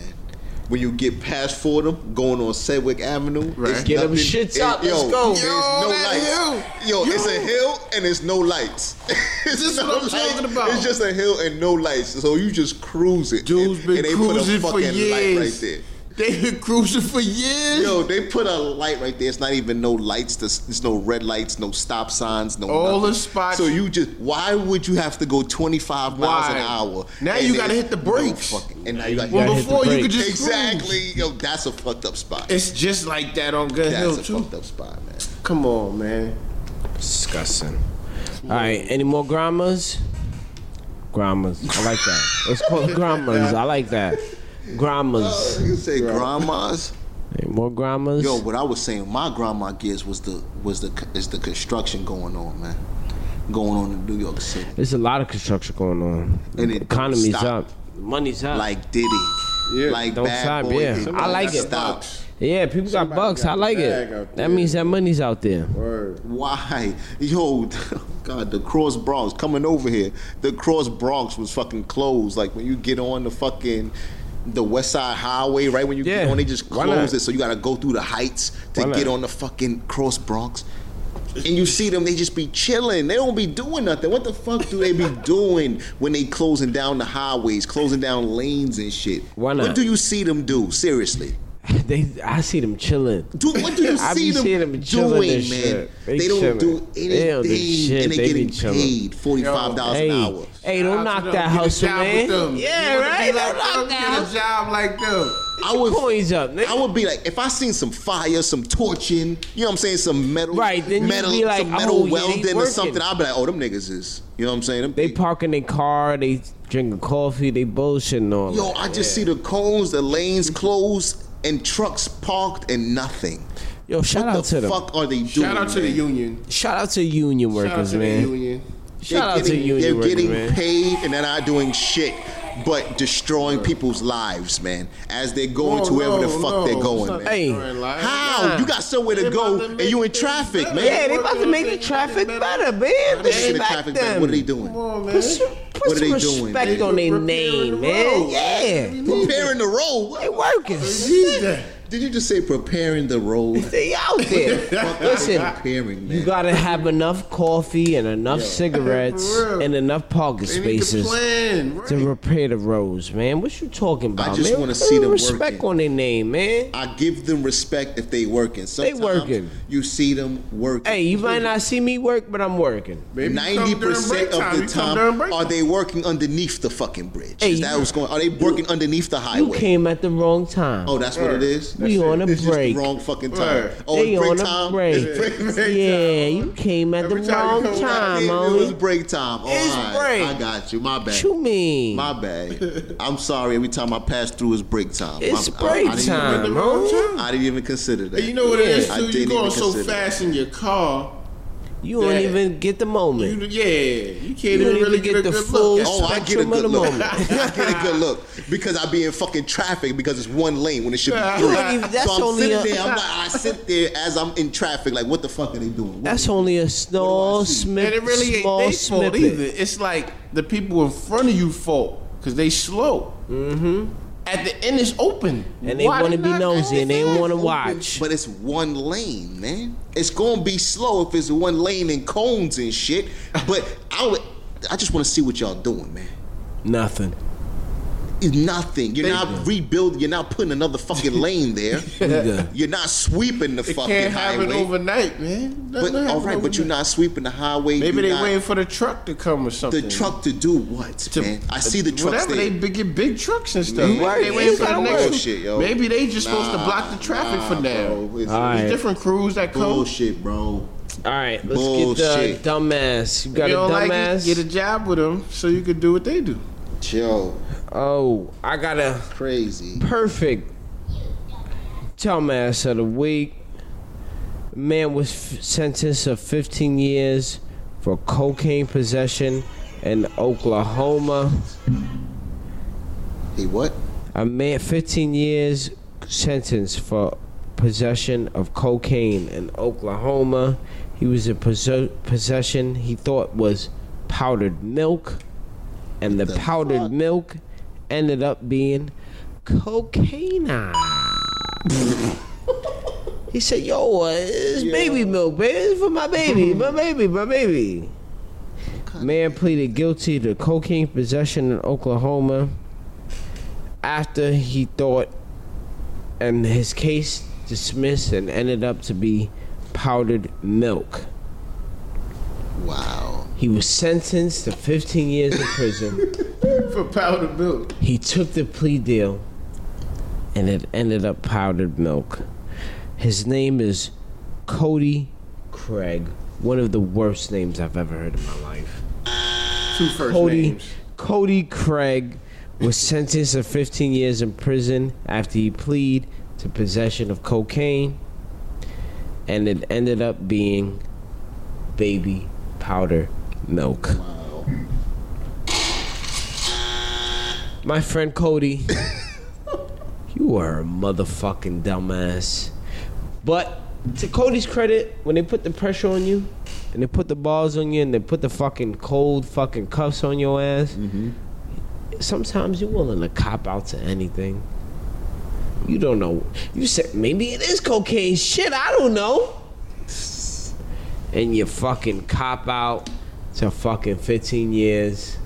S1: When you get past Fordham, going on Sedgwick Avenue,
S3: Right.
S1: it's
S2: Get 'em
S1: nothing-
S2: shits
S1: it-
S2: up. Let's
S1: yo,
S2: go.
S1: There's
S3: Yo,
S1: no
S3: that
S1: lights. Yo,
S3: hill.
S1: it's a
S3: Yo.
S1: hill and it's no lights. it's
S3: This
S1: no
S3: what I'm
S1: lights.
S3: talking about.
S1: It's just a hill and no lights. So you just cruise it.
S3: Dudes
S1: and,
S3: been
S1: and they
S3: cruising
S1: put a
S3: for
S1: fucking light right
S3: years.
S1: there.
S3: They been cruising for years.
S1: Yo, they put a light right there. It's not even no lights. There's, there's no red lights, no stop signs, no.
S3: All
S1: nothing.
S3: the spots-
S1: So you just why would you have to go 25 miles an
S3: Why?
S1: hour?
S3: Now
S1: and
S3: you gotta
S1: there's
S3: hit the
S1: no
S3: brakes.
S1: fucking- and now you got
S3: well,
S2: gotta hit the
S3: before you
S2: brake.
S3: could just cruise.
S1: exactly. Yo, that's a fucked up spot.
S3: It's just like that on Good Hill
S1: that's a
S3: too.
S1: fucked up spot, man.
S3: Come on, man.
S2: Disgusting. All right, any more grandmas? Grandmas, I like that. Let's call it grandmas. I like that.
S1: Uh,
S2: Grandmas.
S1: you say grandmas.
S2: Any more grandmas?
S1: Yo, what I was saying, my grandma gives was the was the is the construction going on, man, going on in New York City,
S2: There's a lot of construction going on.
S1: And it
S2: economy's
S1: don't stop.
S2: up. Money's up.
S1: like Diddy,
S3: Yeah.
S1: like
S2: Don't
S1: Bad
S2: stop,
S1: Boy.
S2: yeah.
S1: it
S2: I like it.
S1: Stop.
S2: yeah, people got
S3: Somebody
S2: bucks.
S3: got
S2: I like
S3: the
S2: it.
S3: bag out
S2: That
S3: there.
S2: means that money's out there.
S3: Word.
S1: Why? Yo, oh God, the Cross Bronx coming over here. The Cross Bronx was fucking closed. Like when you get on the fucking the West Side Highway, right when you get
S2: Yeah.
S1: on, they just
S2: Why not?
S1: close it. So you gotta go through the heights to
S2: Why not?
S1: get on the fucking Cross Bronx. And you see them, they just be chilling. They don't be doing nothing. What the fuck do they be doing when they closing down the highways, closing down lanes and shit?
S2: Why
S1: What
S2: not?
S1: do you see them do? Seriously.
S2: They, I see them chilling.
S1: Do, what do you
S2: I
S1: see
S2: be
S1: them,
S2: seeing them chilling
S1: doing,
S2: and
S1: man?
S2: shit.
S1: They,
S2: They
S1: don't
S2: chilling.
S1: do anything,
S2: They don't do shit.
S1: and they,
S2: They be
S1: getting
S2: chilling.
S1: paid forty five dollars an hour.
S2: Hey, hey, don't
S3: Shout out
S2: knock
S3: to them.
S2: that
S3: Get a
S2: hustle,
S3: job with them.
S2: man.
S3: You
S2: Yeah,
S3: wanna be
S2: right.
S3: like
S2: Don't knock
S3: them,
S2: that
S3: Get a
S2: hustle.
S3: job like them.
S1: I would,
S2: Coins up, nigga.
S1: I would be like, if I seen some fire, some torching, you know what I'm saying, some metal,
S2: Right, then you
S1: metal,
S2: be like,
S1: some metal
S2: oh, yeah, they
S1: welding or
S2: working.
S1: something, I'd be like, oh, them niggas is, you know what I'm saying? Them,
S2: They parking their car. They drinking coffee. They bullshitting all.
S1: yo,
S2: that.
S1: I just see the cones, the lanes closed, and trucks parked, and nothing.
S2: yo, shout out
S1: the
S2: to them.
S1: fuck are they doing?
S3: Shout out to the
S1: man?
S3: union.
S2: Shout out to union
S3: Shout out
S2: workers,
S3: to the
S2: man.
S3: union.
S1: They're
S2: Shout out to
S1: getting- They're
S2: union workers,
S1: getting
S2: man.
S1: paid and they're not doing shit but destroying people's lives, man. As they're going
S3: No,
S1: to wherever the
S3: no,
S1: fuck
S3: no.
S1: they're
S3: It's
S1: going,
S3: not
S1: man.
S2: Hey,
S3: destroying lives.
S1: How?
S2: Nah.
S1: You got somewhere to
S3: They're about
S1: go
S3: to
S1: and
S3: make
S1: you in
S3: things
S1: traffic,
S3: better.
S1: man.
S2: Yeah, they about to make the traffic better, man.
S1: They should have
S2: Respect
S1: traffic back.
S2: them.
S1: What are they doing?
S3: Come on, man.
S2: Put some, put
S1: What are
S2: some
S1: they doing?
S2: respect
S1: They
S2: on their
S3: repairing the
S2: name,
S3: road.
S2: man. Yeah,
S1: Preparing the road.
S2: they workers.
S3: Need that.
S1: Did you just say preparing the road?
S2: They out there. Listen,
S1: preparing, man.
S2: you gotta have enough coffee and enough cigarettes
S3: For real.
S2: and enough parking
S3: They need to
S2: spaces
S3: plan, right?
S2: to repair the roads, man. What you talking about,
S1: just
S2: man?
S1: wanna
S2: Put
S1: see
S2: a
S1: them
S2: respect
S1: working.
S2: on their name, man.
S1: I give them respect if they working. Sometimes
S2: working.
S1: You see them working.
S2: Hey, you might not see me work, but I'm working.
S3: Maybe you come
S1: Ninety
S3: during break
S1: percent of
S3: time,
S1: the
S3: you come during
S1: time,
S3: break
S1: are they working underneath the fucking bridge?
S2: Hey,
S1: is that
S2: you-
S1: what's going? Are they working underneath the
S2: You
S1: highway?
S2: came at the wrong time.
S1: Oh, that's what it is.
S2: we on a
S1: it's just the
S2: break.
S1: wrong fucking time.
S3: Right.
S1: Oh,
S2: they
S1: it's break
S2: on
S1: time.
S2: a break.
S1: It's break,
S3: break
S2: yeah,
S3: time.
S2: you came at
S3: Every
S2: the
S3: time you
S2: wrong
S3: come out,
S2: time,
S1: it was
S2: homie.
S1: break time. Oh,
S2: It's
S1: all
S2: break.
S1: I got you. My
S2: What
S1: bad.
S2: you mean?
S1: My bad. I'm sorry. Every time I pass through, it's break time.
S2: It's
S1: My- I-
S2: break
S1: I didn't
S2: time,
S1: Even,
S3: the wrong
S2: homie.
S3: time.
S1: I didn't even consider that.
S3: And you know what it is
S2: Yeah.
S1: I
S3: too? You
S1: didn't
S3: going
S1: even
S3: so
S1: consider
S3: fast in your car.
S2: You don't
S3: Yeah.
S2: even get the moment.
S3: You, yeah, you can't
S2: You
S3: even
S2: don't even
S3: really
S2: get
S3: get, a
S2: the
S3: good
S2: full-
S3: look.
S1: Oh, I get a
S2: spectrum of
S1: good
S2: the
S1: look.
S2: moment.
S1: I get a good look because I be in fucking traffic because it's one lane when it should be
S3: You
S1: three.
S2: don't even- that's
S1: so I'm
S2: only
S1: sitting
S2: a-
S1: there. I'm like, I sit there as I'm in traffic. Like, what the fuck are they doing? What
S2: That's
S1: are they
S2: only a small,
S1: see?
S2: smi-
S3: And it really ain't
S2: small
S3: their fault
S2: snippet.
S3: either. It's like the people in front of you fault because they slow. Mm-hmm. At the end, it's open,
S2: And they
S3: Why
S2: want to
S3: they
S2: be
S3: not
S2: nosy and they
S3: going
S2: want to
S3: fast?
S2: watch.
S1: But it's one lane, man. It's gonna be slow if it's one lane and cones and shit. But I would, I just want to see what y'all doing, man.
S2: Nothing.
S1: It's nothing. You're not rebuilding. You're not putting another fucking lane there.
S2: Nigga.
S1: You're not sweeping the
S3: It
S1: fucking
S3: can't
S1: highway.
S3: happen overnight, man.
S1: but all right, but you're not sweeping the highway.
S3: Maybe
S1: You're
S3: they
S1: not-
S3: waiting for the truck to come or
S1: the
S3: something.
S1: truck to do what,
S3: to- uh,
S1: man? I see the trucks
S3: Whatever
S1: there.
S3: they big, get big trucks and stuff.
S1: Man,
S3: Maybe
S2: you
S3: they waiting for the
S2: gotta
S3: next
S2: work.
S1: Bullshit, yo.
S3: Maybe they just supposed to
S1: Nah,
S3: block the traffic
S1: nah,
S3: for now.
S1: bro. It's
S2: All right.
S3: There's different crews that come.
S1: bullshit, bro.
S2: All right, let's
S1: Bullshit.
S2: get the dumbass. You got
S3: you
S2: a
S3: don't like
S2: dumbass?
S3: it, get a job with them so you can do what they do.
S1: Chill,
S2: oh, I got a
S1: crazy.
S2: perfect dumbass of the week. Man was f- sentenced to 15 years for cocaine possession in Oklahoma.
S1: Hey, what?
S2: A man, 15 years sentence for possession of cocaine in Oklahoma. He was in posse- possession he thought was powdered milk, and the,
S1: The
S2: powdered
S1: fuck?
S2: milk ended up being cocaine. he said, "Yo, uh, it's baby milk, baby. It's for my baby, my baby, my baby." Man pleaded guilty to cocaine possession in Oklahoma after he thought and his case dismissed and ended up to be powdered milk.
S1: Wow.
S2: He was sentenced to 15 years in prison.
S3: For powder milk.
S2: he took the plea deal and it ended up powdered milk. His name is Cody Craig, one of the worst names I've ever heard in my life.
S3: Two first
S2: Cody
S3: names.
S2: Cody Craig was sentenced to 15 years in prison after he pleaded to possession of cocaine, and it ended up being baby powder milk.
S1: Wow.
S2: My friend Cody, you are a motherfucking dumbass. But to Cody's credit, when they put the pressure on you, and they put the balls on you, and they put the fucking cold fucking cuffs on your ass, sometimes you're willing to cop out to anything. You don't know. You said maybe it is cocaine. Shit, I don't know. And you fucking cop out to fucking 15 years,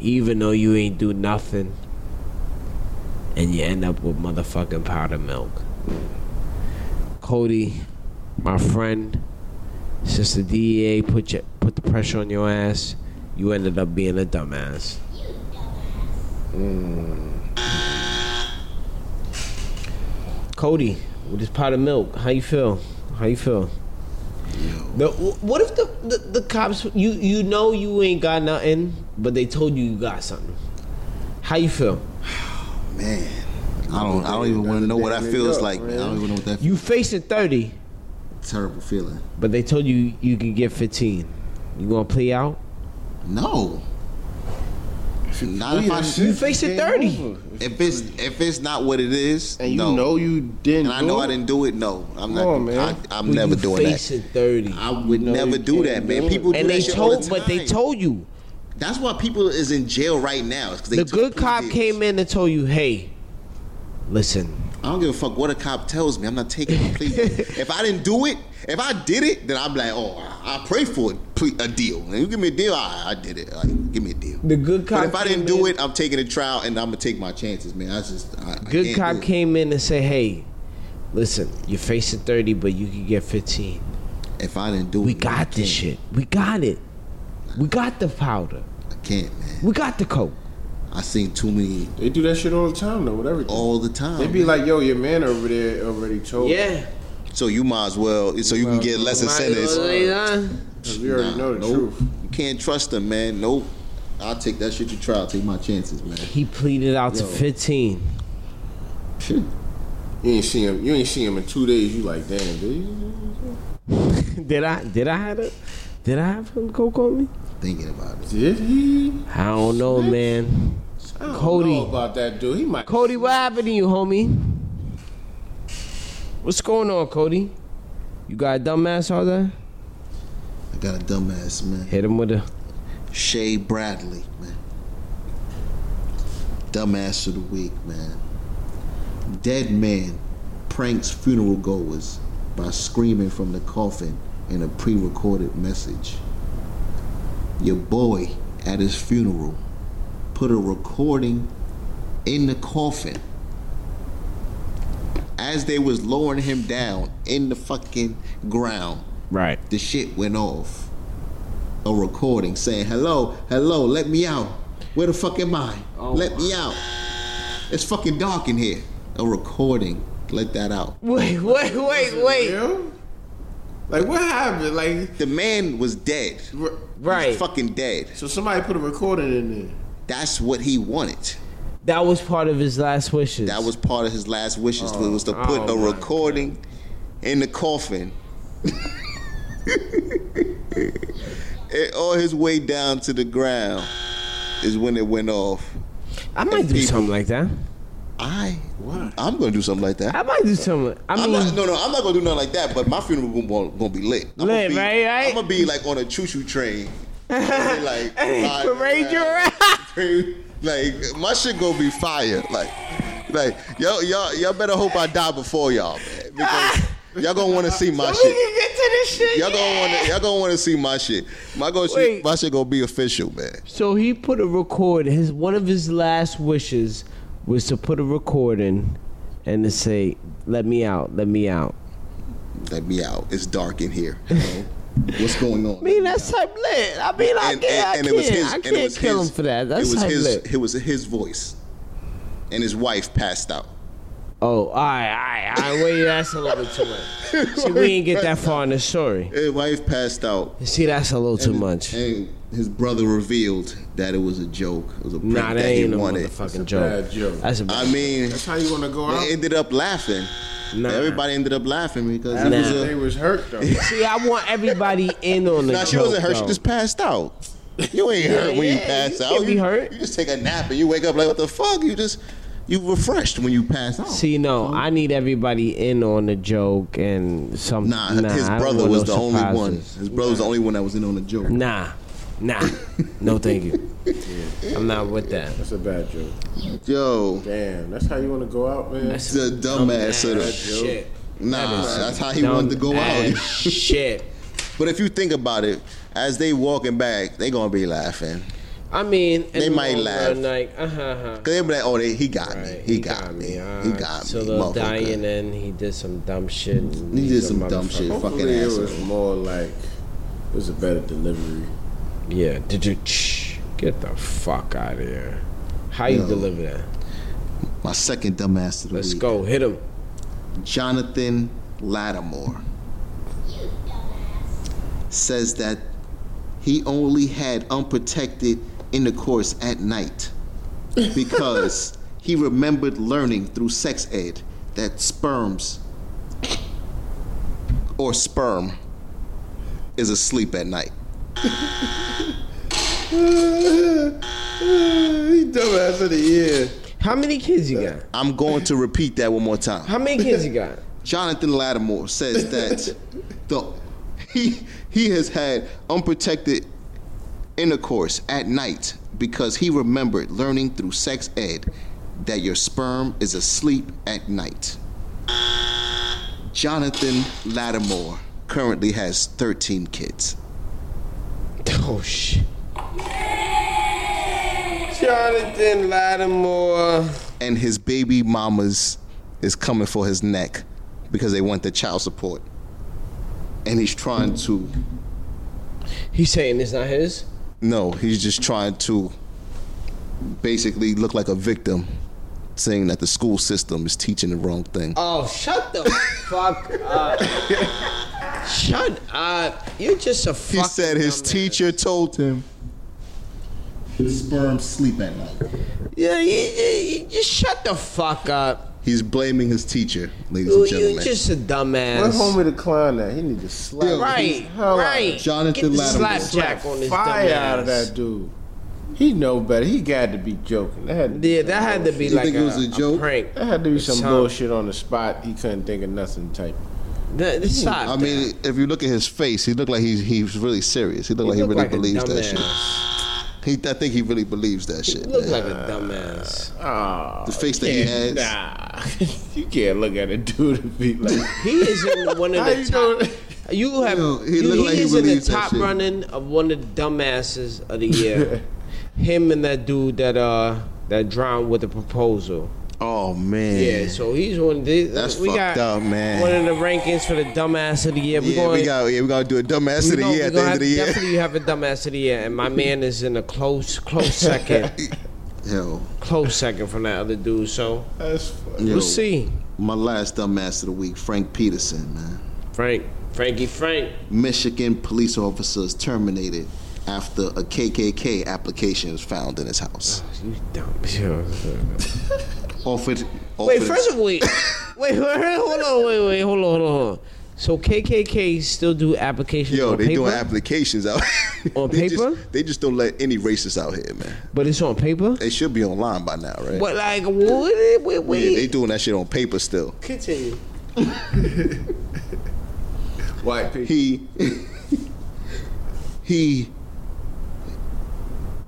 S2: even though you ain't do nothing. And you end up with motherfucking powder milk. Cody, my friend, since the DEA put you, put the pressure on your ass, you ended up being a dumbass. Mm. Cody, with this pot of milk, how you feel? How you feel? The, wh- what if the, the, the cops you you know you ain't got nothing, but they told you you got something? How you feel?
S1: Man, I don't. I don't even want to know what that feels like, man. I don't even know what that
S2: You facing thirty,
S1: terrible feeling.
S2: but they told you you could get fifteen. You gonna play out?
S1: No. Not if I.
S2: You facing
S3: Game
S2: thirty.
S3: over.
S1: If it's if it's not what it is,
S3: And you
S1: no.
S3: know you didn't.
S1: and I know
S3: do
S1: I
S3: it.
S1: didn't do it. No, I'm not.
S3: Come on, man.
S1: I, I'm never
S2: you
S1: doing that.
S2: facing thirty.
S1: I would
S3: know
S1: never
S3: you
S1: do that,
S3: can't
S1: man.
S3: do it.
S1: People do
S2: and
S1: that
S2: they
S1: shit all
S2: told,
S1: the
S2: but they
S1: time.
S2: told you.
S1: That's why people is in jail right now. is 'cause they
S2: The
S1: took
S2: good
S1: plea
S2: cop
S1: deals.
S2: came in and told you, "Hey, listen,
S1: I I don't give a fuck what a cop tells me. I'm not taking a plea. if I didn't do it, if I did it, then I'm like, oh, I, I pray for a, plea, a deal. And you give me a deal, I, I did it. Like, give me a deal.
S2: The good cop.
S1: But if I didn't
S2: came
S1: do
S2: in-
S1: it, I'm taking a trial and I'm gonna take my chances, man. I just I, I
S2: good
S1: can't
S2: cop
S1: do it.
S2: came in and said, "Hey, listen, you're facing 30, but you could get 15.
S1: If I didn't do it,
S2: We
S1: then
S2: got
S1: Mm, I
S2: this
S1: can't.
S2: shit. We got it. We got the powder.
S1: I can't, man.
S2: We got the coke."
S1: I seen too many
S3: They do that shit all the time though. With everything.
S1: all the time.
S3: they be like, yo, your man over there already told.
S2: Yeah.
S1: so you might as well, so you can get less incentives.
S3: Cause we already
S1: Nah,
S3: know the
S1: nope.
S3: truth.
S1: You can't trust them, man. Nope. I'll take that shit to trial. Take my chances, man.
S2: He pleaded out to
S1: Yo.
S2: 15.
S1: Shit.
S3: You ain't see him. You ain't see him in two days. You like, damn, did you?
S2: did I? Did I have it? Did I have some coke on me?
S1: Thinking about it.
S3: Did he?
S2: I don't know, man.
S3: I don't
S2: Cody.
S3: know about that dude. He might.
S2: Cody, what happened to you, homie? What's going on, Cody? You got a dumbass all there?
S1: I got a dumbass, man.
S2: Hit him with a.
S1: Shay Bradley, man. Dumbass of the week, man. Dead man pranks funeral goers by screaming from the coffin in a pre recorded message. Your boy at his funeral put a recording in the coffin as they was lowering him down in the fucking ground
S2: Right.
S1: the shit went off. A recording saying, "Hello, hello, let me out. Where the fuck am I?
S2: Oh
S1: let me out. It's fucking dark in here." A recording. Let that out.
S2: Wait, wait, wait, wait.
S3: Yo? Like what happened? Like
S1: The man was dead.
S3: r-
S2: Right.
S1: He's fucking dead.
S3: so somebody put a recording in there.
S1: That's what he wanted.
S2: That was part of his last wishes.
S1: That was part of his last wishes was to put
S2: oh
S1: a
S2: my
S1: recording in the coffin. And on his way down to the ground is when it went off.
S2: I might do
S1: people.
S2: something like that.
S1: I
S3: Why?
S1: I'm gonna do something like that.
S2: I might do something. I
S1: I'm
S2: mean,
S1: not, no, no, I'm not gonna do nothing like that. But my funeral gonna, gonna be lit. I'm gonna
S2: Lit,
S1: be,
S2: right, right?
S1: I'm gonna be like on a choo-choo train. I'ma be, like riding
S2: parade you around.
S1: train. Like my shit gonna be fire. Like, like y'all, y'all, y'all better hope I die before y'all, man, because y'all gonna want to see my
S2: We
S1: shit.
S2: can get to this shit.
S1: Y'all gonna want to, y'all gonna want to see my shit. My gonna,
S2: Wait.
S1: my shit gonna be official, man.
S2: So he put a record. His one of his last wishes was to put a recording and to say, "Let me out, let me out."
S1: Let me out. It's dark in here. Hello? What's going on?
S2: I mean, that's type lit. I mean, I
S1: and,
S2: can't,
S1: and-
S2: I
S1: and
S2: can't,
S1: it was his.
S2: I
S1: and
S2: can't
S1: it was
S2: kill
S1: his,
S2: him for that. That's
S1: it was
S2: type
S1: his.
S2: lit.
S1: It was his voice, and his wife passed out.
S2: Oh, all right, all right, all right. Wait, that's a little bit too much. See, we didn't get that far in the story.
S1: His wife passed out.
S2: See, that's a little too
S1: and-
S2: much.
S1: And his brother revealed that it was a joke. It was a prank
S2: Nah, that
S1: that he
S2: ain't a
S1: wanted.
S2: motherfucking joke.
S3: bad joke.
S2: That's a
S1: I
S2: bad.
S1: mean,
S3: That's how you wanna go out.
S1: they ended up laughing.
S2: Nah.
S1: Everybody ended up laughing because
S3: That
S1: he
S3: was-
S1: was
S3: They
S1: a.
S3: was hurt though.
S2: See, I want everybody in on the
S1: Nah,
S2: joke.
S1: she wasn't hurt. She
S2: though.
S1: just passed out. You ain't hurt when you
S2: yeah,
S1: pass
S2: you
S1: out.
S2: can't be hurt.
S1: You just take a nap and you wake up like, what the fuck? You just, you refreshed when you pass out.
S2: See, no, I need everybody in on the joke and some.
S1: Nah, his
S2: I don't
S1: brother
S2: want
S1: was
S2: no
S1: the only one.
S2: surprises.
S1: His brother was the only one that was in on the joke.
S2: Nah, nah, no, thank you. I'm not with that.
S3: That's a bad joke.
S1: Yo,
S3: Damn, that's how you wanna go out, man.
S2: That's
S1: the dumbass of
S2: Dumbass
S1: the.
S2: shit.
S1: Nah, that's how he
S2: Dumb
S1: wanted to go
S2: ass
S1: out.
S2: shit.
S1: But if you think about it, as they walking back, they gonna be laughing.
S2: I mean, in
S1: They
S2: the
S1: might
S2: long
S1: laugh.
S2: run, Like, uh huh. Uh-huh.
S1: Cause they be like, oh, they, he got me,
S2: Right,
S1: he, got, me, he got
S2: so
S1: me,
S2: So
S1: motherfucker.
S2: dying, and he did some dumb shit. and
S1: He
S2: he's
S1: did
S2: a
S1: some dumb shit.
S2: motherfucker.
S1: fucking
S3: Hopefully it was
S1: asshole.
S3: more like it was a better delivery.
S2: Yeah, did you shh, get the fuck out of here? How you
S1: Yo.
S2: deliver that?
S1: My second dumbass of the
S2: Let's
S1: week,
S2: go, hit him.
S1: Jonathan Lattimore, says that he only had unprotected intercourse at night because he remembered learning through sex ed that sperms or sperm is asleep at night.
S3: he dumbass of the year.
S2: How many kids you got?
S1: I'm going to repeat that one more time.
S2: How many kids you got?
S1: Jonathan Lattimore says that the he he has had unprotected intercourse at night because he remembered learning through sex ed that your sperm is asleep at night. Jonathan Lattimore currently has 13 kids.
S2: Oh shit. Jonathan Lattimore.
S1: And his baby mamas is coming for his neck because they want the child support. And he's trying to
S2: He's saying it's not his.
S1: no, he's just trying to basically look like a victim saying that the school system is teaching the wrong thing.
S2: Oh, shut the fuck up. Shut up. You're just a
S1: He
S2: fucking
S1: said his
S2: dumbass.
S1: teacher told him his sperm sleep at night.
S2: Yeah, you, you, you just shut the fuck up.
S1: He's blaming his teacher, ladies
S2: You,
S1: and
S2: you're
S1: gentlemen.
S2: just a
S3: Where
S2: dumbass.
S3: homie the clown at? He need to slap.
S1: Yo,
S2: Right,
S3: Hell out.
S2: right.
S1: Jonathan
S2: Get the
S1: Lattimore.
S2: slapjack on this
S3: Fire
S2: dumbass.
S3: out of that dude. He know better. He got to be joking. That had to be
S2: Yeah,
S3: some
S2: that had to
S3: bullshit.
S2: be
S1: You
S2: like
S1: think it
S2: a,
S1: was a
S2: a
S1: joke?
S2: prank.
S3: That had to be some
S2: Son.
S3: bullshit on the spot. He couldn't think of nothing type.
S2: That, that's not
S1: I mean, if you look at his face, he looked like he's he's really serious. He looked like he
S2: look
S1: really
S2: like a
S1: believes that shit.
S2: dumbass.
S1: He, I think he really believes that shit.
S2: You look
S1: man.
S2: like a dumbass.
S3: Oh,
S1: The face that he has.
S3: Nah, you can't look at a dude and be like,
S2: He is in one of
S3: how
S2: the
S3: you
S2: top.
S3: doing?
S2: You have
S1: Yo, he
S2: you-
S1: look
S2: he
S1: like he
S2: is in the
S1: believes that
S2: top
S1: shit.
S2: running of one of the dumbasses of the year. Him and that dude that uh that drowned with the proposal.
S1: Oh man.
S2: Yeah, so he's one. Of the,
S1: That's
S2: we
S1: fucked
S2: got
S1: up, man.
S2: One of the rankings for the dumbass of the year. We're
S1: Yeah,
S2: going,
S1: we got yeah, we gotta do a dumbass
S2: we
S1: of the
S2: know
S1: year
S2: we're
S1: at the end
S2: gonna have-
S1: of the year.
S2: Definitely, you have a dumbass of the year, and my man is in a close, close second,
S1: Hell,
S2: close second from that other dude. So
S3: That's funny.
S1: yo,
S2: we'll see.
S1: My last dumbass of the week, Frank Peterson, man.
S2: Frank, Frankie, Frank.
S1: Michigan police officer is terminated after a KKK application was found in his house.
S2: You dumb. Yo.
S1: Offered.
S2: Wait, first of all, wait, wait, wait, hold on, wait, wait, hold on, hold on. hold on. So KKK still do applications
S1: Yo,
S2: on
S1: they
S2: paper,
S1: doing applications out.
S2: On
S1: they
S2: paper?
S1: Just, they just don't let any racists out here, man.
S2: but it's on paper.
S1: They should be online by now, right?
S2: But like, what? Wait, wait.
S1: Yeah, they doing that shit on paper still.
S2: Continue.
S3: White people.
S1: he he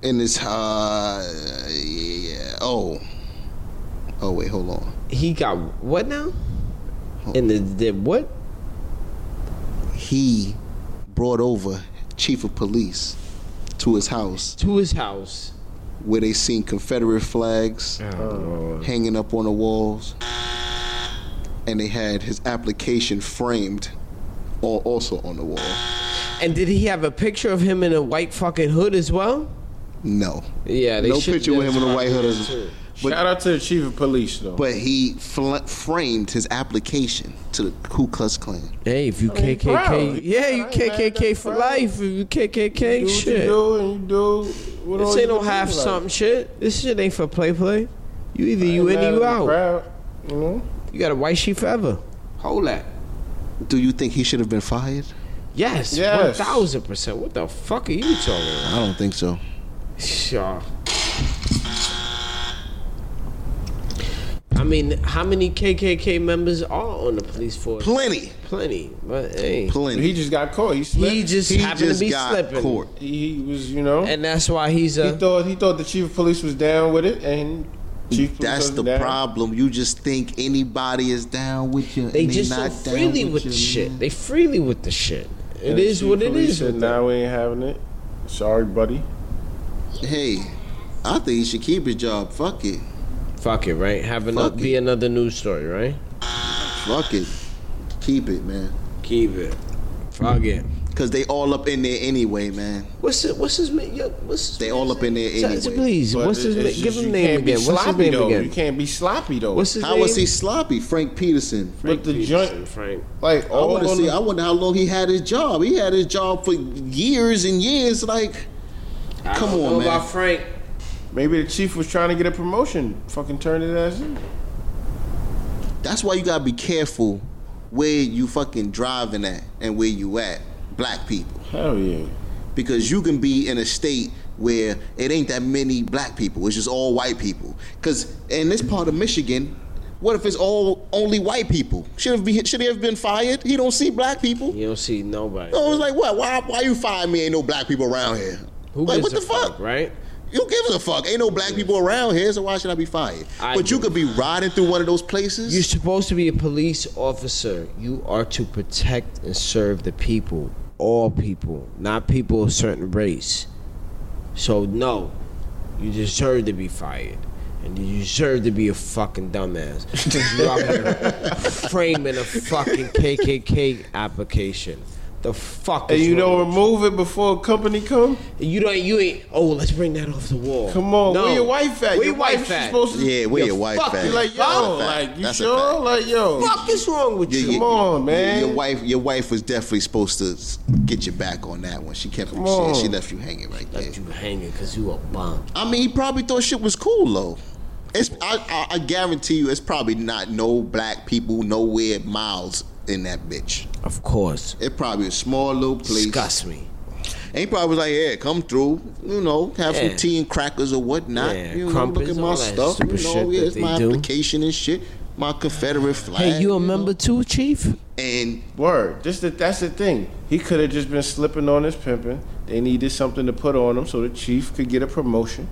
S1: in this uh yeah oh oh wait hold on
S2: He got what now? And the, the what?
S1: he brought over chief of police to his house
S2: To his house.
S1: where they seen confederate flags
S2: Oh.
S1: hanging up on the walls and they had his application framed or also on the wall
S2: And did he have a picture of him in a white fucking hood as well?
S1: no
S2: Yeah, they
S1: no
S2: should-
S1: picture with him in a white hood as- but-
S3: Shout out to the chief of police though.
S1: But he fl- framed his application to the Ku Klux Klan.
S2: Hey, if you KKK,
S3: proud.
S2: yeah, you
S3: I ain't mad at
S2: KKK
S3: that
S2: for
S3: proud.
S2: life. If you
S3: do
S2: KKK,
S3: what
S2: shit.
S3: you do and you do. What all
S2: This
S3: you
S2: ain't no
S3: can do,
S2: half
S3: like,
S2: something shit. This shit ain't for play play. You either you in
S3: mad
S2: or
S3: at
S2: you
S3: the
S2: out.
S3: crowd, you know?
S2: You got a white sheet forever. Hold that.
S1: Do you think he should have been fired?
S2: Yes,
S3: Yes.
S2: one thousand percent. What the fuck are you talking about?
S1: I don't think so.
S2: Sure. I mean, how many KKK members are on the police force?
S1: Plenty,
S2: Plenty, but hey,
S1: plenty.
S3: He just got caught. He slipped.
S2: he
S3: He,
S2: just happened to be slipping,
S1: caught.
S3: was, you know.
S2: and uh, that's why he's
S3: he
S2: a.
S3: thought he thought the chief of police was down with it, and chief. of police
S1: That's
S3: was
S1: the
S3: down.
S1: problem. You just think anybody is down with you.
S2: They
S1: and
S2: just so
S1: not down
S2: freely with the
S1: you,
S2: shit.
S1: man.
S2: They freely with the shit. It
S3: And the
S2: is
S3: chief
S2: what
S3: of
S2: it
S3: police
S2: is.
S3: Said,
S2: with that.
S3: now we ain't having it. Sorry, buddy.
S1: Hey, I think he should keep his job. Fuck it.
S2: Fuck it, right? Have another
S1: Fuck
S2: be
S1: it.
S2: another news story, right?
S1: Fuck it. Keep it, man.
S2: Keep it. Fuck it.
S1: Cause they all up in there anyway, man.
S2: What's it? What's his name? Yo, what's his
S1: They all up in there
S2: Sa- sa-
S1: anyway.
S2: Please,
S3: But
S2: what's his
S3: it's
S2: name?
S3: just
S2: Give him
S3: you
S2: name
S3: can't be
S2: again. What's his
S3: sloppy,
S2: name
S3: though. You
S2: again?
S3: can't be sloppy though.
S2: What's his
S1: How
S2: name?
S1: was he sloppy, Frank Peterson?
S3: But the joint,
S2: Frank.
S3: like
S1: I
S3: all
S1: want to
S3: on
S1: see.
S3: the
S1: I wonder how long he had his job. He had his job for years and years. Like, come on, man.
S2: about Frank.
S3: Maybe the chief was trying to get a promotion. Fucking turned it ass in.
S1: That's why you gotta be careful where you fucking driving at and where you at, black people,
S3: Hell yeah.
S1: because you can be in a state where it ain't that many black people. It's just all white people. Cause in this part of Michigan. What if it's all only white people? Should have be, should he have been fired? He don't see black people.
S2: You don't see nobody.
S1: So it's like what? Why why you fire me? Ain't no black people around here.
S2: Who
S1: like what
S2: gives a
S1: the fuck?
S2: Right?
S1: Who gives a fuck? Ain't no black people around here, so why should I be fired?
S2: I
S1: but you
S2: agree.
S1: could be riding through one of those places.
S2: You're supposed to be a police officer. You are to protect and serve the people, all people, not people of certain race. So no, you deserve to be fired. And you deserve to be a fucking dumbass. 'Cause you out here framing a fucking KKK application. The fuck
S3: And
S2: is
S3: you
S2: wrong
S3: don't
S2: with
S3: remove it before a company come?
S2: you? You don't. You ain't. Oh, let's bring that off the wall.
S3: Come on,
S2: No.
S3: where your wife at?
S2: Where
S3: your
S2: your wife
S3: wife's
S2: at?
S3: supposed to
S1: yeah, where
S2: You're
S1: your wife
S2: fucking
S1: at?
S3: like,
S1: That's
S3: yo,
S1: a fact.
S3: like, you
S1: That's a
S3: sure?
S1: fact.
S3: Like, yo.
S2: Fuck is wrong with
S1: You-
S2: you?
S1: you-
S3: Come on,
S1: your-
S3: man.
S1: Your wife, your wife was definitely supposed to s- get your back on that one. She kept you
S3: on.
S1: shit. She left you hanging right there.
S2: Left you hanging because you a bum.
S1: I mean, he probably thought shit was cool though. It's I, I, I guarantee you, it's probably not no black people nowhere miles in that bitch.
S2: Of course.
S1: It probably a small little place.
S2: Disgust me.
S1: And he probably was like, "Yeah, come through. You know, have
S2: Yeah.
S1: some tea and crackers or whatnot.
S2: Yeah,
S1: you know, look
S2: crumpets,
S1: at
S2: all
S1: my
S2: that
S1: stuff. You know,
S2: stupid shit
S1: yeah,
S2: that
S1: it's
S2: they
S1: my
S2: do.
S1: application and shit. My Confederate flag.
S2: Hey, you
S1: know?
S2: a member too, Chief?
S1: And
S3: Word. Just that. That's the thing. He could have just been slipping on his pimping. They needed something to put on him so the chief could get a promotion.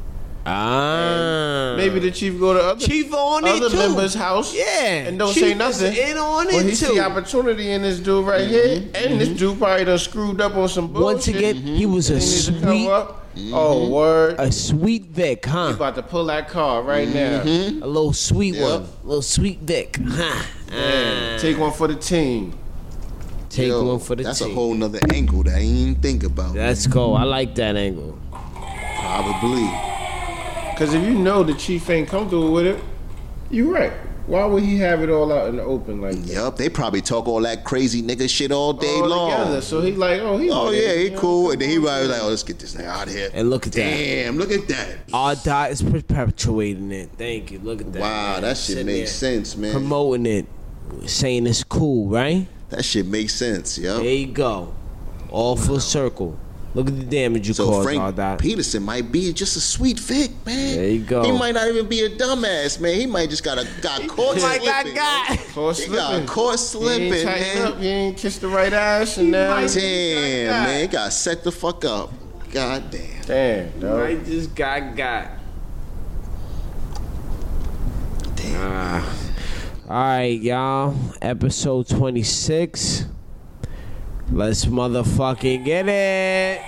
S2: Ah.
S3: Maybe the chief go to other
S2: Chief on it
S3: other
S2: too.
S3: members' house.
S2: Yeah,
S3: And don't
S2: chief
S3: say
S2: is
S3: nothing.
S2: in on
S3: But
S2: it
S3: he see
S2: too. Mm-hmm.
S3: opportunity in this dude right here, and this dude probably done screwed up on some bullshit.
S2: Once again, he was a
S3: He needs to cover
S2: sweet, Mm-hmm.
S3: up. Oh word.
S2: a sweet Vic,
S3: He
S2: huh?
S3: about to pull that car right now.
S2: A little sweet
S1: Yeah.
S2: one, a little sweet Vic, huh?
S3: Man, take one for the team.
S2: Take
S1: yo,
S2: one for the
S1: That's
S2: team.
S1: a whole nother angle that I didn't even think about.
S2: That's cool. I like that angle.
S1: probably.
S3: Cause if you know the chief ain't comfortable with it, you right. Why would he have it all out in the open like that?
S1: Yup, they probably talk all that crazy nigga shit all day
S3: all
S1: long.
S3: together. So he like, oh, he.
S1: Oh
S3: like,
S1: yeah, he
S3: you know,
S1: cool. And then he probably like, oh, let's get this nigga out of here.
S2: And look at that.
S1: Damn, look at that.
S2: Our dot is perpetuating it. Thank you. Look at that.
S1: Wow,
S2: man.
S1: that shit
S2: Sitting
S1: makes
S2: there
S1: sense, man.
S2: Promoting it, saying it's cool, right?
S1: That shit makes sense, yo.
S2: There you go. All full circle. Look at the damage you
S1: So
S2: caused,
S1: Frank
S2: Ardat.
S1: Peterson might be just a sweet Vic, man.
S2: There you go.
S1: He might not even be a dumbass, man. He might just got a got caught
S2: Like
S1: slipping.
S2: I got.
S3: Caught
S1: He got
S3: slipping.
S1: caught
S3: he
S1: slipping,
S3: ain't tighten
S1: man.
S3: up. He ain't kissed the right ass, and now.
S1: Damn, man. He got set the fuck up. God damn.
S3: Damn, dog.
S2: I just got got. Damn. all right, y'all. Episode 26. Let's motherfucking get it.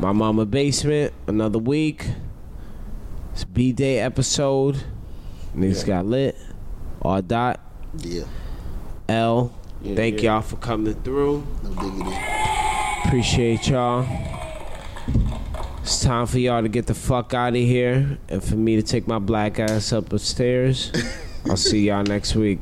S2: My mama basement. Another week. It's B day episode. Niggas got lit. R dot
S1: Yeah.
S2: L.
S3: Yeah,
S2: Thank
S3: yeah.
S2: y'all for coming through.
S1: No diggity.
S2: Appreciate y'all. It's time for y'all to get the fuck out of here and for me to take my black ass up upstairs. I'll see y'all next week.